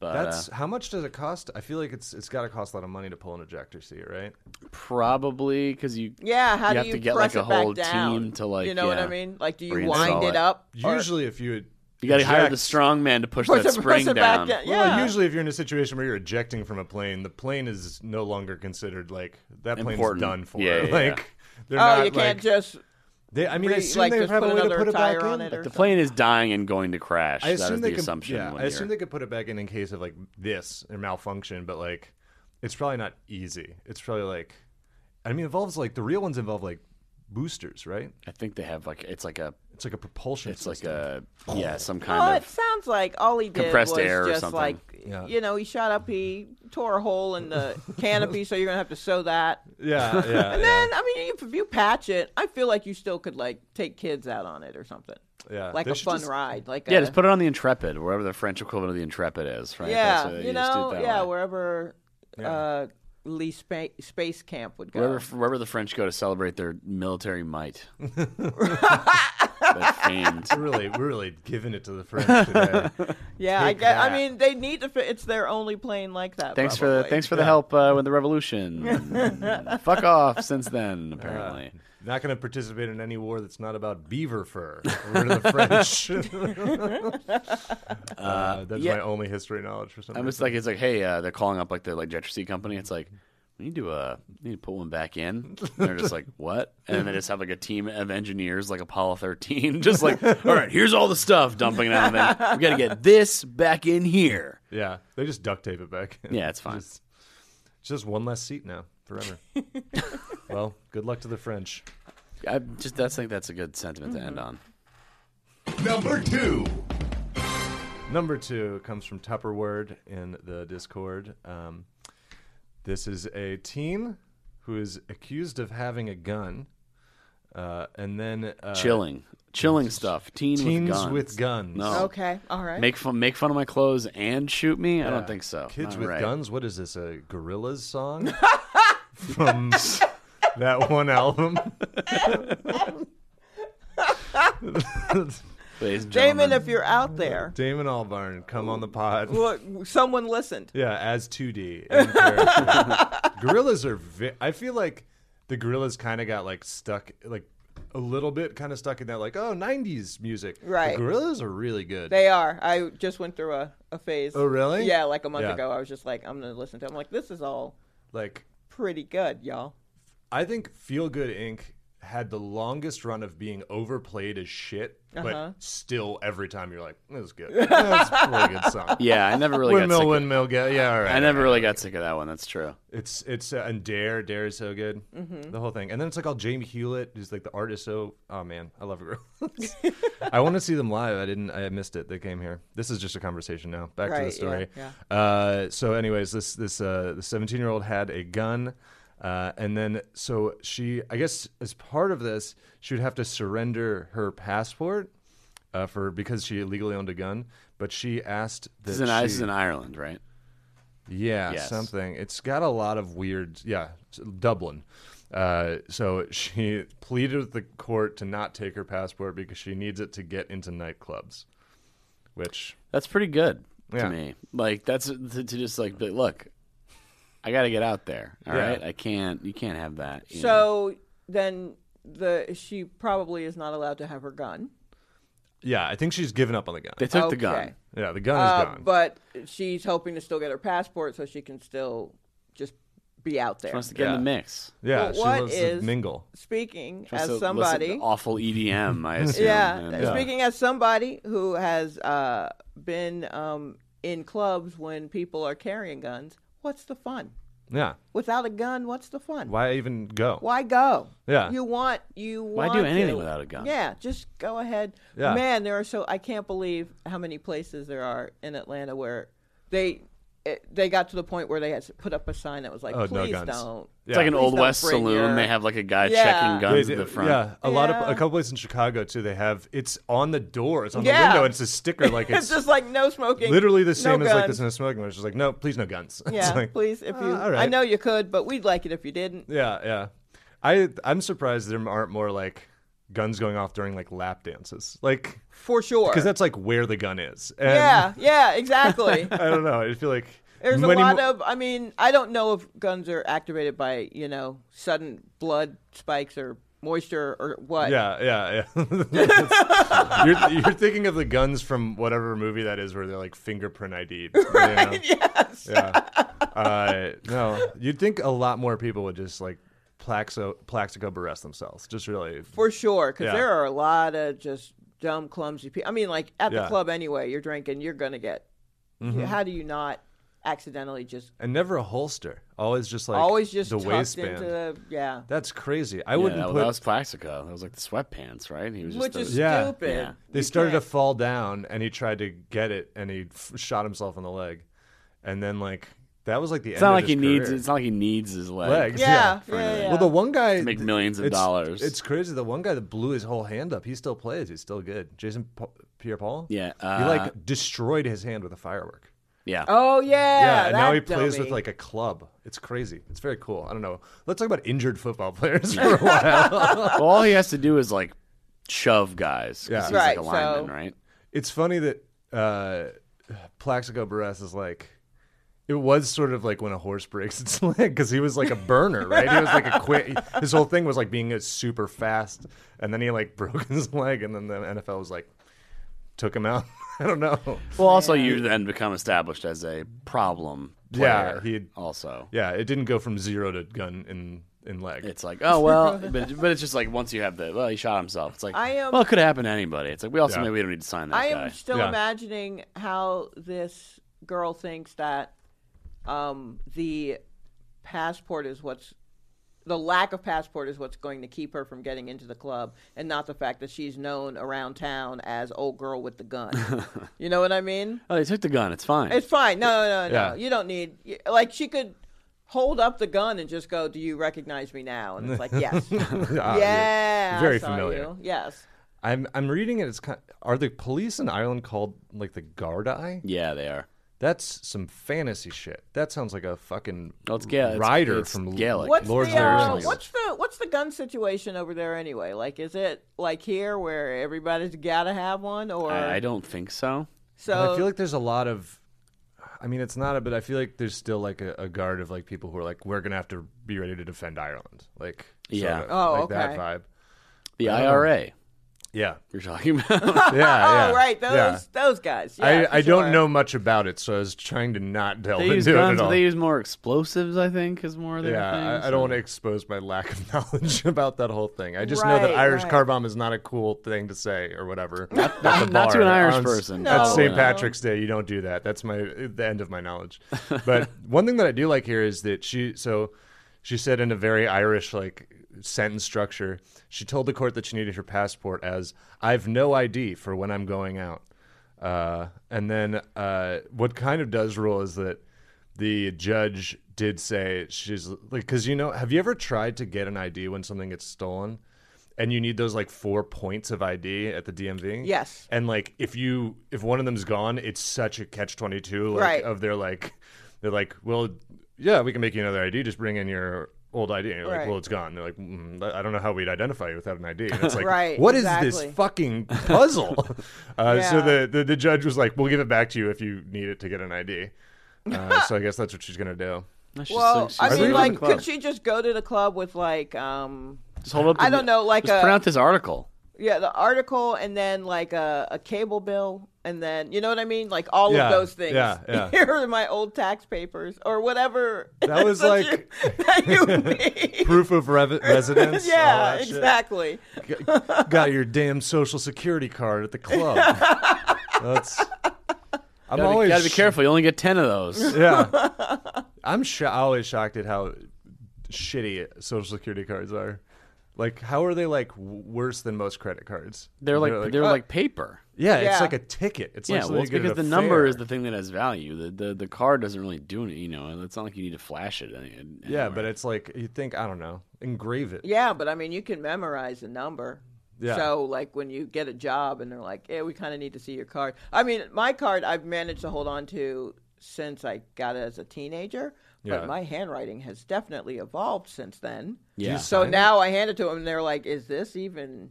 [SPEAKER 1] but uh,
[SPEAKER 2] That's how much does it cost? I feel like it's it's got to cost a lot of money to pull an ejector seat, right?
[SPEAKER 1] uh, probably because you
[SPEAKER 3] yeah, how
[SPEAKER 1] you
[SPEAKER 3] do
[SPEAKER 1] have
[SPEAKER 3] you
[SPEAKER 1] to get,
[SPEAKER 3] press
[SPEAKER 1] like, a
[SPEAKER 3] it back
[SPEAKER 1] whole
[SPEAKER 3] down?
[SPEAKER 1] team to, like,
[SPEAKER 3] you know what I
[SPEAKER 1] yeah,
[SPEAKER 3] mean? Like, do you
[SPEAKER 1] reinstall
[SPEAKER 3] wind it
[SPEAKER 1] it.
[SPEAKER 3] up? or-
[SPEAKER 2] Usually, if you
[SPEAKER 1] you got to hire the
[SPEAKER 2] eject-
[SPEAKER 1] strong man to push
[SPEAKER 3] Push
[SPEAKER 1] that
[SPEAKER 3] it- push
[SPEAKER 1] spring
[SPEAKER 3] it back
[SPEAKER 1] down.
[SPEAKER 3] down.
[SPEAKER 2] Well,
[SPEAKER 3] Yeah.
[SPEAKER 2] usually if you're in a situation where you're ejecting from a plane, the plane is no longer considered like that plane's
[SPEAKER 1] Important.
[SPEAKER 2] done for.
[SPEAKER 1] Yeah, yeah, yeah.
[SPEAKER 2] like they're
[SPEAKER 3] Oh,
[SPEAKER 2] not
[SPEAKER 3] you can't
[SPEAKER 2] like,
[SPEAKER 3] just
[SPEAKER 2] They, I mean, I
[SPEAKER 3] Re-
[SPEAKER 2] assume
[SPEAKER 3] like,
[SPEAKER 2] they
[SPEAKER 3] just
[SPEAKER 2] have
[SPEAKER 3] put
[SPEAKER 2] a way to
[SPEAKER 3] another
[SPEAKER 2] put it
[SPEAKER 3] tire
[SPEAKER 2] back
[SPEAKER 3] on
[SPEAKER 2] in.
[SPEAKER 3] it or
[SPEAKER 1] The plane is dying and going to crash.
[SPEAKER 2] I
[SPEAKER 1] that
[SPEAKER 2] assume
[SPEAKER 1] is
[SPEAKER 2] they
[SPEAKER 1] the
[SPEAKER 2] could,
[SPEAKER 1] assumption.
[SPEAKER 2] Yeah,
[SPEAKER 1] when
[SPEAKER 2] I assume
[SPEAKER 1] you're-
[SPEAKER 2] they could put it back in in case of like this or malfunction, but like it's probably not easy. It's probably like, I mean, it involves like the real ones involve like boosters, right?
[SPEAKER 1] I think they have like it's like a
[SPEAKER 2] It's like a propulsion.
[SPEAKER 1] it's like
[SPEAKER 2] system.
[SPEAKER 1] a yeah some kind
[SPEAKER 3] Well, Oh, it
[SPEAKER 1] of
[SPEAKER 3] sounds like all he did
[SPEAKER 1] compressed
[SPEAKER 3] was
[SPEAKER 1] air or
[SPEAKER 3] just
[SPEAKER 1] something.
[SPEAKER 3] like
[SPEAKER 2] Yeah.
[SPEAKER 3] you know he shot up, he tore a hole in the canopy, so you're gonna have to sew that.
[SPEAKER 2] yeah, yeah,
[SPEAKER 3] And
[SPEAKER 2] yeah,
[SPEAKER 3] then I mean, if you patch it, I feel like you still could like take kids out on it or something,
[SPEAKER 2] yeah.
[SPEAKER 3] like
[SPEAKER 2] They
[SPEAKER 3] a
[SPEAKER 2] should
[SPEAKER 3] fun
[SPEAKER 2] just-
[SPEAKER 3] ride, like
[SPEAKER 1] yeah
[SPEAKER 3] a,
[SPEAKER 1] just put it on the Intrepid wherever the French equivalent of the Intrepid is right That's
[SPEAKER 3] yeah,
[SPEAKER 1] what-
[SPEAKER 3] you
[SPEAKER 1] just do it
[SPEAKER 3] know,
[SPEAKER 1] that
[SPEAKER 3] yeah,
[SPEAKER 1] way.
[SPEAKER 3] wherever
[SPEAKER 2] Yeah.
[SPEAKER 3] uh, Lee Spa- Space Camp would go.
[SPEAKER 1] Wherever, wherever the French go to celebrate their military might. They're famed.
[SPEAKER 2] We're really, we're really giving it to the French today.
[SPEAKER 3] yeah, I
[SPEAKER 2] take
[SPEAKER 3] guess.
[SPEAKER 2] that.
[SPEAKER 3] I mean, they need to. Fit, it's their only plane like that.
[SPEAKER 1] Thanks for
[SPEAKER 3] probably.
[SPEAKER 1] the thanks for the help uh, with the revolution. Mm, Fuck off since then, apparently.
[SPEAKER 2] Not going to participate in any war that's not about beaver fur. We're to the French. Uh, that's
[SPEAKER 1] yeah.
[SPEAKER 2] my only history knowledge for some
[SPEAKER 1] I
[SPEAKER 2] reason.
[SPEAKER 1] was like, it's like, hey, uh, they're calling up like the like Jetrosea company. It's like, we need to uh, we need to put one back in. And they're just like, what? And they just have like a team of engineers, like Apollo thirteen, just like, all right, here's all the stuff dumping it out, and then we got to get this back in here.
[SPEAKER 2] yeah, they just duct tape it back. in.
[SPEAKER 1] Yeah, it's fine.
[SPEAKER 2] Just, just one less seat now, forever. well, good luck to the French.
[SPEAKER 1] I just that's think that's a good sentiment to end on.
[SPEAKER 4] Number two.
[SPEAKER 2] Number two comes from Tupperword in the Discord. Um, this is a teen who is accused of having a gun, uh, and then uh,
[SPEAKER 1] Chilling, chilling stuff. Teen with
[SPEAKER 2] teens
[SPEAKER 1] guns.
[SPEAKER 2] with guns.
[SPEAKER 1] No.
[SPEAKER 3] Okay, all right.
[SPEAKER 1] Make fun, make fun of my clothes and shoot me. I
[SPEAKER 2] Yeah.
[SPEAKER 1] don't think so.
[SPEAKER 3] Oh,
[SPEAKER 2] Kids
[SPEAKER 1] Not
[SPEAKER 2] with
[SPEAKER 1] right.
[SPEAKER 2] guns. What is this? A Gorillas song from that one album.
[SPEAKER 1] Ladies and
[SPEAKER 3] Damon,
[SPEAKER 1] gentlemen.
[SPEAKER 3] if you're out there,
[SPEAKER 2] Damon Albarn, come on the pod.
[SPEAKER 3] look, someone listened.
[SPEAKER 2] Yeah, as 2D. in character. gorillas are. Vi- I feel like the gorillas kind of got like stuck, like a little bit, kind of stuck in that like oh 90s music.
[SPEAKER 3] Right.
[SPEAKER 2] The gorillas are really good.
[SPEAKER 3] They are. I just went through a, a phase.
[SPEAKER 2] Oh, really?
[SPEAKER 3] Yeah, like a month
[SPEAKER 2] Yeah.
[SPEAKER 3] ago. I was just like, I'm gonna listen to. It. I'm like, this is all
[SPEAKER 2] like
[SPEAKER 3] pretty good, y'all.
[SPEAKER 2] I think Feel Good Inc. had the longest run of being overplayed as shit,
[SPEAKER 3] Uh-huh.
[SPEAKER 2] but still every time you're like, this is good. That's a pretty good song.
[SPEAKER 1] yeah, I never really got
[SPEAKER 2] windmill,
[SPEAKER 1] sick. Of,
[SPEAKER 2] windmill, go. Yeah, all right.
[SPEAKER 1] I never really got sick of that one. That's true.
[SPEAKER 2] It's it's uh, and Dare, Dare is so good, the whole thing, and then it's like all Jamie Hewlett, who's like the artist. So, oh man, I love Gorillas. I want to see them live. I didn't, I missed it. They came here. This is just a conversation now. Back to
[SPEAKER 3] Right,
[SPEAKER 2] the
[SPEAKER 3] yeah,
[SPEAKER 2] story.
[SPEAKER 3] yeah.
[SPEAKER 2] Uh, so, anyways, this this uh, the seventeen year old had a gun, uh, and then so she, I guess, as part of this, she would have to surrender her passport uh, for because she illegally owned a gun. But she asked that
[SPEAKER 1] This is, in,
[SPEAKER 2] she,
[SPEAKER 1] this is in Ireland, right?
[SPEAKER 2] yeah,
[SPEAKER 1] Yes.
[SPEAKER 2] something. It's got a lot of weird. Yeah, s- Dublin. Uh, so she pleaded with the court to not take her passport because she needs it to get into nightclubs. Which
[SPEAKER 1] That's pretty good
[SPEAKER 2] Yeah.
[SPEAKER 1] to me. Like that's to, to just like be like, look, I got to get out there. All
[SPEAKER 2] Yeah.
[SPEAKER 1] right, I can't. You can't have that. you
[SPEAKER 2] Mm.
[SPEAKER 1] know?
[SPEAKER 3] So then the she probably is not allowed to have her gun.
[SPEAKER 2] yeah, I think she's given up on the gun.
[SPEAKER 1] they took
[SPEAKER 3] okay.
[SPEAKER 1] the gun.
[SPEAKER 2] Yeah, the gun
[SPEAKER 3] Uh,
[SPEAKER 2] is gone.
[SPEAKER 3] but she's hoping to still get her passport so she can still just be out there.
[SPEAKER 1] Wants to get
[SPEAKER 2] Yeah.
[SPEAKER 1] in the mix.
[SPEAKER 2] yeah,
[SPEAKER 3] But
[SPEAKER 2] she
[SPEAKER 3] what
[SPEAKER 2] loves to
[SPEAKER 3] is-
[SPEAKER 2] mingle.
[SPEAKER 3] Speaking
[SPEAKER 1] Wants to
[SPEAKER 3] as
[SPEAKER 1] listen to
[SPEAKER 3] somebody,
[SPEAKER 1] awful EDM. I assume.
[SPEAKER 3] yeah, uh,
[SPEAKER 1] and-
[SPEAKER 3] Speaking as somebody who has uh, been um, in clubs when people are carrying guns, what's the fun?
[SPEAKER 2] Yeah,
[SPEAKER 3] Without a gun, what's the fun?
[SPEAKER 2] why even go?
[SPEAKER 3] Why go?
[SPEAKER 2] Yeah.
[SPEAKER 3] You want you
[SPEAKER 1] Why do
[SPEAKER 3] want
[SPEAKER 1] anything
[SPEAKER 3] to-
[SPEAKER 1] without a gun?
[SPEAKER 3] Yeah, just go ahead.
[SPEAKER 2] Yeah.
[SPEAKER 3] Man, there are so I can't believe how many places there are in Atlanta where they it, they got to the point where they had to put up a sign that was like,
[SPEAKER 2] Oh, no
[SPEAKER 3] please
[SPEAKER 2] guns."
[SPEAKER 3] don't.
[SPEAKER 1] It's like an
[SPEAKER 3] Please
[SPEAKER 1] old
[SPEAKER 3] don't
[SPEAKER 1] west
[SPEAKER 3] bring
[SPEAKER 1] saloon.
[SPEAKER 3] your-
[SPEAKER 1] They have like a guy
[SPEAKER 3] Yeah.
[SPEAKER 1] checking guns
[SPEAKER 2] They-
[SPEAKER 1] at the
[SPEAKER 2] they-
[SPEAKER 1] front.
[SPEAKER 2] Yeah, a lot of
[SPEAKER 3] Yeah.
[SPEAKER 2] a couple places in Chicago too. They have it's on the door, it's on the
[SPEAKER 3] Yeah.
[SPEAKER 2] window, and it's a sticker like
[SPEAKER 3] It's
[SPEAKER 2] it's,
[SPEAKER 3] just like no smoking.
[SPEAKER 2] literally the
[SPEAKER 3] no
[SPEAKER 2] same as like
[SPEAKER 3] guns.
[SPEAKER 2] this in a smoking, which is like no, please no guns. It's
[SPEAKER 3] Yeah,
[SPEAKER 2] like-
[SPEAKER 3] please if you.
[SPEAKER 2] "Ah, all right."
[SPEAKER 3] I know you could, but we'd like it if you didn't.
[SPEAKER 2] Yeah, yeah. I I'm surprised there aren't more like guns going off during like lap dances, like
[SPEAKER 3] For sure.
[SPEAKER 2] because that's like where the gun is. And
[SPEAKER 3] yeah, yeah, exactly.
[SPEAKER 2] I don't know. I feel like
[SPEAKER 3] There's a
[SPEAKER 2] many
[SPEAKER 3] lot
[SPEAKER 2] mo-
[SPEAKER 3] of. I mean, I don't know if guns are activated by you know sudden blood spikes or moisture or what.
[SPEAKER 2] Yeah, yeah, yeah. you're, you're thinking of the guns from whatever movie that is where they're like fingerprint ID.
[SPEAKER 3] Yes.
[SPEAKER 2] Yeah. Uh, no, you'd think a lot more people would just like Plaxo, Plaxico bereft themselves. Just really.
[SPEAKER 3] For sure, because
[SPEAKER 2] Yeah.
[SPEAKER 3] there are a lot of just dumb, clumsy people. I mean, like at the
[SPEAKER 2] Yeah. Mm-hmm.
[SPEAKER 3] club anyway, you're drinking, you're gonna get. How do you not accidentally just
[SPEAKER 2] and never a holster. Always just like
[SPEAKER 3] always just
[SPEAKER 2] the
[SPEAKER 3] tucked
[SPEAKER 2] waistband.
[SPEAKER 3] into the yeah,
[SPEAKER 2] That's crazy. I
[SPEAKER 1] Yeah,
[SPEAKER 2] wouldn't
[SPEAKER 1] that,
[SPEAKER 2] put.
[SPEAKER 1] that was Plaxico. That was like the sweatpants, right? He was just
[SPEAKER 3] which
[SPEAKER 1] those-
[SPEAKER 3] is
[SPEAKER 2] Yeah.
[SPEAKER 3] stupid.
[SPEAKER 1] Yeah.
[SPEAKER 2] They started to fall down, and he tried to get it, and he f- shot himself in the leg, and then like that was like the
[SPEAKER 1] It's
[SPEAKER 2] end.
[SPEAKER 1] not
[SPEAKER 2] of
[SPEAKER 1] like
[SPEAKER 2] his
[SPEAKER 1] he needs.
[SPEAKER 2] career.
[SPEAKER 1] It's not like he needs his leg.
[SPEAKER 2] legs.
[SPEAKER 3] Yeah,
[SPEAKER 1] for
[SPEAKER 3] yeah,
[SPEAKER 1] anything.
[SPEAKER 3] yeah.
[SPEAKER 2] Well, the one guy
[SPEAKER 1] To make millions of
[SPEAKER 2] it's-
[SPEAKER 1] dollars.
[SPEAKER 2] It's crazy. The one guy that blew his whole hand up, he still plays. He's still good. Jason pa- Pierre-Paul.
[SPEAKER 1] Yeah,
[SPEAKER 2] he
[SPEAKER 1] uh,
[SPEAKER 2] like destroyed his hand with a firework.
[SPEAKER 1] Yeah.
[SPEAKER 3] Oh yeah,
[SPEAKER 2] and now
[SPEAKER 3] that
[SPEAKER 2] he plays with
[SPEAKER 3] dummy.
[SPEAKER 2] like a club. It's crazy. It's very cool. I don't know. Let's talk about injured football players for a while.
[SPEAKER 1] Well, all he has to do is like shove guys. 'cause
[SPEAKER 2] Yeah.
[SPEAKER 1] He's like
[SPEAKER 3] Right,
[SPEAKER 1] a lineman,
[SPEAKER 3] so-
[SPEAKER 1] right?
[SPEAKER 2] it's funny that uh, Plaxico Burress is like. It was sort of like when a horse breaks its leg because he was like a burner, right? He was like a quick. His whole thing was like being a super fast, and then he like broke his leg, and then the NFL was like took him out. I don't know.
[SPEAKER 1] Well, also you then become established as a problem.
[SPEAKER 2] Yeah,
[SPEAKER 1] Player
[SPEAKER 2] he-
[SPEAKER 1] also.
[SPEAKER 2] Yeah, it didn't go from zero to gun in in leg.
[SPEAKER 1] It's like, oh well, but, but it's just like once you have the well, he shot himself. It's like,
[SPEAKER 3] I am-
[SPEAKER 1] well, it could happen to anybody. It's like we also
[SPEAKER 2] Yeah.
[SPEAKER 1] maybe we don't need to sign that
[SPEAKER 3] I
[SPEAKER 1] guy.
[SPEAKER 3] am still
[SPEAKER 2] Yeah.
[SPEAKER 3] imagining how this girl thinks that um, the passport is what's the lack of passport is what's going to keep her from getting into the club, and not the fact that she's known around town as old girl with the gun. you know what I mean?
[SPEAKER 1] oh, they took the gun. It's fine.
[SPEAKER 3] It's fine. No, no, no.
[SPEAKER 2] Yeah.
[SPEAKER 3] You don't need y- like she could hold up the gun and just go, "Do you recognize me now?" And it's like, "Yes,
[SPEAKER 2] Ah,
[SPEAKER 3] yeah, I
[SPEAKER 2] Very
[SPEAKER 3] saw
[SPEAKER 2] familiar.
[SPEAKER 3] you. Yes,
[SPEAKER 2] I'm I'm reading it. It's kind. are the police in Ireland called like the guard eye?
[SPEAKER 1] yeah, they are.
[SPEAKER 2] That's some fantasy shit. That sounds like a fucking
[SPEAKER 1] Well, it's Gael- it's-
[SPEAKER 2] rider
[SPEAKER 1] it's
[SPEAKER 2] from
[SPEAKER 1] Gaelic.
[SPEAKER 3] what's
[SPEAKER 2] Lords
[SPEAKER 3] the
[SPEAKER 2] of the
[SPEAKER 3] uh,
[SPEAKER 2] Rings.
[SPEAKER 3] what's the what's the gun situation over there anyway? Like, is it like here where everybody's gotta have one, or
[SPEAKER 1] I, I don't think so.
[SPEAKER 2] And
[SPEAKER 3] so?
[SPEAKER 2] I feel like there's a lot of. I mean, it's not, a, but I feel like there's still like a, a guard of like people who are like, we're gonna have to be ready to defend Ireland, like sort
[SPEAKER 1] Yeah.
[SPEAKER 2] of,
[SPEAKER 3] Oh,
[SPEAKER 2] like
[SPEAKER 3] okay.
[SPEAKER 2] that vibe,
[SPEAKER 1] The
[SPEAKER 2] I don't know.
[SPEAKER 1] IRA
[SPEAKER 2] yeah,
[SPEAKER 1] you're talking about.
[SPEAKER 2] yeah, yeah.
[SPEAKER 3] oh, right, those
[SPEAKER 2] yeah.
[SPEAKER 3] those guys. Yeah, for
[SPEAKER 2] I, I don't
[SPEAKER 3] sure.
[SPEAKER 2] know much about it, so I was trying to not delve
[SPEAKER 1] they
[SPEAKER 2] into
[SPEAKER 1] use
[SPEAKER 2] it
[SPEAKER 1] guns,
[SPEAKER 2] at
[SPEAKER 1] but
[SPEAKER 2] all.
[SPEAKER 1] they use more explosives. I think is more their
[SPEAKER 2] yeah,
[SPEAKER 1] thing.
[SPEAKER 2] I, I
[SPEAKER 1] so-
[SPEAKER 2] don't want to expose my lack of knowledge about that whole thing. I just know that
[SPEAKER 3] Right,
[SPEAKER 2] Irish
[SPEAKER 3] right.
[SPEAKER 2] car bomb is not a cool thing to say or whatever. Not,
[SPEAKER 1] not- not to an Irish
[SPEAKER 2] On s-
[SPEAKER 1] person.
[SPEAKER 3] No,
[SPEAKER 2] At St.
[SPEAKER 3] no.
[SPEAKER 2] Patrick's Day, you don't do that. That's my the end of my knowledge. But one thing that I do like here is that she so she said in a very Irish like sentence structure, she told the court that she needed her passport as I've no ID for when I'm going out. Uh, and then uh, what kind of does rule is that the judge did say she's like because you know have you ever tried to get an ID when something gets stolen and you need those like four points of ID at the DMV
[SPEAKER 3] Yes.
[SPEAKER 2] and like if you if one of them's gone it's such a catch 22 like
[SPEAKER 3] Right.
[SPEAKER 2] of their like they're like well yeah we can make you another ID just bring in your old ID and you're like
[SPEAKER 3] Right.
[SPEAKER 2] well it's gone they're like mm, I don't know how we'd identify you without an ID and it's like
[SPEAKER 3] Right,
[SPEAKER 2] what is
[SPEAKER 3] exactly.
[SPEAKER 2] this fucking puzzle uh, so
[SPEAKER 3] Yeah.
[SPEAKER 2] the, the the judge was like we'll give it back to you if you need it to get an ID uh, so I guess that's what she's gonna do.
[SPEAKER 1] No, she's
[SPEAKER 3] Well,
[SPEAKER 1] so- she's
[SPEAKER 3] I
[SPEAKER 2] Are they
[SPEAKER 1] leaving
[SPEAKER 3] mean, like,
[SPEAKER 1] the club.
[SPEAKER 3] could she just go to the club with like, um,
[SPEAKER 1] Just hold up.
[SPEAKER 3] I
[SPEAKER 1] the-
[SPEAKER 3] don't know, like
[SPEAKER 1] just
[SPEAKER 3] a-
[SPEAKER 1] print
[SPEAKER 2] uh,
[SPEAKER 1] out this article.
[SPEAKER 3] yeah, the article and then like a, a cable bill and then you know what I mean, like all
[SPEAKER 2] Yeah,
[SPEAKER 3] of those things.
[SPEAKER 2] yeah, yeah.
[SPEAKER 3] Here are my old tax papers or whatever.
[SPEAKER 2] That was
[SPEAKER 3] that you-
[SPEAKER 2] like
[SPEAKER 3] that you need.
[SPEAKER 2] proof of rev- residence. all
[SPEAKER 3] yeah,
[SPEAKER 2] that shit.
[SPEAKER 3] exactly.
[SPEAKER 2] Got- Got your damn social security card at the club. That's. I'm
[SPEAKER 1] Gotta,
[SPEAKER 2] always
[SPEAKER 1] be, gotta be
[SPEAKER 2] sh-
[SPEAKER 1] careful. You only get ten of those.
[SPEAKER 2] Yeah, I'm sh- always shocked at how shitty social security cards are. Like, how are they like w- worse than most credit cards?
[SPEAKER 1] They're like they're like,
[SPEAKER 2] "Oh,
[SPEAKER 1] paper.
[SPEAKER 2] yeah,
[SPEAKER 3] Yeah.
[SPEAKER 2] it's like a ticket. It's like
[SPEAKER 1] Yeah, well,
[SPEAKER 2] something
[SPEAKER 1] it's
[SPEAKER 2] you get
[SPEAKER 1] because the
[SPEAKER 2] at a
[SPEAKER 1] number
[SPEAKER 2] fair.
[SPEAKER 1] is the thing that has value. The the, the card doesn't really do anything. You know, it's not like you need to flash it. Any,
[SPEAKER 2] yeah, but it's like you think I don't know, engrave it.
[SPEAKER 3] Yeah, but I mean, you can memorize the number.
[SPEAKER 2] Yeah.
[SPEAKER 3] So, like, when you get a job and they're like, yeah, we kind of need to see your card. I mean, my card I've managed to hold on to since I got it as a teenager,
[SPEAKER 2] Yeah.
[SPEAKER 3] but my handwriting has definitely evolved since then.
[SPEAKER 1] Yeah.
[SPEAKER 2] You
[SPEAKER 3] So
[SPEAKER 2] sign it?
[SPEAKER 3] now I hand it to them and they're like, is this even,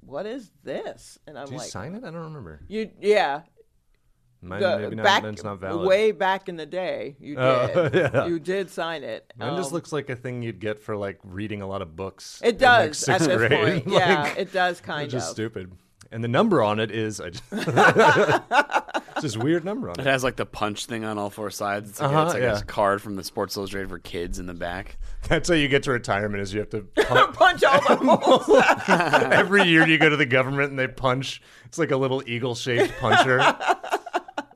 [SPEAKER 3] what is this? And I'm
[SPEAKER 2] do you
[SPEAKER 3] like,
[SPEAKER 2] sign it? I don't remember.
[SPEAKER 3] you, yeah.
[SPEAKER 2] Mine,
[SPEAKER 3] the-
[SPEAKER 2] maybe not,
[SPEAKER 3] back,
[SPEAKER 2] mine's not valid.
[SPEAKER 3] Way back in the day, you did.
[SPEAKER 2] Oh, yeah.
[SPEAKER 3] You did sign it.
[SPEAKER 2] Mine just
[SPEAKER 3] Um,
[SPEAKER 2] looks like a thing you'd get for like reading a lot of books.
[SPEAKER 3] It
[SPEAKER 2] in, like,
[SPEAKER 3] does at
[SPEAKER 2] sixth
[SPEAKER 3] this
[SPEAKER 2] grade. Like,
[SPEAKER 3] point. yeah, it does kind
[SPEAKER 2] it's just
[SPEAKER 3] of.
[SPEAKER 2] stupid. and the number on it is I just, it's this weird number on
[SPEAKER 1] It
[SPEAKER 2] it.
[SPEAKER 1] has like the punch thing on all four sides. It's like,
[SPEAKER 2] Uh-huh,
[SPEAKER 1] it's like
[SPEAKER 2] yeah.
[SPEAKER 1] a card from the Sports Illustrated for kids in the back.
[SPEAKER 2] That's how you get to retirement is you have to punch.
[SPEAKER 3] Punch all the holes.
[SPEAKER 2] every year you go to the government and they punch. It's like a little eagle shaped puncher.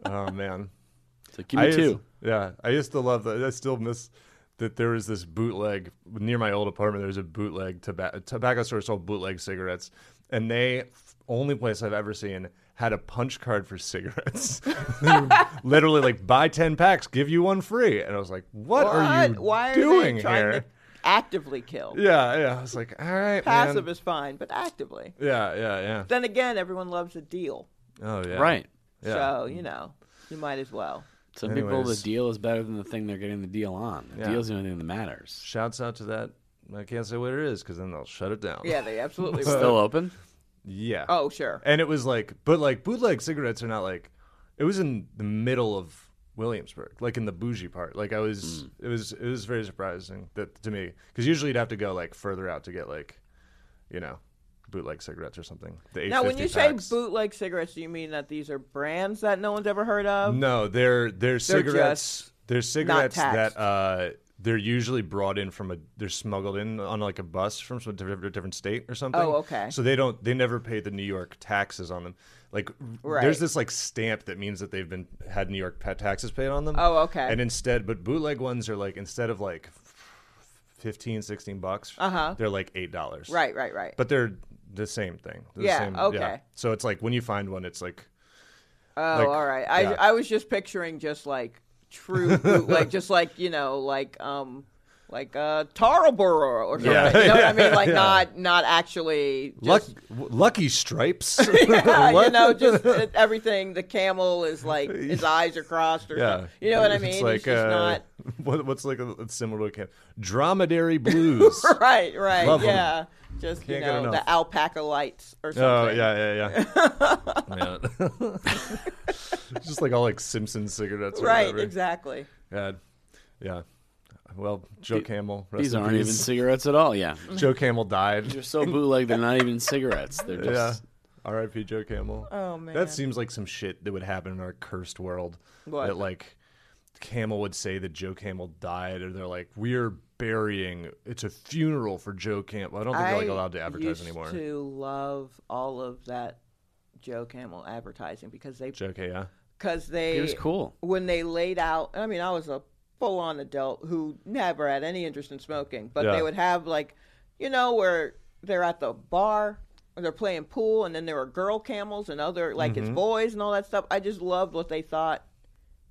[SPEAKER 2] oh man.
[SPEAKER 1] It's like, give me
[SPEAKER 2] I
[SPEAKER 1] two.
[SPEAKER 2] Used, yeah, I used to love that. I still miss that there was this bootleg near my old apartment. There was a bootleg tobacco tobacco store sold bootleg cigarettes, and they only place I've ever seen had a punch card for cigarettes. They were Literally, like buy ten packs, give you one free. And I was like, "What, are you
[SPEAKER 3] What? Why are
[SPEAKER 2] doing
[SPEAKER 3] they trying
[SPEAKER 2] here?"
[SPEAKER 3] to actively kill?
[SPEAKER 2] Yeah, yeah. I was like, "All right,
[SPEAKER 3] Passive
[SPEAKER 2] man."
[SPEAKER 3] is fine, but actively.
[SPEAKER 2] Yeah, yeah,
[SPEAKER 3] Then again, everyone loves a deal.
[SPEAKER 2] yeah. Oh yeah,
[SPEAKER 1] Right.
[SPEAKER 2] Yeah.
[SPEAKER 3] So, you know, you might as well.
[SPEAKER 1] Some people, the
[SPEAKER 2] Anyways.
[SPEAKER 1] deal is better than the thing they're getting the deal on. The
[SPEAKER 2] Yeah.
[SPEAKER 1] deal's the only thing that matters.
[SPEAKER 2] Shouts out to that. I can't say what it is because then they'll shut it down.
[SPEAKER 3] Yeah, they absolutely will.
[SPEAKER 1] Still open?
[SPEAKER 2] Yeah.
[SPEAKER 3] Oh, sure.
[SPEAKER 2] And it was like, but like bootleg cigarettes are not like, it was in the middle of Williamsburg, like in the bougie part. Like I was, it was, it was very surprising that to me because usually you'd have to go like further out to get like, you know, bootleg cigarettes or something. The
[SPEAKER 3] Now, when you
[SPEAKER 2] 850 packs.
[SPEAKER 3] say bootleg cigarettes, do you mean that these are brands that no one's ever heard of?
[SPEAKER 2] no, they're they're cigarettes.
[SPEAKER 3] just
[SPEAKER 2] They're cigarettes
[SPEAKER 3] taxed.
[SPEAKER 2] that uh, they're usually brought in from a. They're smuggled in on like a bus from some different, different state or something.
[SPEAKER 3] Oh, okay.
[SPEAKER 2] So they don't. They never pay the New York taxes on them. Like r-
[SPEAKER 3] Right.
[SPEAKER 2] there's this like stamp that means that they've been had New York pet taxes paid on them.
[SPEAKER 3] Oh, okay.
[SPEAKER 2] And instead, but bootleg ones are like instead of like 15, 16 bucks, uh-huh. they're like eight dollars.
[SPEAKER 3] Right, right, right.
[SPEAKER 2] But they're the same thing. They're the
[SPEAKER 3] Yeah,
[SPEAKER 2] same-
[SPEAKER 3] okay.
[SPEAKER 2] So it's like when you find one, it's like
[SPEAKER 3] oh,
[SPEAKER 2] like,
[SPEAKER 3] all right. I,
[SPEAKER 2] yeah.
[SPEAKER 3] I was just picturing just like true bootleg, just like, you know, like, um, like uh, Tarlboro or something.
[SPEAKER 2] Yeah.
[SPEAKER 3] You know what
[SPEAKER 2] Yeah,
[SPEAKER 3] I mean? Like
[SPEAKER 2] yeah.
[SPEAKER 3] not, not actually. Just,
[SPEAKER 2] Luck, w- lucky stripes.
[SPEAKER 3] Yeah, you
[SPEAKER 2] What?
[SPEAKER 3] know, just uh, everything. The camel is like his eyes are crossed, or
[SPEAKER 2] Yeah.
[SPEAKER 3] something. you know what I
[SPEAKER 2] It's
[SPEAKER 3] mean. It's,
[SPEAKER 2] like,
[SPEAKER 3] just
[SPEAKER 2] uh,
[SPEAKER 3] not
[SPEAKER 2] what, what's like a, it's similar to a camp? Dromedary Blues. oh,
[SPEAKER 3] right, right,
[SPEAKER 2] Love 'em.
[SPEAKER 3] yeah. Just
[SPEAKER 2] Can't
[SPEAKER 3] you
[SPEAKER 2] get
[SPEAKER 3] know,
[SPEAKER 2] enough. Oh,
[SPEAKER 3] the alpaca lights or something.
[SPEAKER 2] yeah, yeah, yeah. yeah. It's just like all like Simpson cigarettes or
[SPEAKER 3] Right,
[SPEAKER 2] whatever.
[SPEAKER 3] exactly.
[SPEAKER 2] God. Yeah. Well, Joe Camel. Rest
[SPEAKER 1] These
[SPEAKER 2] in
[SPEAKER 1] aren't even
[SPEAKER 2] peace.
[SPEAKER 1] cigarettes at all. Yeah.
[SPEAKER 2] Joe Camel died.
[SPEAKER 1] They're so bootleg, they're not even cigarettes. They're just.
[SPEAKER 2] Yeah. R.I.P. Joe Camel.
[SPEAKER 3] Oh, man.
[SPEAKER 2] that seems like some shit that would happen in our cursed world.
[SPEAKER 3] What?
[SPEAKER 2] That like Camel would say that Joe Camel died, or they're like, we're burying. It's a funeral for Joe Camel. I don't think they're like allowed to advertise
[SPEAKER 3] used
[SPEAKER 2] anymore.
[SPEAKER 3] To love all of that Joe Camel advertising because they
[SPEAKER 2] Joe K. Yeah.
[SPEAKER 3] because they
[SPEAKER 1] It was cool.
[SPEAKER 3] when they laid out i mean i was a full-on adult who never had any interest in smoking but
[SPEAKER 2] Yeah.
[SPEAKER 3] they would have like you know where they're at the bar or they're playing pool and then there were girl camels and other like
[SPEAKER 2] Mm-hmm.
[SPEAKER 3] it's boys and all that stuff i just loved what they thought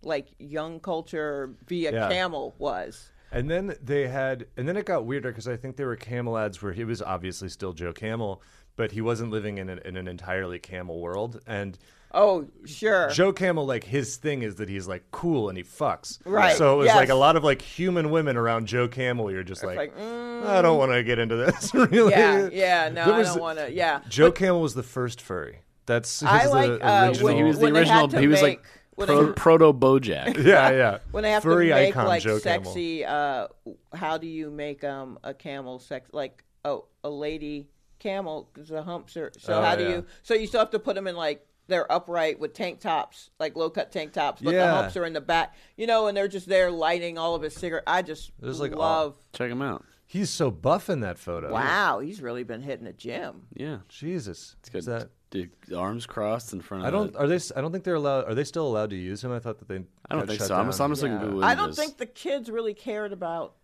[SPEAKER 3] like young culture via
[SPEAKER 2] Yeah.
[SPEAKER 3] camel was
[SPEAKER 2] And then they had, and then it got weirder because I think there were camel ads where he was obviously still Joe Camel, but he wasn't living in an, in an entirely camel world. And
[SPEAKER 3] oh sure
[SPEAKER 2] Joe Camel, like his thing is that he's like cool and he fucks.
[SPEAKER 3] Right,
[SPEAKER 2] So it was
[SPEAKER 3] yes.
[SPEAKER 2] like a lot of like human women around Joe Camel. You're just like, "Mm,
[SPEAKER 3] like, mm,
[SPEAKER 2] I don't want to get into this. really.
[SPEAKER 3] yeah yeah no
[SPEAKER 2] There
[SPEAKER 3] i
[SPEAKER 2] was-
[SPEAKER 3] don't want to yeah
[SPEAKER 2] Joe Camel was the first furry. That's his
[SPEAKER 3] I
[SPEAKER 2] the
[SPEAKER 3] like, uh,
[SPEAKER 2] original.
[SPEAKER 1] He was the
[SPEAKER 3] When they had
[SPEAKER 1] original.
[SPEAKER 3] to
[SPEAKER 1] He was like
[SPEAKER 3] make- when they-
[SPEAKER 1] pro, proto Bojack.
[SPEAKER 2] yeah, yeah.
[SPEAKER 3] when they have
[SPEAKER 2] furry
[SPEAKER 3] to make
[SPEAKER 2] icon
[SPEAKER 3] like
[SPEAKER 2] Joe Camel.
[SPEAKER 3] sexy uh how do you make um a camel sex like oh a lady camel because the humps are so
[SPEAKER 2] Oh,
[SPEAKER 3] how do
[SPEAKER 2] yeah.
[SPEAKER 3] you so you still have to put them in like they're upright with tank tops like low cut tank tops but the
[SPEAKER 2] Yeah.
[SPEAKER 3] humps are in the back you know and they're just there lighting all of his cigarette i just
[SPEAKER 2] There's, like, all-
[SPEAKER 3] love
[SPEAKER 1] Check him out.
[SPEAKER 2] He's so buff in that photo.
[SPEAKER 3] wow he's really been hitting the gym
[SPEAKER 1] Yeah.
[SPEAKER 2] Jesus.
[SPEAKER 1] It's good. Uh,
[SPEAKER 2] Is that?
[SPEAKER 1] The arms crossed in front of
[SPEAKER 2] I don't.
[SPEAKER 1] the-
[SPEAKER 2] Are they? s- I don't think they're allowed. Are they still allowed to use him? I thought that they.
[SPEAKER 1] I don't
[SPEAKER 2] got
[SPEAKER 1] think
[SPEAKER 2] shut
[SPEAKER 1] so. I'm,
[SPEAKER 2] down.
[SPEAKER 1] just- I'm just looking at Google
[SPEAKER 3] i don't
[SPEAKER 1] images.
[SPEAKER 3] think the kids really cared about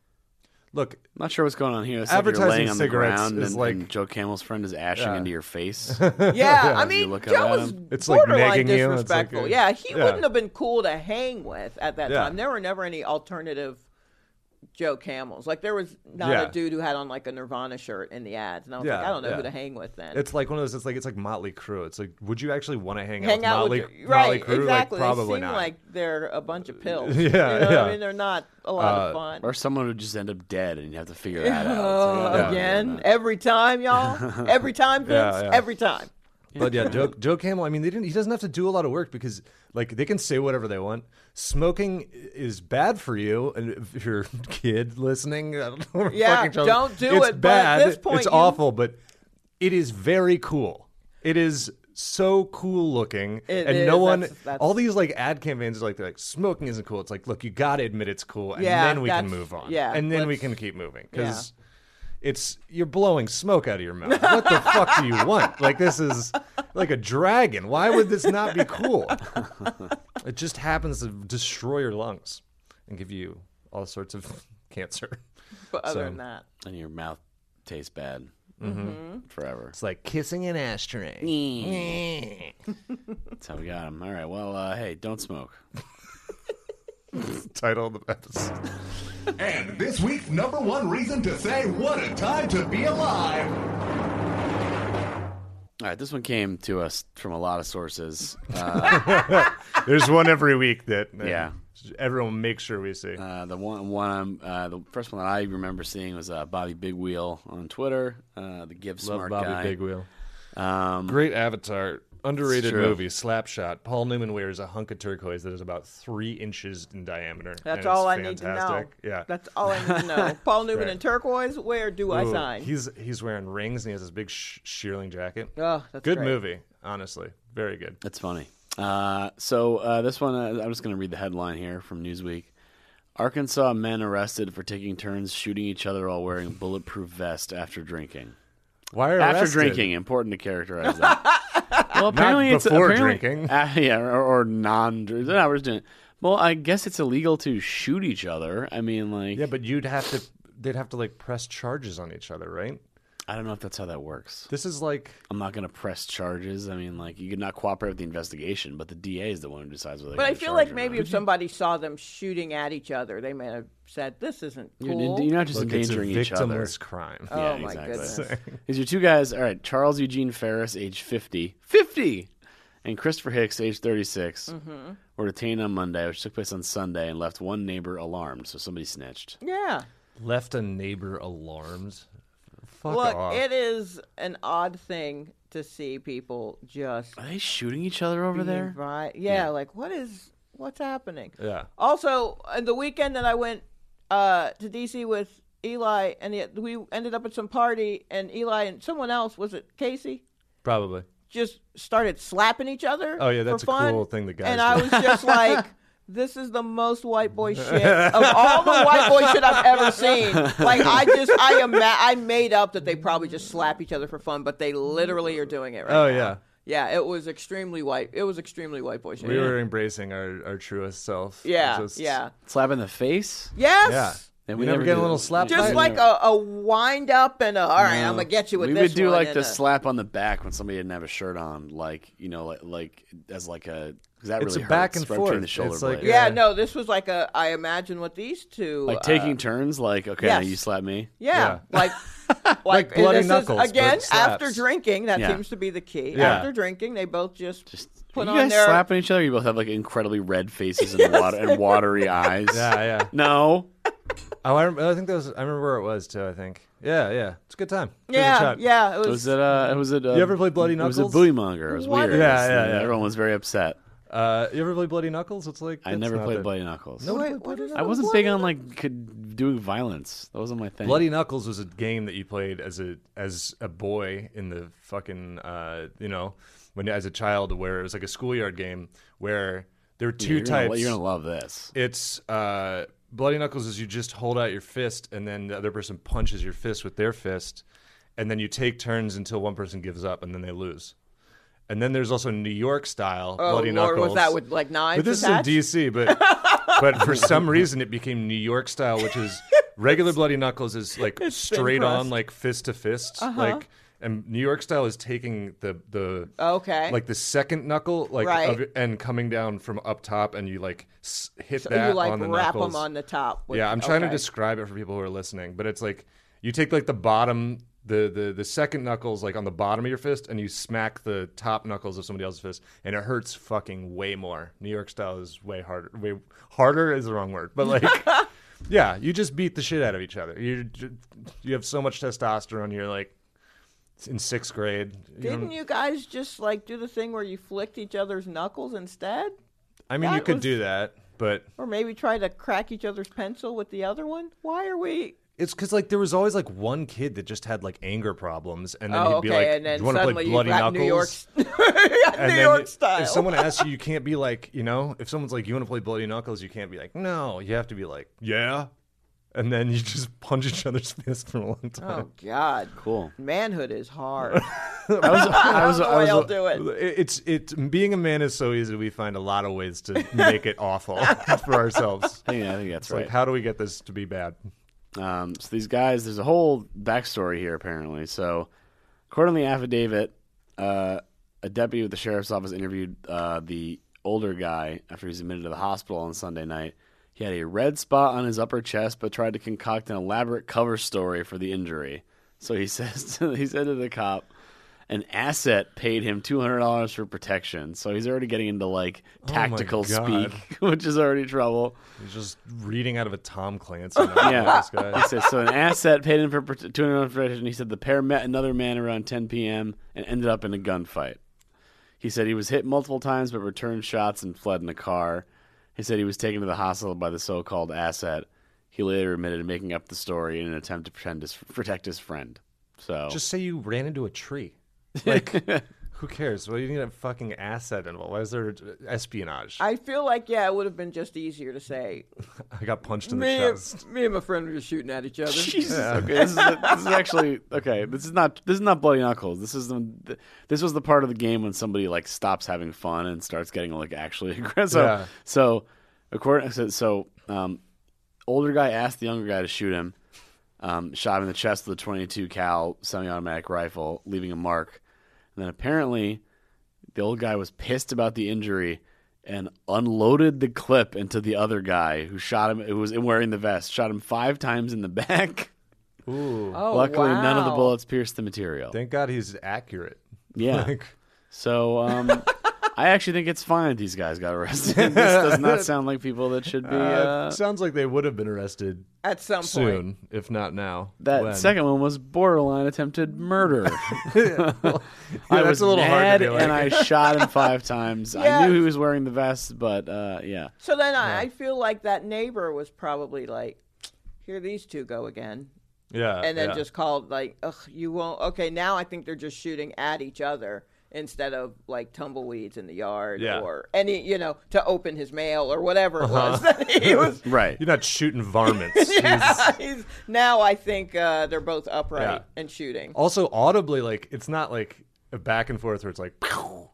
[SPEAKER 2] Look,
[SPEAKER 1] I'm not sure what's going on here. It's like
[SPEAKER 2] Advertising
[SPEAKER 1] you're laying on the
[SPEAKER 2] cigarettes
[SPEAKER 1] ground
[SPEAKER 2] is
[SPEAKER 1] and,
[SPEAKER 2] like-
[SPEAKER 1] and Joe Camel's friend is ashing
[SPEAKER 2] Yeah.
[SPEAKER 1] into your face.
[SPEAKER 3] yeah, i mean
[SPEAKER 1] look
[SPEAKER 3] joe
[SPEAKER 1] at
[SPEAKER 3] was
[SPEAKER 1] him.
[SPEAKER 2] It's like
[SPEAKER 3] borderline
[SPEAKER 2] nagging you. It's like
[SPEAKER 3] disrespectful
[SPEAKER 2] a-
[SPEAKER 3] yeah he
[SPEAKER 2] yeah.
[SPEAKER 3] wouldn't have been cool to hang with at that
[SPEAKER 2] Yeah.
[SPEAKER 3] time there were never any alternative joe camels like there was not
[SPEAKER 2] Yeah.
[SPEAKER 3] a dude who had on like a nirvana shirt in the ads and i was like
[SPEAKER 2] Yeah,
[SPEAKER 3] i don't know
[SPEAKER 2] yeah.
[SPEAKER 3] who to hang with then
[SPEAKER 2] it's like one of those. It's like it's like Motley Crue. It's like, would you actually want to hang,
[SPEAKER 3] hang out
[SPEAKER 2] out with
[SPEAKER 3] with
[SPEAKER 2] Motley,
[SPEAKER 3] your-
[SPEAKER 2] Motley
[SPEAKER 3] right
[SPEAKER 2] Crue?
[SPEAKER 3] exactly
[SPEAKER 2] Like,
[SPEAKER 3] they
[SPEAKER 2] probably
[SPEAKER 3] seem
[SPEAKER 2] not.
[SPEAKER 3] like they're a bunch of pills
[SPEAKER 2] Yeah,
[SPEAKER 3] you know what
[SPEAKER 2] yeah. Uh,
[SPEAKER 3] i mean they're not a lot of fun
[SPEAKER 1] or someone would just end up dead and you have to figure that out. It's like,
[SPEAKER 3] Oh,
[SPEAKER 1] I don't know
[SPEAKER 3] again
[SPEAKER 1] about-
[SPEAKER 3] every time y'all every time
[SPEAKER 2] Yeah,
[SPEAKER 3] vince
[SPEAKER 2] yeah.
[SPEAKER 3] every time
[SPEAKER 2] But yeah, Joe, Joe Camel. I mean, they didn't. He doesn't have to do a lot of work because, like, they can say whatever they want. Smoking is bad for you, and if you're a kid listening, I don't know.
[SPEAKER 3] Yeah,
[SPEAKER 2] fucking tell-
[SPEAKER 3] don't do
[SPEAKER 2] it's
[SPEAKER 3] it, but at
[SPEAKER 2] Bad.
[SPEAKER 3] this point,
[SPEAKER 2] it's
[SPEAKER 3] you-
[SPEAKER 2] awful, but it is very cool. It is so cool looking,
[SPEAKER 3] It
[SPEAKER 2] and
[SPEAKER 3] is,
[SPEAKER 2] no one.
[SPEAKER 3] that's- that's-
[SPEAKER 2] All these like ad campaigns are like they're like smoking isn't cool. It's like look, you gotta admit it's cool, and
[SPEAKER 3] Yeah,
[SPEAKER 2] then we can
[SPEAKER 3] that's-
[SPEAKER 2] move on.
[SPEAKER 3] yeah,
[SPEAKER 2] and then we
[SPEAKER 3] let's-
[SPEAKER 2] can keep moving because it's you're blowing smoke out of your mouth. What the fuck do you want? Like this is like a dragon. Why would this not be cool? It just happens to destroy your lungs and give you all sorts of cancer.
[SPEAKER 3] But other
[SPEAKER 2] So-
[SPEAKER 3] than that,
[SPEAKER 1] and your mouth tastes bad
[SPEAKER 2] Mm-hmm.
[SPEAKER 3] Mm-hmm.
[SPEAKER 1] forever.
[SPEAKER 2] It's like kissing an ashtray.
[SPEAKER 1] That's how we got him. All right. Well, uh, hey, don't smoke.
[SPEAKER 2] Title of the episode.
[SPEAKER 4] And this week's number one reason to say what a time to be alive
[SPEAKER 1] All right. This one came to us from a lot of sources. Uh,
[SPEAKER 2] There's one every week that uh,
[SPEAKER 1] Yeah.
[SPEAKER 2] everyone makes sure we see.
[SPEAKER 1] Uh, the one, one um, uh, the first one that I remember seeing was uh, Bobby Big Wheel on Twitter. Uh, the Give Smart guy.
[SPEAKER 2] Wheel.
[SPEAKER 1] Um,
[SPEAKER 2] Great Avatar. Underrated
[SPEAKER 1] It's true.
[SPEAKER 2] movie, Slapshot. Paul Newman wears a hunk of turquoise that is about three inches in diameter. and
[SPEAKER 3] that's
[SPEAKER 2] it's
[SPEAKER 3] all I
[SPEAKER 2] fantastic.
[SPEAKER 3] need to know.
[SPEAKER 2] Yeah,
[SPEAKER 3] That's all I need to know. Paul Newman
[SPEAKER 2] Right.
[SPEAKER 3] in turquoise, where do I
[SPEAKER 2] Ooh,
[SPEAKER 3] sign?
[SPEAKER 2] He's he's wearing rings and he has this big sh- shearling jacket.
[SPEAKER 3] Oh, that's
[SPEAKER 2] good
[SPEAKER 3] great.
[SPEAKER 2] movie, honestly, very good.
[SPEAKER 1] That's funny. Uh, so uh, this one, uh, I'm just going to read the headline here from Newsweek. Arkansas men arrested for taking turns shooting each other while wearing bulletproof vest after drinking.
[SPEAKER 2] Why are
[SPEAKER 1] After
[SPEAKER 2] arrested?
[SPEAKER 1] drinking, important to characterize that. well, apparently it's
[SPEAKER 2] before
[SPEAKER 1] apparently-
[SPEAKER 2] drinking.
[SPEAKER 1] Uh, yeah, or, or non. No, we're doing. Well, I guess it's illegal to shoot each other. I mean, like,
[SPEAKER 2] Yeah, but you'd have to. They'd have to like press charges on each other, right?
[SPEAKER 1] I don't know if that's how that works.
[SPEAKER 2] This is like
[SPEAKER 1] I'm not going to press charges. I mean, like, you could not cooperate with the investigation, but the DA is the one who decides whether.
[SPEAKER 3] But
[SPEAKER 1] they're
[SPEAKER 3] I
[SPEAKER 1] gonna
[SPEAKER 3] feel
[SPEAKER 1] charge
[SPEAKER 3] like
[SPEAKER 1] or
[SPEAKER 3] maybe
[SPEAKER 1] not.
[SPEAKER 3] if somebody saw them shooting at each other, they may have said, "This isn't
[SPEAKER 1] you're,
[SPEAKER 3] cool."
[SPEAKER 1] you're not just
[SPEAKER 2] look, it's a
[SPEAKER 1] endangering each other.
[SPEAKER 2] victimless crime.
[SPEAKER 3] oh my goodness!
[SPEAKER 1] These are two guys. All right, Charles Eugene Ferris, age 50, 50, and Christopher Hicks, age 36,
[SPEAKER 3] Mm-hmm.
[SPEAKER 1] were detained on Monday, which took place on Sunday, and left one neighbor alarmed. So somebody snitched.
[SPEAKER 3] Yeah.
[SPEAKER 2] Left a neighbor alarmed. Fuck
[SPEAKER 3] Look,
[SPEAKER 2] off.
[SPEAKER 3] it is an odd thing to see people just
[SPEAKER 1] Are they shooting each other over there?
[SPEAKER 3] right. Yeah, like what is what's happening?
[SPEAKER 2] yeah.
[SPEAKER 3] Also, uh, the weekend that I went uh, to DC with Eli, and it, we ended up at some party, and Eli and someone else was it Casey?
[SPEAKER 2] Probably.
[SPEAKER 3] just started slapping each other.
[SPEAKER 2] Oh, yeah,
[SPEAKER 3] for
[SPEAKER 2] that's a
[SPEAKER 3] fun.
[SPEAKER 2] cool thing that guys
[SPEAKER 3] And
[SPEAKER 2] do.
[SPEAKER 3] I was just like, this is the most white boy shit of all the white boy shit I've ever seen. Like I just I am I made up that they probably just slap each other for fun, but they literally are doing it right.
[SPEAKER 2] Oh
[SPEAKER 3] now.
[SPEAKER 2] yeah.
[SPEAKER 3] Yeah, it was extremely white. It was extremely white boy shit.
[SPEAKER 2] We were embracing our, our truest self.
[SPEAKER 3] yeah,
[SPEAKER 2] Just-
[SPEAKER 3] yeah,
[SPEAKER 1] Slap in the face?
[SPEAKER 3] yes.
[SPEAKER 2] Yeah.
[SPEAKER 1] And
[SPEAKER 2] You never get a
[SPEAKER 1] did-
[SPEAKER 2] little slap
[SPEAKER 3] Just
[SPEAKER 2] I-
[SPEAKER 3] like a, a wind up and a all right, I'm gonna get you with
[SPEAKER 1] we
[SPEAKER 3] this
[SPEAKER 1] would do
[SPEAKER 3] one
[SPEAKER 1] like
[SPEAKER 3] and uh,
[SPEAKER 1] the
[SPEAKER 3] a-
[SPEAKER 1] slap on the back when somebody didn't have a shirt on, like you know, like, like as like a because that
[SPEAKER 2] It's
[SPEAKER 1] really
[SPEAKER 2] a back
[SPEAKER 1] hurts,
[SPEAKER 2] and
[SPEAKER 1] right between
[SPEAKER 2] forth.
[SPEAKER 1] The shoulder
[SPEAKER 2] It's like-
[SPEAKER 1] blades.
[SPEAKER 3] yeah,
[SPEAKER 2] Yeah.
[SPEAKER 3] no, this was like a I imagine what these two
[SPEAKER 1] like
[SPEAKER 3] uh,
[SPEAKER 1] taking turns. Like okay, now
[SPEAKER 3] yes.
[SPEAKER 1] you slap me.
[SPEAKER 3] Yeah, like like,
[SPEAKER 2] Like bloody
[SPEAKER 3] this is-
[SPEAKER 2] knuckles, but
[SPEAKER 3] again.
[SPEAKER 2] slaps.
[SPEAKER 3] After drinking, that
[SPEAKER 1] Yeah.
[SPEAKER 3] seems to be the key.
[SPEAKER 2] Yeah.
[SPEAKER 3] After drinking, they both just,
[SPEAKER 1] Just
[SPEAKER 3] put
[SPEAKER 1] are
[SPEAKER 3] on
[SPEAKER 1] you guys
[SPEAKER 3] their
[SPEAKER 1] slapping each other. You both have like incredibly red faces and water and watery eyes.
[SPEAKER 2] Yeah, yeah.
[SPEAKER 1] No,
[SPEAKER 2] Oh, I, rem- I think that was. I remember where it was too. I think. Yeah, yeah. It's a good time. Give it a
[SPEAKER 3] yeah,
[SPEAKER 2] shot.
[SPEAKER 3] yeah. It was,
[SPEAKER 1] was it? Uh, was it? Uh,
[SPEAKER 2] You ever play Bloody
[SPEAKER 1] It
[SPEAKER 2] Knuckles?
[SPEAKER 1] was a booymonger. It was
[SPEAKER 3] What?
[SPEAKER 1] weird.
[SPEAKER 2] Yeah, yeah, yeah.
[SPEAKER 1] Everyone was very upset.
[SPEAKER 2] Uh, you ever play Bloody Knuckles? It's like
[SPEAKER 1] I
[SPEAKER 2] that's
[SPEAKER 1] never
[SPEAKER 2] not
[SPEAKER 1] played
[SPEAKER 2] that-
[SPEAKER 1] Bloody Knuckles.
[SPEAKER 2] No,
[SPEAKER 3] Wait,
[SPEAKER 2] Bloody
[SPEAKER 3] what is
[SPEAKER 2] Knuckles.
[SPEAKER 1] I wasn't big on like could, doing violence. That wasn't my thing.
[SPEAKER 2] Bloody Knuckles was a game that you played as a as a boy in the fucking uh, you know when as a child where it was like a schoolyard game where there were two
[SPEAKER 1] you're
[SPEAKER 2] types.
[SPEAKER 1] Gonna, you're gonna love this.
[SPEAKER 2] It's uh, bloody knuckles is you just hold out your fist and then the other person punches your fist with their fist, and then you take turns until one person gives up and then they lose. And then there's also New York style
[SPEAKER 3] oh,
[SPEAKER 2] bloody
[SPEAKER 3] Lord,
[SPEAKER 2] knuckles.
[SPEAKER 3] was that with like knives?
[SPEAKER 2] but this
[SPEAKER 3] attached?
[SPEAKER 2] is in DC, but but for some reason it became New York style, which is regular bloody knuckles is like straight on,
[SPEAKER 3] crust.
[SPEAKER 2] like fist to fist,
[SPEAKER 3] Uh-huh.
[SPEAKER 2] like. And New York style is taking the
[SPEAKER 3] Oh,
[SPEAKER 2] the
[SPEAKER 3] Okay.
[SPEAKER 2] like the second knuckle like
[SPEAKER 3] Eh? Right.
[SPEAKER 2] of, and coming down from up top and you like s- hit
[SPEAKER 3] So
[SPEAKER 2] that
[SPEAKER 3] you like
[SPEAKER 2] on the
[SPEAKER 3] wrap
[SPEAKER 2] knuckles.
[SPEAKER 3] them on the top. With,
[SPEAKER 2] yeah i'm trying to
[SPEAKER 3] okay.
[SPEAKER 2] describe it for people who are listening but it's like you take like the bottom the, the the second knuckles like on the bottom of your fist and you smack the top knuckles of somebody else's fist and it hurts fucking way more new york style is way harder way harder is the wrong word but like yeah you just beat the shit out of each other you ju- you have so much testosterone you're like in sixth grade you don't-
[SPEAKER 3] Didn't you guys just like do the thing where you flicked each other's knuckles instead,
[SPEAKER 2] i mean you
[SPEAKER 3] that
[SPEAKER 2] could
[SPEAKER 3] was-
[SPEAKER 2] do that but
[SPEAKER 3] or maybe try to crack each other's pencil with the other one? Why are we?
[SPEAKER 2] It's because like there was always like one kid that just had like anger problems, and then
[SPEAKER 3] Oh,
[SPEAKER 2] he'd be
[SPEAKER 3] okay,
[SPEAKER 2] like,
[SPEAKER 3] and then
[SPEAKER 2] "You want to play
[SPEAKER 3] suddenly you
[SPEAKER 2] Bloody
[SPEAKER 3] got New
[SPEAKER 2] Knuckles?"
[SPEAKER 3] New
[SPEAKER 2] then
[SPEAKER 3] York
[SPEAKER 2] if
[SPEAKER 3] style.
[SPEAKER 2] someone asks you, you can't be like, you know, if someone's like, you want to play Bloody Knuckles, you can't be like, no. You have to be like, yeah. And then you just punch each other's fists for a long time.
[SPEAKER 3] Oh God,
[SPEAKER 1] Cool.
[SPEAKER 3] manhood is hard.
[SPEAKER 1] I was, I
[SPEAKER 3] I
[SPEAKER 1] was,
[SPEAKER 3] do
[SPEAKER 1] I was,
[SPEAKER 3] I'll do it.
[SPEAKER 2] It- It's it's being a man is so easy. We find a lot of ways to make it awful for ourselves.
[SPEAKER 1] I think, I think that's
[SPEAKER 2] It's like,
[SPEAKER 1] right.
[SPEAKER 2] how do we get this to be bad?
[SPEAKER 1] Um, so these guys, there's a whole backstory here apparently. So, according to the affidavit, uh, a deputy with the sheriff's office interviewed uh, the older guy after he was admitted to the hospital on Sunday night. He had a red spot on his upper chest, but tried to concoct an elaborate cover story for the injury. So he says, to, he said to the cop, an asset paid him two hundred dollars for protection. So he's already getting into like tactical
[SPEAKER 2] God.
[SPEAKER 1] speak, which is already trouble.
[SPEAKER 2] He's just reading out of a Tom Clancy. novel,
[SPEAKER 1] Yeah.
[SPEAKER 2] this guy.
[SPEAKER 1] He says, so an asset paid in for prote- two hundred protection. He said the pair met another man around 10 p.m. and ended up in a gunfight. He said he was hit multiple times but returned shots and fled in a car. He said he was taken to the hospital by the so-called asset. He later admitted to making up the story in an attempt to pretend his, protect his friend. So
[SPEAKER 2] Just say you ran into a tree. Like, who cares? Well, you need a fucking asset involved. Why is there espionage? I,
[SPEAKER 3] I feel like yeah, it would have been just easier to say.
[SPEAKER 2] got punched in the
[SPEAKER 3] Me,
[SPEAKER 2] chest.
[SPEAKER 3] and, me and my friend were shooting at each other.
[SPEAKER 1] Jesus. Okay, this is, this is actually okay. This is not this is not bloody knuckles. This is the, this was the part of the game when somebody like stops having fun and starts getting like actually aggressive. So,
[SPEAKER 2] Yeah.
[SPEAKER 1] so according so, so um, older guy asked the younger guy to shoot him. Um, shot him in the chest with a 22 cal semi-automatic rifle, leaving a mark. And then apparently, the old guy was pissed about the injury and unloaded the clip into the other guy who shot him. Who was wearing the vest, shot him five times in the back.
[SPEAKER 2] Ooh.
[SPEAKER 3] Oh,
[SPEAKER 1] Luckily, none of the
[SPEAKER 3] wow.
[SPEAKER 1] bullets pierced the material.
[SPEAKER 2] Thank God he's accurate.
[SPEAKER 1] yeah.
[SPEAKER 2] Like,
[SPEAKER 1] So, um, I actually think it's fine that these guys got arrested. this does not sound like people that should be.
[SPEAKER 2] uh,
[SPEAKER 1] Uh,
[SPEAKER 2] sounds like they would have been arrested
[SPEAKER 3] At some
[SPEAKER 2] soon,
[SPEAKER 3] point,
[SPEAKER 2] if not now.
[SPEAKER 1] that
[SPEAKER 2] When?
[SPEAKER 1] second one was borderline attempted murder. I
[SPEAKER 2] that's
[SPEAKER 1] was
[SPEAKER 2] a little hard to
[SPEAKER 1] mad
[SPEAKER 2] do, like-
[SPEAKER 1] and I shot him five times. I
[SPEAKER 3] Yeah.
[SPEAKER 1] knew he was wearing the vest, but uh, yeah,
[SPEAKER 3] so then I, I feel like that neighbor was probably like, "Here these two go again,"
[SPEAKER 1] Uh,
[SPEAKER 2] Yeah.
[SPEAKER 3] and then
[SPEAKER 2] yeah.
[SPEAKER 3] just called like, "Ugh, you won't." Okay, now I think they're just shooting at each other instead of like tumbleweeds in the yard
[SPEAKER 2] Yeah.
[SPEAKER 3] or any you know to open his mail or whatever it
[SPEAKER 1] Uh-huh.
[SPEAKER 3] was that he was
[SPEAKER 1] right.
[SPEAKER 2] You're not shooting varmints. He's-
[SPEAKER 3] He's- now I think uh, they're both upright
[SPEAKER 2] Yeah.
[SPEAKER 3] and shooting.
[SPEAKER 2] Also, audibly, like, it's not like a back and forth where it's like, "Pow."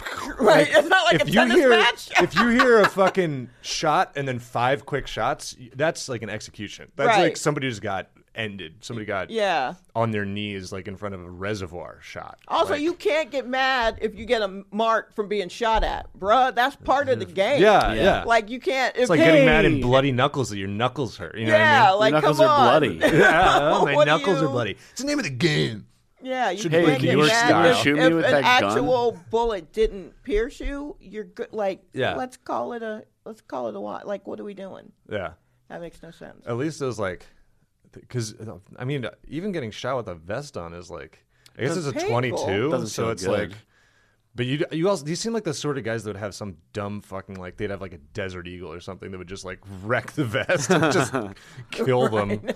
[SPEAKER 3] Right? it's not like a tennis
[SPEAKER 2] hear,
[SPEAKER 3] match.
[SPEAKER 2] if you hear a fucking shot and then five quick shots, that's like an execution. That's
[SPEAKER 3] Right.
[SPEAKER 2] like somebody just got ended. Somebody got
[SPEAKER 3] yeah.
[SPEAKER 2] on their knees, like in front of a reservoir shot.
[SPEAKER 3] Also,
[SPEAKER 2] Like,
[SPEAKER 3] you can't get mad if you get a mark from being shot at, bruh. That's part of the game.
[SPEAKER 2] Mm-hmm. yeah, yeah.
[SPEAKER 3] Like you can't. If,
[SPEAKER 2] it's like getting mad
[SPEAKER 1] Hey!
[SPEAKER 2] and bloody knuckles that your knuckles hurt. You know
[SPEAKER 3] yeah.
[SPEAKER 2] what
[SPEAKER 3] Like
[SPEAKER 1] Your knuckles
[SPEAKER 3] come
[SPEAKER 1] are
[SPEAKER 3] on.
[SPEAKER 1] bloody.
[SPEAKER 2] I mean? Yeah, oh, my
[SPEAKER 3] What do
[SPEAKER 2] knuckles
[SPEAKER 3] you-
[SPEAKER 2] are bloody. It's the name of the game.
[SPEAKER 3] Yeah. You
[SPEAKER 2] Should
[SPEAKER 3] can't
[SPEAKER 2] be
[SPEAKER 3] get
[SPEAKER 2] New York
[SPEAKER 3] mad
[SPEAKER 2] style.
[SPEAKER 3] if,
[SPEAKER 1] Shoot me
[SPEAKER 3] if
[SPEAKER 1] with
[SPEAKER 3] an
[SPEAKER 1] that gun?
[SPEAKER 3] actual bullet didn't pierce you. You're good. Like
[SPEAKER 2] Yeah.
[SPEAKER 3] let's call it a let's call it a wa- Like what are we doing?
[SPEAKER 2] Yeah.
[SPEAKER 3] That makes no sense.
[SPEAKER 2] At least it was like, because I mean, even getting shot with a vest on is like, I guess it's a
[SPEAKER 3] painful.
[SPEAKER 2] twenty-two,
[SPEAKER 1] Doesn't
[SPEAKER 2] so
[SPEAKER 1] feel
[SPEAKER 2] it's
[SPEAKER 1] good.
[SPEAKER 2] like. But you you also you seem like the sort of guys that would have some dumb fucking like they'd have like a desert eagle or something that would just like wreck the vest and just kill them.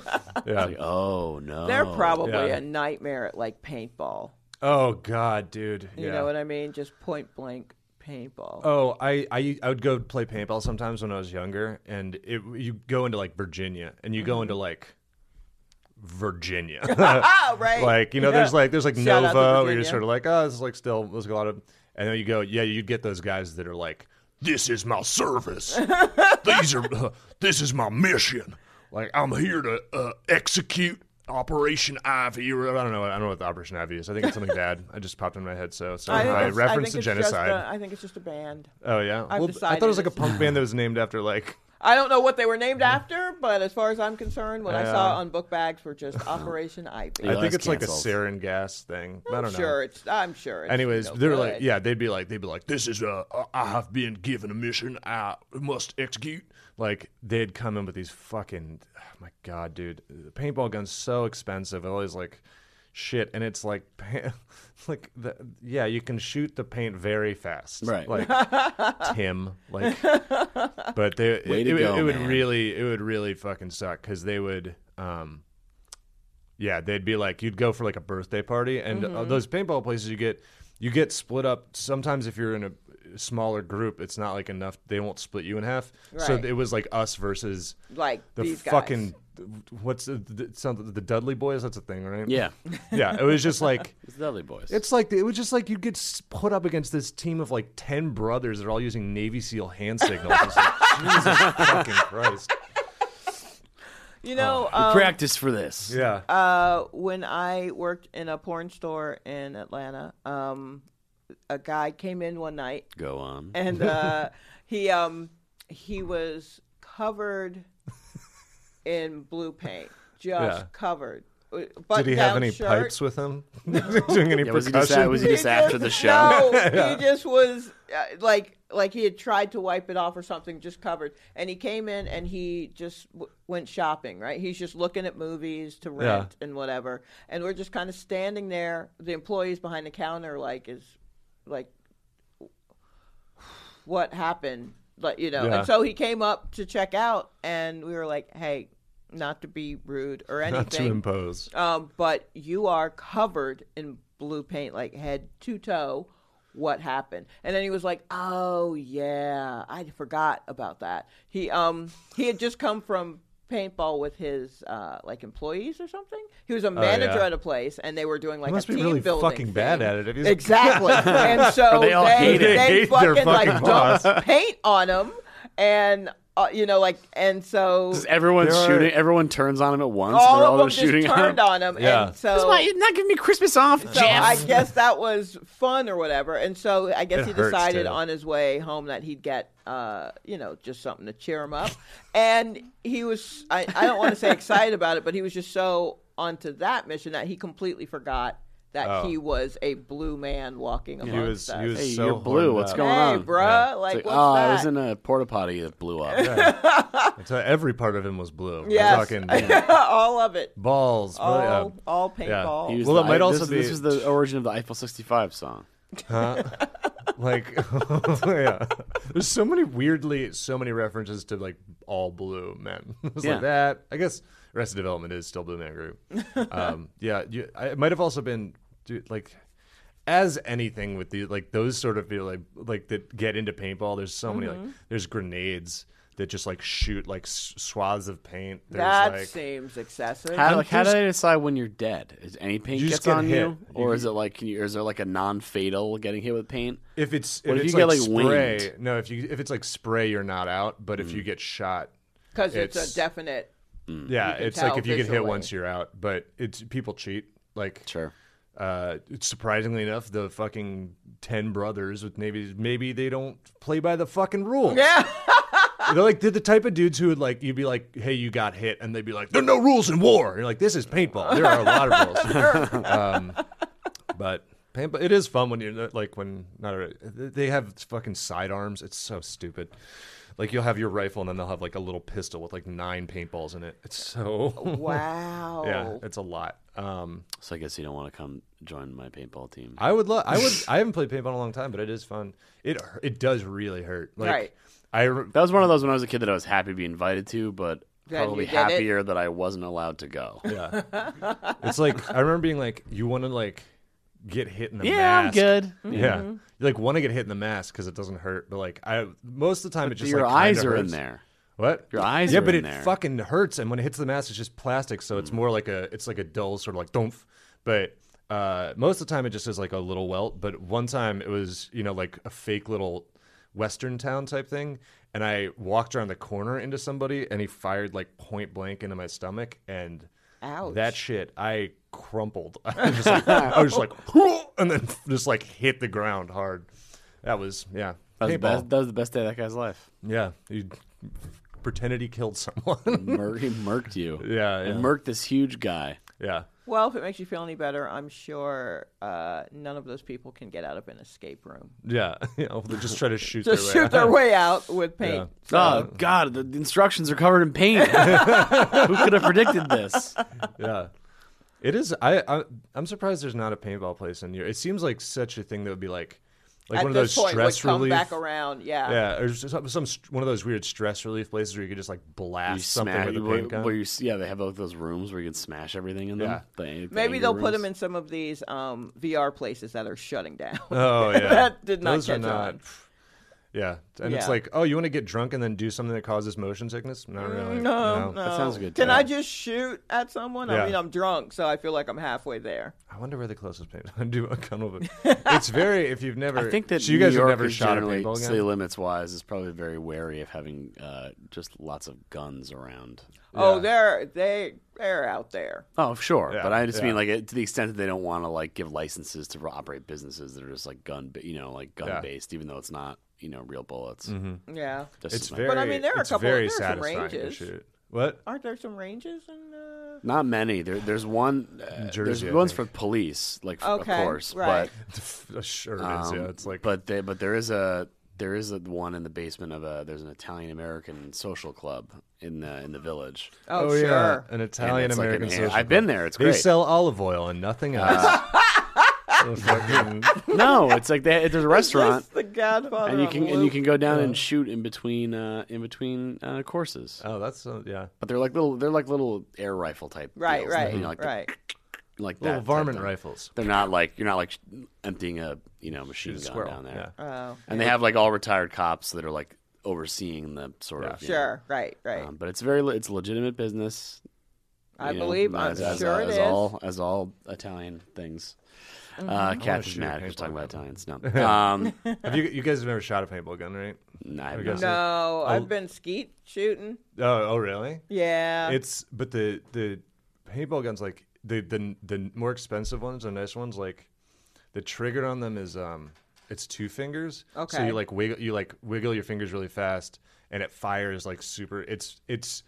[SPEAKER 2] Yeah.
[SPEAKER 1] Oh no,
[SPEAKER 3] They're probably
[SPEAKER 2] yeah.
[SPEAKER 3] a nightmare at like paintball.
[SPEAKER 2] Oh god, dude.
[SPEAKER 3] You know what I mean? Just point blank paintball.
[SPEAKER 2] Oh, I, I I would go play paintball sometimes when I was younger, and it you go into like Virginia, and you go
[SPEAKER 3] Mm-hmm.
[SPEAKER 2] into like Virginia.
[SPEAKER 3] ah, right.
[SPEAKER 2] like you know
[SPEAKER 3] Yeah.
[SPEAKER 2] there's like there's like
[SPEAKER 3] Shout out to
[SPEAKER 2] nova where you're
[SPEAKER 3] Virginia.
[SPEAKER 2] sort of like oh this is like still there's a lot of and then you go yeah you'd get those guys that are like
[SPEAKER 7] This is my service. These are this is my mission. Like I'm here to uh, execute Operation Ivy.
[SPEAKER 2] you were- I don't know I don't know what the Operation Ivy is I think it's something bad I just popped in my head so so
[SPEAKER 3] I, think
[SPEAKER 2] I,
[SPEAKER 3] it's- I
[SPEAKER 2] referenced
[SPEAKER 3] think
[SPEAKER 2] to
[SPEAKER 3] it's just
[SPEAKER 2] genocide
[SPEAKER 3] a- I think it's just a band.
[SPEAKER 2] oh yeah
[SPEAKER 3] I've
[SPEAKER 2] well I thought it
[SPEAKER 3] decided
[SPEAKER 2] was like a
[SPEAKER 3] it's-
[SPEAKER 2] punk band that was named after like
[SPEAKER 3] I don't know what they were named after, but as far as I'm concerned, what I
[SPEAKER 2] Yeah.
[SPEAKER 3] saw on book bags were just Operation Ivy.
[SPEAKER 1] Yeah,
[SPEAKER 2] I think
[SPEAKER 1] that's
[SPEAKER 2] it's like a
[SPEAKER 1] canceled.
[SPEAKER 2] sarin gas thing I
[SPEAKER 3] I'm
[SPEAKER 2] don't know
[SPEAKER 3] Oh, sure it's. I'm sure. It's
[SPEAKER 2] anyways
[SPEAKER 3] no
[SPEAKER 2] they were like
[SPEAKER 3] good.
[SPEAKER 2] yeah they'd be like they'd be like
[SPEAKER 7] This is uh, I- I have been given a mission. I must execute.
[SPEAKER 2] like they'd come in with these fucking oh my god dude the paintball gun's so expensive all these like shit and it's like pa- like the, yeah you can shoot the paint very fast
[SPEAKER 1] Right.
[SPEAKER 2] like tim like but they
[SPEAKER 1] Way
[SPEAKER 2] it,
[SPEAKER 1] to
[SPEAKER 2] it,
[SPEAKER 1] go,
[SPEAKER 2] it would
[SPEAKER 1] man.
[SPEAKER 2] really it would really fucking suck because they would um
[SPEAKER 3] Mm-hmm.
[SPEAKER 2] yeah they'd be like you'd go for like a birthday party and uh, those paintball places you get you get split up. Sometimes if you're in a smaller group, it's not like enough. They won't split you in half. So
[SPEAKER 3] Right.
[SPEAKER 2] it was like us versus
[SPEAKER 3] Like
[SPEAKER 2] the
[SPEAKER 3] these guys.
[SPEAKER 2] fucking what's the, the, something the Dudley boys? That's a thing, right?
[SPEAKER 1] Yeah,
[SPEAKER 2] yeah. It was just like.
[SPEAKER 1] it's the Dudley Boys.
[SPEAKER 2] It's like it was just like you get s- put up against this team of like ten brothers that are all using Navy SEAL hand signals. It's like, Jesus fucking Christ!
[SPEAKER 3] You know,
[SPEAKER 2] oh.
[SPEAKER 3] um,
[SPEAKER 1] practice for this.
[SPEAKER 2] Yeah,
[SPEAKER 3] uh, when I worked in a porn store in Atlanta, um, a guy came in one night
[SPEAKER 1] Go on.
[SPEAKER 3] and uh, he um, he was covered in blue paint, just
[SPEAKER 2] Yeah.
[SPEAKER 3] covered.
[SPEAKER 2] did he have any pipes with him? Doing any
[SPEAKER 1] Yeah, was he
[SPEAKER 2] percussion?
[SPEAKER 1] just at, was he just after the show?
[SPEAKER 3] No, he just was uh, like like he had tried to wipe it off or something, just covered. And he came in and he just w- went shopping. Right, he's just looking at movies to rent and whatever. And we're just kind of standing there. The employees behind the counter like is like, what happened? Like you know.
[SPEAKER 2] Yeah.
[SPEAKER 3] And so he came up to check out, and we were like, hey. Not to be rude or anything,
[SPEAKER 2] Not to impose.
[SPEAKER 3] um, but you are covered in blue paint, like head to toe. What happened? And then he was like, "Oh yeah, I forgot about that." He um he had just come from paintball with his uh like employees or something. He was a manager
[SPEAKER 2] Oh, yeah.
[SPEAKER 3] at a place, and they were doing like
[SPEAKER 2] must
[SPEAKER 3] a
[SPEAKER 2] be
[SPEAKER 3] team
[SPEAKER 2] really
[SPEAKER 3] building
[SPEAKER 2] fucking
[SPEAKER 3] thing.
[SPEAKER 2] bad at it if he's-
[SPEAKER 3] exactly. and so
[SPEAKER 1] They
[SPEAKER 3] they
[SPEAKER 1] all
[SPEAKER 3] they,
[SPEAKER 1] hate it.
[SPEAKER 2] They hate their
[SPEAKER 3] fucking, like
[SPEAKER 2] fucking boss.
[SPEAKER 3] dumped paint on him, and uh, you know like and so
[SPEAKER 1] Does everyone
[SPEAKER 2] There are-
[SPEAKER 1] shooting? Everyone turns on him at once. and
[SPEAKER 3] all
[SPEAKER 1] they're
[SPEAKER 3] of
[SPEAKER 1] all
[SPEAKER 3] them
[SPEAKER 1] just
[SPEAKER 3] just
[SPEAKER 1] shooting at him.
[SPEAKER 3] turned on him.
[SPEAKER 2] Yeah.
[SPEAKER 3] And so
[SPEAKER 1] That's why you're not giving me Christmas off,
[SPEAKER 3] So
[SPEAKER 1] Jeff.
[SPEAKER 3] I guess that was fun or whatever. And so I guess
[SPEAKER 2] It
[SPEAKER 3] he
[SPEAKER 2] hurts,
[SPEAKER 3] decided
[SPEAKER 2] too.
[SPEAKER 3] on his way home that he'd get, uh, you know, just something to cheer him up. And he was, I, I don't want to say excited about it, but he was just so onto that mission that he completely forgot that
[SPEAKER 2] Oh.
[SPEAKER 3] he was a blue man walking amongst
[SPEAKER 2] He was
[SPEAKER 3] us.
[SPEAKER 2] he was
[SPEAKER 1] hey,
[SPEAKER 2] so
[SPEAKER 1] you're blue.
[SPEAKER 2] horned
[SPEAKER 1] What's
[SPEAKER 2] up.
[SPEAKER 1] going
[SPEAKER 3] hey,
[SPEAKER 1] on?
[SPEAKER 3] bruh, like,
[SPEAKER 1] It's like,
[SPEAKER 3] what's
[SPEAKER 1] oh,
[SPEAKER 3] that?
[SPEAKER 1] I was in a porta potty that blew up.
[SPEAKER 2] So every part of him was blue.
[SPEAKER 3] Yes.
[SPEAKER 2] We're talking
[SPEAKER 3] all of it.
[SPEAKER 2] balls.
[SPEAKER 3] All,
[SPEAKER 2] really, uh,
[SPEAKER 3] all
[SPEAKER 2] yeah.
[SPEAKER 3] paintball.
[SPEAKER 1] He was
[SPEAKER 2] Well,
[SPEAKER 1] the-
[SPEAKER 2] it might
[SPEAKER 1] I-
[SPEAKER 2] also
[SPEAKER 1] this,
[SPEAKER 2] be-
[SPEAKER 1] this is the origin of the Eiffel 65 song.
[SPEAKER 2] like yeah. There's so many weirdly so many references to like all blue men. it's
[SPEAKER 1] Yeah.
[SPEAKER 2] like that. I guess Arrested Development is still Blue Man Group. Um, yeah, you, I, it might have also been dude, like as anything with the like those sort of people like like that get into paintball. There's so many
[SPEAKER 1] Mm-hmm.
[SPEAKER 2] like there's grenades that just like shoot like s- swaths of paint. There's
[SPEAKER 3] that
[SPEAKER 2] like
[SPEAKER 3] seems excessive.
[SPEAKER 1] How, like, how do they decide when you're dead? Is any paint
[SPEAKER 2] You just
[SPEAKER 1] gets
[SPEAKER 2] get
[SPEAKER 1] on
[SPEAKER 2] hit.
[SPEAKER 1] you, or
[SPEAKER 2] You-
[SPEAKER 1] is it like can you, or is there like a non-fatal getting hit with paint?
[SPEAKER 2] if it's if,
[SPEAKER 1] What if
[SPEAKER 2] it's
[SPEAKER 1] you get,
[SPEAKER 2] like,
[SPEAKER 1] like,
[SPEAKER 2] spray.
[SPEAKER 1] winged?
[SPEAKER 2] No, if you if it's like spray, you're not out. But if
[SPEAKER 1] Mm.
[SPEAKER 2] you get shot,
[SPEAKER 3] Because it's,
[SPEAKER 2] it's-
[SPEAKER 3] a definite.
[SPEAKER 2] Yeah,
[SPEAKER 3] can
[SPEAKER 2] it's like
[SPEAKER 3] tell
[SPEAKER 2] if you get hit
[SPEAKER 3] visually.
[SPEAKER 2] once, you're out. But it's people cheat. Like,
[SPEAKER 1] Sure.
[SPEAKER 2] uh, surprisingly enough, the fucking ten brothers with maybe maybe they don't play by the fucking rules.
[SPEAKER 3] Yeah.
[SPEAKER 2] They're like they're the type of dudes who would like you'd be like, hey, you got hit, and they'd be like, there are no rules in war. And you're like, this is paintball. There are a lot of rules. um, but paintball, it is fun when you're like when not a, they have fucking sidearms. It's so stupid. Like you'll have your rifle, and then they'll have like a little pistol with like nine paintballs in it. It's so
[SPEAKER 3] Wow.
[SPEAKER 1] Oh.
[SPEAKER 2] yeah, it's a lot. Um,
[SPEAKER 1] So I guess you don't want to come join my paintball team.
[SPEAKER 2] I would love. I would. I haven't played paintball in a long time, but it is fun. It hu- it does really hurt. Like,
[SPEAKER 3] Right.
[SPEAKER 2] I re-
[SPEAKER 1] That was one of those when I was a kid that I was happy to be invited to, but
[SPEAKER 3] Glad
[SPEAKER 1] probably
[SPEAKER 3] you did it.
[SPEAKER 1] happier that I wasn't allowed to go.
[SPEAKER 2] it's like I remember being like, you want to like get hit in the
[SPEAKER 1] Yeah, I'm
[SPEAKER 2] mask.
[SPEAKER 1] good. Mm-hmm.
[SPEAKER 2] Yeah, you like want to get hit in the mask because it doesn't hurt, but like I most of the time it just
[SPEAKER 1] Your
[SPEAKER 2] like,
[SPEAKER 1] eyes
[SPEAKER 2] kinda
[SPEAKER 1] are in
[SPEAKER 2] hurts.
[SPEAKER 1] there.
[SPEAKER 2] What?
[SPEAKER 1] Your eyes
[SPEAKER 2] Yeah,
[SPEAKER 1] are
[SPEAKER 2] but
[SPEAKER 1] in
[SPEAKER 2] it
[SPEAKER 1] there. Mm.
[SPEAKER 2] fucking hurts, and when it hits the mask, it's just plastic, so it's more like a it's like a dull sort of like don't. But uh, most of the time, it just is like a little welt. But one time, it was you know like a fake little western town type thing, and I walked around the corner into somebody, and he fired like point blank into my stomach, and
[SPEAKER 3] Ouch.
[SPEAKER 2] that shit, I crumpled. I was just like, I was just like, "Hoo!" and then just like hit the ground hard. That was yeah.
[SPEAKER 1] That was, the
[SPEAKER 2] Paintball.
[SPEAKER 1] best, that was the best day of that guy's life.
[SPEAKER 2] Yeah, he pretended he killed someone.
[SPEAKER 1] Mur- he murked you.
[SPEAKER 2] yeah,
[SPEAKER 1] And
[SPEAKER 2] yeah,
[SPEAKER 1] murked this huge guy.
[SPEAKER 2] yeah.
[SPEAKER 3] Well, if it makes you feel any better, I'm sure uh, none of those people can get out of an escape room.
[SPEAKER 2] Yeah, you know, they just try to shoot
[SPEAKER 3] Just
[SPEAKER 2] their
[SPEAKER 3] shoot
[SPEAKER 2] way.
[SPEAKER 3] their way out with paint.
[SPEAKER 2] Yeah.
[SPEAKER 1] Oh God! The the instructions are covered in paint. Who could have predicted this?
[SPEAKER 2] yeah, it is. I, I I'm surprised there's not a paintball place in here. It seems like such a thing that would be like Like
[SPEAKER 3] At
[SPEAKER 2] one of
[SPEAKER 3] this
[SPEAKER 2] those
[SPEAKER 3] point, would
[SPEAKER 2] stress
[SPEAKER 3] come
[SPEAKER 2] relief.
[SPEAKER 3] back around. Yeah.
[SPEAKER 2] Yeah, or just some, some st- one of those weird stress relief places where you could just like blast
[SPEAKER 1] You
[SPEAKER 2] something
[SPEAKER 1] smash
[SPEAKER 2] with a
[SPEAKER 1] where,
[SPEAKER 2] paint gun.
[SPEAKER 1] where you s- yeah they have like those rooms where you can smash everything in them.
[SPEAKER 2] Yeah.
[SPEAKER 1] The- the
[SPEAKER 3] Maybe
[SPEAKER 1] anger
[SPEAKER 3] they'll put 'em put
[SPEAKER 1] rooms.
[SPEAKER 3] them in some of these um, VR places that are shutting down.
[SPEAKER 2] oh yeah,
[SPEAKER 3] That did not
[SPEAKER 2] those are
[SPEAKER 3] catch on.
[SPEAKER 2] Yeah, and it's
[SPEAKER 3] Yeah.
[SPEAKER 2] like, oh, you want to get drunk and then do something that causes motion sickness? Not really.
[SPEAKER 3] No, no.
[SPEAKER 1] That sounds good,
[SPEAKER 3] Can
[SPEAKER 1] too.
[SPEAKER 3] I just shoot at someone?
[SPEAKER 2] Yeah.
[SPEAKER 3] I mean, I'm drunk, so I feel like I'm halfway there.
[SPEAKER 2] I wonder where the closest paintball. do a gun with it. It's very if you've never.
[SPEAKER 1] I think that
[SPEAKER 2] so you guys
[SPEAKER 1] New York
[SPEAKER 2] have never shot a paintball gun.
[SPEAKER 1] city limits wise is probably very wary of having uh, just lots of guns around.
[SPEAKER 3] Oh, they're they they're out there.
[SPEAKER 1] Oh, sure,
[SPEAKER 2] Yeah,
[SPEAKER 1] but I just
[SPEAKER 2] yeah.
[SPEAKER 1] mean like it, to the extent that they don't want to like give licenses to operate businesses that are just like gun, ba- you know, like gun based, even though it's not you know real bullets.
[SPEAKER 3] Yeah.
[SPEAKER 1] Just
[SPEAKER 2] It's
[SPEAKER 1] not,
[SPEAKER 2] very.
[SPEAKER 3] But I mean, there are a
[SPEAKER 2] it's
[SPEAKER 3] couple-
[SPEAKER 2] Very
[SPEAKER 3] there are some
[SPEAKER 2] satisfying
[SPEAKER 3] ranges.
[SPEAKER 2] to shoot. What?
[SPEAKER 3] Aren't there some ranges in uh
[SPEAKER 1] not many. There, there's one. Uh,
[SPEAKER 2] Jersey, I
[SPEAKER 1] there's ones for
[SPEAKER 2] think.
[SPEAKER 1] police, like f-
[SPEAKER 3] Okay,
[SPEAKER 1] of course,
[SPEAKER 3] right.
[SPEAKER 2] sure it
[SPEAKER 1] but
[SPEAKER 2] is. Yeah,
[SPEAKER 1] um,
[SPEAKER 2] it's like.
[SPEAKER 1] but they, but there is a there is a one in the basement of a there's an Italian American social club in the in the village.
[SPEAKER 3] Oh,
[SPEAKER 2] yeah,
[SPEAKER 3] sure.
[SPEAKER 2] an
[SPEAKER 1] And
[SPEAKER 2] Italian
[SPEAKER 1] it's like an
[SPEAKER 2] American.
[SPEAKER 1] a-
[SPEAKER 2] social
[SPEAKER 1] I've
[SPEAKER 2] club.
[SPEAKER 1] been there. It's
[SPEAKER 2] They
[SPEAKER 1] great.
[SPEAKER 2] sell olive oil and nothing else. So fucking-
[SPEAKER 1] no, it's like they, there's a restaurant,
[SPEAKER 3] That's the Godfather.
[SPEAKER 1] and you can
[SPEAKER 3] on
[SPEAKER 1] and you
[SPEAKER 3] loop.
[SPEAKER 1] can go down and shoot in between uh, in between uh, courses.
[SPEAKER 2] oh, that's uh, yeah.
[SPEAKER 1] But they're like little they're like little air rifle type.
[SPEAKER 3] Right,
[SPEAKER 1] deals,
[SPEAKER 3] right,
[SPEAKER 1] you know, like the-
[SPEAKER 3] right.
[SPEAKER 1] like that
[SPEAKER 2] Little
[SPEAKER 1] type
[SPEAKER 2] varmint
[SPEAKER 1] thing.
[SPEAKER 2] rifles.
[SPEAKER 1] They're not like you're not like sh- emptying a you know machine
[SPEAKER 2] Shoot a
[SPEAKER 1] gun
[SPEAKER 2] squirrel.
[SPEAKER 1] down there.
[SPEAKER 2] Yeah.
[SPEAKER 3] Oh,
[SPEAKER 1] And they have like all retired cops that are like overseeing the sort of you know,
[SPEAKER 3] sure. Right, right.
[SPEAKER 1] Um, but it's very le- it's a legitimate business.
[SPEAKER 3] I
[SPEAKER 1] you know,
[SPEAKER 3] believe. I'm
[SPEAKER 1] as, as-
[SPEAKER 3] sure
[SPEAKER 1] as
[SPEAKER 3] it is.
[SPEAKER 1] all as all Italian things. Uh, Cat is
[SPEAKER 2] shoot a
[SPEAKER 1] mad. 'cause We're
[SPEAKER 2] paintball
[SPEAKER 1] talking about Italians. No, um,
[SPEAKER 2] Have you you guys have never shot a paintball gun, right?
[SPEAKER 1] no, I have
[SPEAKER 2] I
[SPEAKER 1] not.
[SPEAKER 2] guess-
[SPEAKER 1] oh.
[SPEAKER 3] no, I've been skeet shooting.
[SPEAKER 2] Oh, oh, really?
[SPEAKER 3] Yeah.
[SPEAKER 2] It's but the the paintball guns like the the the more expensive ones, the nice ones, like the trigger on them is um it's two fingers. So
[SPEAKER 3] Okay.
[SPEAKER 2] you like wiggle you like wiggle your fingers really fast, and it fires like super. It's it's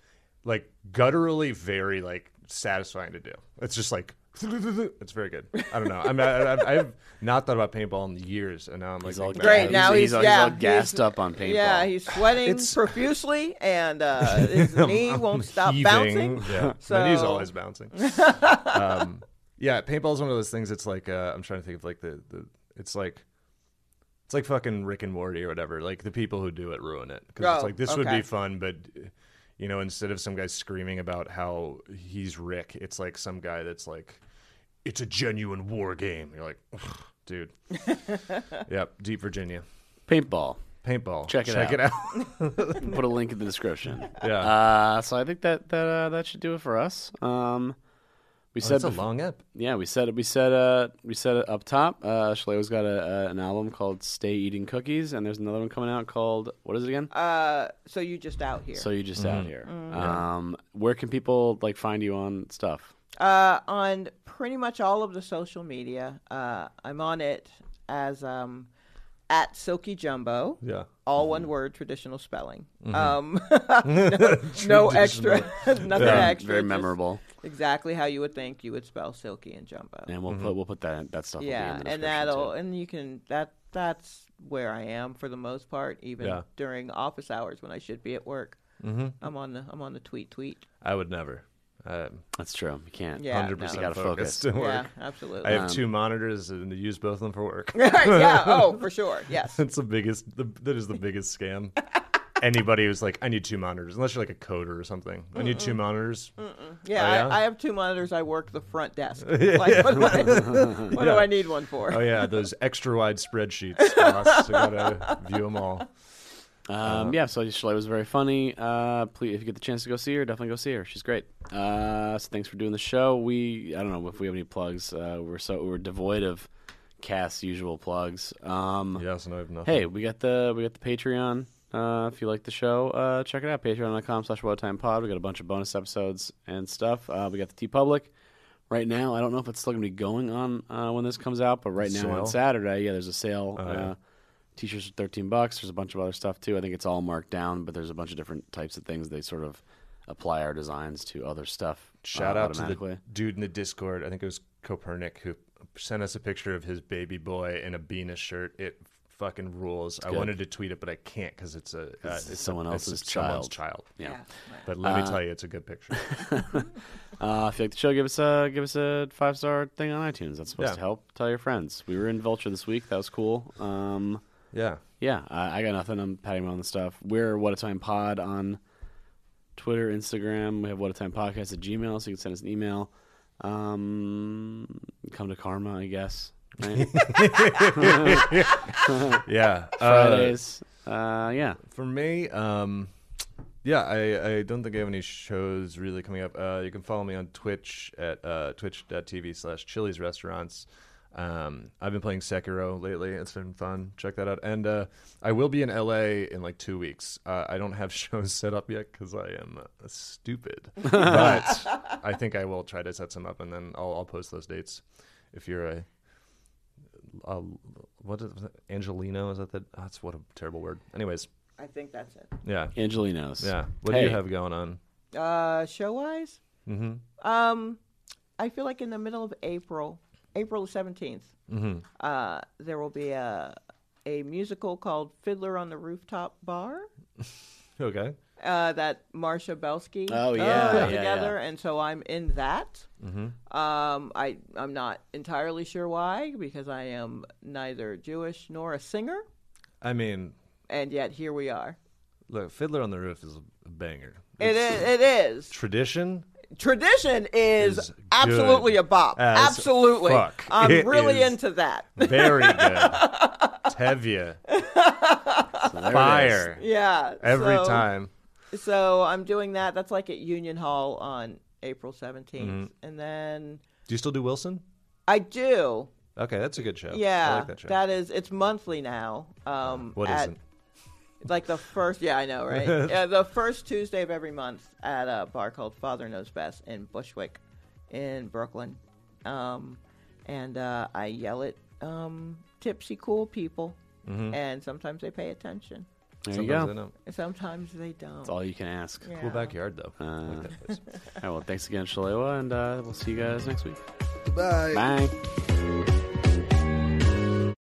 [SPEAKER 2] like gutturally very like satisfying to do. It's just like. It's very good. I don't know. I'm not, I- I've not thought about paintball in years, and now I'm like
[SPEAKER 1] He's all
[SPEAKER 2] thinking
[SPEAKER 3] Great,
[SPEAKER 1] gassed.
[SPEAKER 3] now
[SPEAKER 1] he's,
[SPEAKER 3] he's-
[SPEAKER 1] all,
[SPEAKER 3] yeah,
[SPEAKER 1] all gassed
[SPEAKER 3] he's-
[SPEAKER 1] up on paintball.
[SPEAKER 3] yeah, he's sweating profusely, and uh, his knee won't stop bouncing.
[SPEAKER 2] Yeah. My knee's always bouncing. um, yeah, paintball's one of those things. It's like uh, I'm trying to think of like the, the it's like it's like fucking Rick and Morty or whatever. Like the people who do it ruin it because it's
[SPEAKER 3] Oh,
[SPEAKER 2] like this would
[SPEAKER 3] okay.
[SPEAKER 2] be fun, but you know, instead of some guy screaming about how he's Rick, it's like some guy that's like, it's a genuine war game. You're like, "Ugh, dude. yep, deep Virginia.
[SPEAKER 1] paintball.
[SPEAKER 2] Paintball.
[SPEAKER 1] Check it
[SPEAKER 2] Check
[SPEAKER 1] out.
[SPEAKER 2] it out.
[SPEAKER 1] Put a link in the description.
[SPEAKER 2] yeah.
[SPEAKER 1] Uh, so I think that that uh, that should do it for us. Um, we
[SPEAKER 2] Oh,
[SPEAKER 1] said
[SPEAKER 2] that's a
[SPEAKER 1] bef-
[SPEAKER 2] long up.
[SPEAKER 1] yeah, we said we said uh, we said it up top. Uh, Shalewa's got a, uh, an album called "Stay Eating Cookies," and there's another one coming out called what is it again?
[SPEAKER 3] Uh, so you just out here. Mm.
[SPEAKER 1] so you just
[SPEAKER 2] Mm-hmm.
[SPEAKER 1] out here. Um, where can people like find you on stuff?
[SPEAKER 3] Uh, on pretty much all of the social media. Uh, I'm on it as um, at Silky Jumbo.
[SPEAKER 2] Yeah.
[SPEAKER 3] All
[SPEAKER 1] Mm-hmm.
[SPEAKER 3] one word, traditional spelling. Um, no, no extra, nothing extra.
[SPEAKER 1] very
[SPEAKER 3] just
[SPEAKER 1] memorable.
[SPEAKER 3] Exactly how you would think you would spell Silky and Jumbo.
[SPEAKER 1] And we'll
[SPEAKER 2] Mm-hmm.
[SPEAKER 1] put we'll put that that stuff. will be
[SPEAKER 3] yeah,
[SPEAKER 1] in the description,
[SPEAKER 3] and that'll
[SPEAKER 1] too.
[SPEAKER 3] and you can that that's where I am for the most part, even
[SPEAKER 2] Yeah.
[SPEAKER 3] during office hours when I should be at work. Mm-hmm. I'm on the I'm on the tweet tweet.
[SPEAKER 2] I would never. Um,
[SPEAKER 1] that's true. You can't.
[SPEAKER 3] Yeah,
[SPEAKER 2] hundred
[SPEAKER 3] no.
[SPEAKER 2] percent
[SPEAKER 1] You gotta
[SPEAKER 2] focused.
[SPEAKER 1] focus. Um,
[SPEAKER 2] to work.
[SPEAKER 3] Yeah, absolutely.
[SPEAKER 2] I have two monitors and I use both of them for work.
[SPEAKER 3] yeah. Oh, for sure. Yes.
[SPEAKER 2] That's the biggest. The, that is the biggest scam. Anybody who's like, I need two monitors, unless you're like a coder or something. I need two monitors.
[SPEAKER 3] Yeah,
[SPEAKER 2] Oh, yeah?
[SPEAKER 3] I, I have two monitors. I work the front desk. Like, what, do I, what do I need one for?
[SPEAKER 2] Oh yeah, those extra wide spreadsheets. boss. I gotta view them all. Uh-huh.
[SPEAKER 1] Um, yeah, so Shalewa was very funny. Uh, please, if you get the chance to go see her, definitely go see her. She's great. Uh, so thanks for doing the show. We I don't know if we have any plugs. Uh, we're so we're devoid of Cass usual plugs. Um,
[SPEAKER 2] Yes, and I have nothing.
[SPEAKER 1] Hey, we got the we got the Patreon. Uh, if you like the show, uh, check it out. Patreon.com slash time pod. We got a bunch of bonus episodes and stuff. Uh, we got the T Public. Right now, I don't know if it's still going to be going on uh, when this comes out, but right now
[SPEAKER 2] Sale? Oh,
[SPEAKER 1] on Saturday, yeah, there's a sale. uh, T-shirts are thirteen bucks. There's a bunch of other stuff too. I think it's all marked down, but there's a bunch of different types of things. They sort of apply our designs to other stuff. uh,
[SPEAKER 2] Shout out to the
[SPEAKER 1] automatically.
[SPEAKER 2] dude in the Discord. I think it was Copernic who sent us a picture of his baby boy in a Venus shirt. It fucking rules. I wanted to tweet it, but I can't because it's a uh, it's
[SPEAKER 1] someone
[SPEAKER 2] a,
[SPEAKER 1] else's
[SPEAKER 2] it's someone's
[SPEAKER 1] child. Uh,
[SPEAKER 2] child.
[SPEAKER 1] yeah.
[SPEAKER 2] But let me tell you, it's a good picture.
[SPEAKER 1] Uh, if you like the show, give us a give us a five star thing on iTunes. That's supposed
[SPEAKER 2] Yeah.
[SPEAKER 1] to help. Tell your friends. We were in Vulture this week. That was cool. Um,
[SPEAKER 2] Yeah.
[SPEAKER 1] yeah, I, I got nothing. I'm patting my own stuff. We're What a Time Pod on Twitter, Instagram. We have What a Time Podcast at Gmail, so you can send us an email. Um, come to karma, I guess. right?
[SPEAKER 2] Yeah. Uh,
[SPEAKER 1] Fridays. Uh, yeah.
[SPEAKER 2] for me, um, yeah, I, I don't think I have any shows really coming up. Uh, you can follow me on Twitch at uh, twitch.tv slash Chili's Restaurants. Um, I've been playing Sekiro lately. It's been fun. Check that out. And uh, I will be in LA in like two weeks. Uh, I don't have shows set up yet because I am uh, stupid. but I think I will try to set some up and then I'll, I'll post those dates if you're a uh, what is Angelino? Is that the? oh, That's what a terrible word. Anyways,
[SPEAKER 3] I think that's it.
[SPEAKER 2] yeah,
[SPEAKER 1] Angelinos.
[SPEAKER 2] yeah. What do
[SPEAKER 1] Hey.
[SPEAKER 2] you have going on?
[SPEAKER 3] Uh, show wise, mm-hmm. um, I feel like in the middle of April, April seventeenth,
[SPEAKER 1] Mm-hmm.
[SPEAKER 3] uh, there will be a a musical called Fiddler on the Rooftop Bar
[SPEAKER 2] Okay.
[SPEAKER 3] uh, that Marsha Belsky
[SPEAKER 1] Oh, yeah,
[SPEAKER 3] put
[SPEAKER 1] yeah, Mm-hmm.
[SPEAKER 3] together, and so I'm in that. Um, I I'm not entirely sure why because I am neither Jewish nor a singer,
[SPEAKER 2] I mean,
[SPEAKER 3] and yet here we are.
[SPEAKER 2] look, Fiddler on the Roof is a banger.
[SPEAKER 3] It is. It is.
[SPEAKER 2] Tradition.
[SPEAKER 3] tradition is,
[SPEAKER 2] Is
[SPEAKER 3] absolutely
[SPEAKER 2] good
[SPEAKER 3] a bop.
[SPEAKER 2] as
[SPEAKER 3] Absolutely.
[SPEAKER 2] fuck.
[SPEAKER 3] I'm
[SPEAKER 2] It
[SPEAKER 3] really
[SPEAKER 2] is.
[SPEAKER 3] into that.
[SPEAKER 2] Very good. Tevye. Fire.
[SPEAKER 3] Yeah.
[SPEAKER 2] Every
[SPEAKER 3] so-
[SPEAKER 2] time.
[SPEAKER 3] So I'm doing that. That's like at Union Hall on April 17th.
[SPEAKER 2] Mm-hmm.
[SPEAKER 3] And then
[SPEAKER 2] Do you still do Wilson?
[SPEAKER 3] I do.
[SPEAKER 2] Okay, that's a good show. I
[SPEAKER 3] Yeah.
[SPEAKER 2] like that show.
[SPEAKER 3] that is, it's monthly now. Um,
[SPEAKER 2] What
[SPEAKER 3] at,
[SPEAKER 2] not
[SPEAKER 3] Like the first, yeah, I know, right? yeah, the first Tuesday of every month at a bar called Father Knows Best in Bushwick, in Brooklyn, um, and uh, I yell at um, tipsy cool people, and sometimes they pay attention,
[SPEAKER 1] There you
[SPEAKER 2] Sometimes
[SPEAKER 1] go.
[SPEAKER 2] I know.
[SPEAKER 3] and sometimes they don't.
[SPEAKER 1] That's all you can ask.
[SPEAKER 3] Yeah. Uh,
[SPEAKER 2] Cool backyard though. I like that place.
[SPEAKER 1] uh, All right. Well, thanks again, Shalewa, and uh, we'll see you guys next week.
[SPEAKER 6] Bye.
[SPEAKER 1] Bye.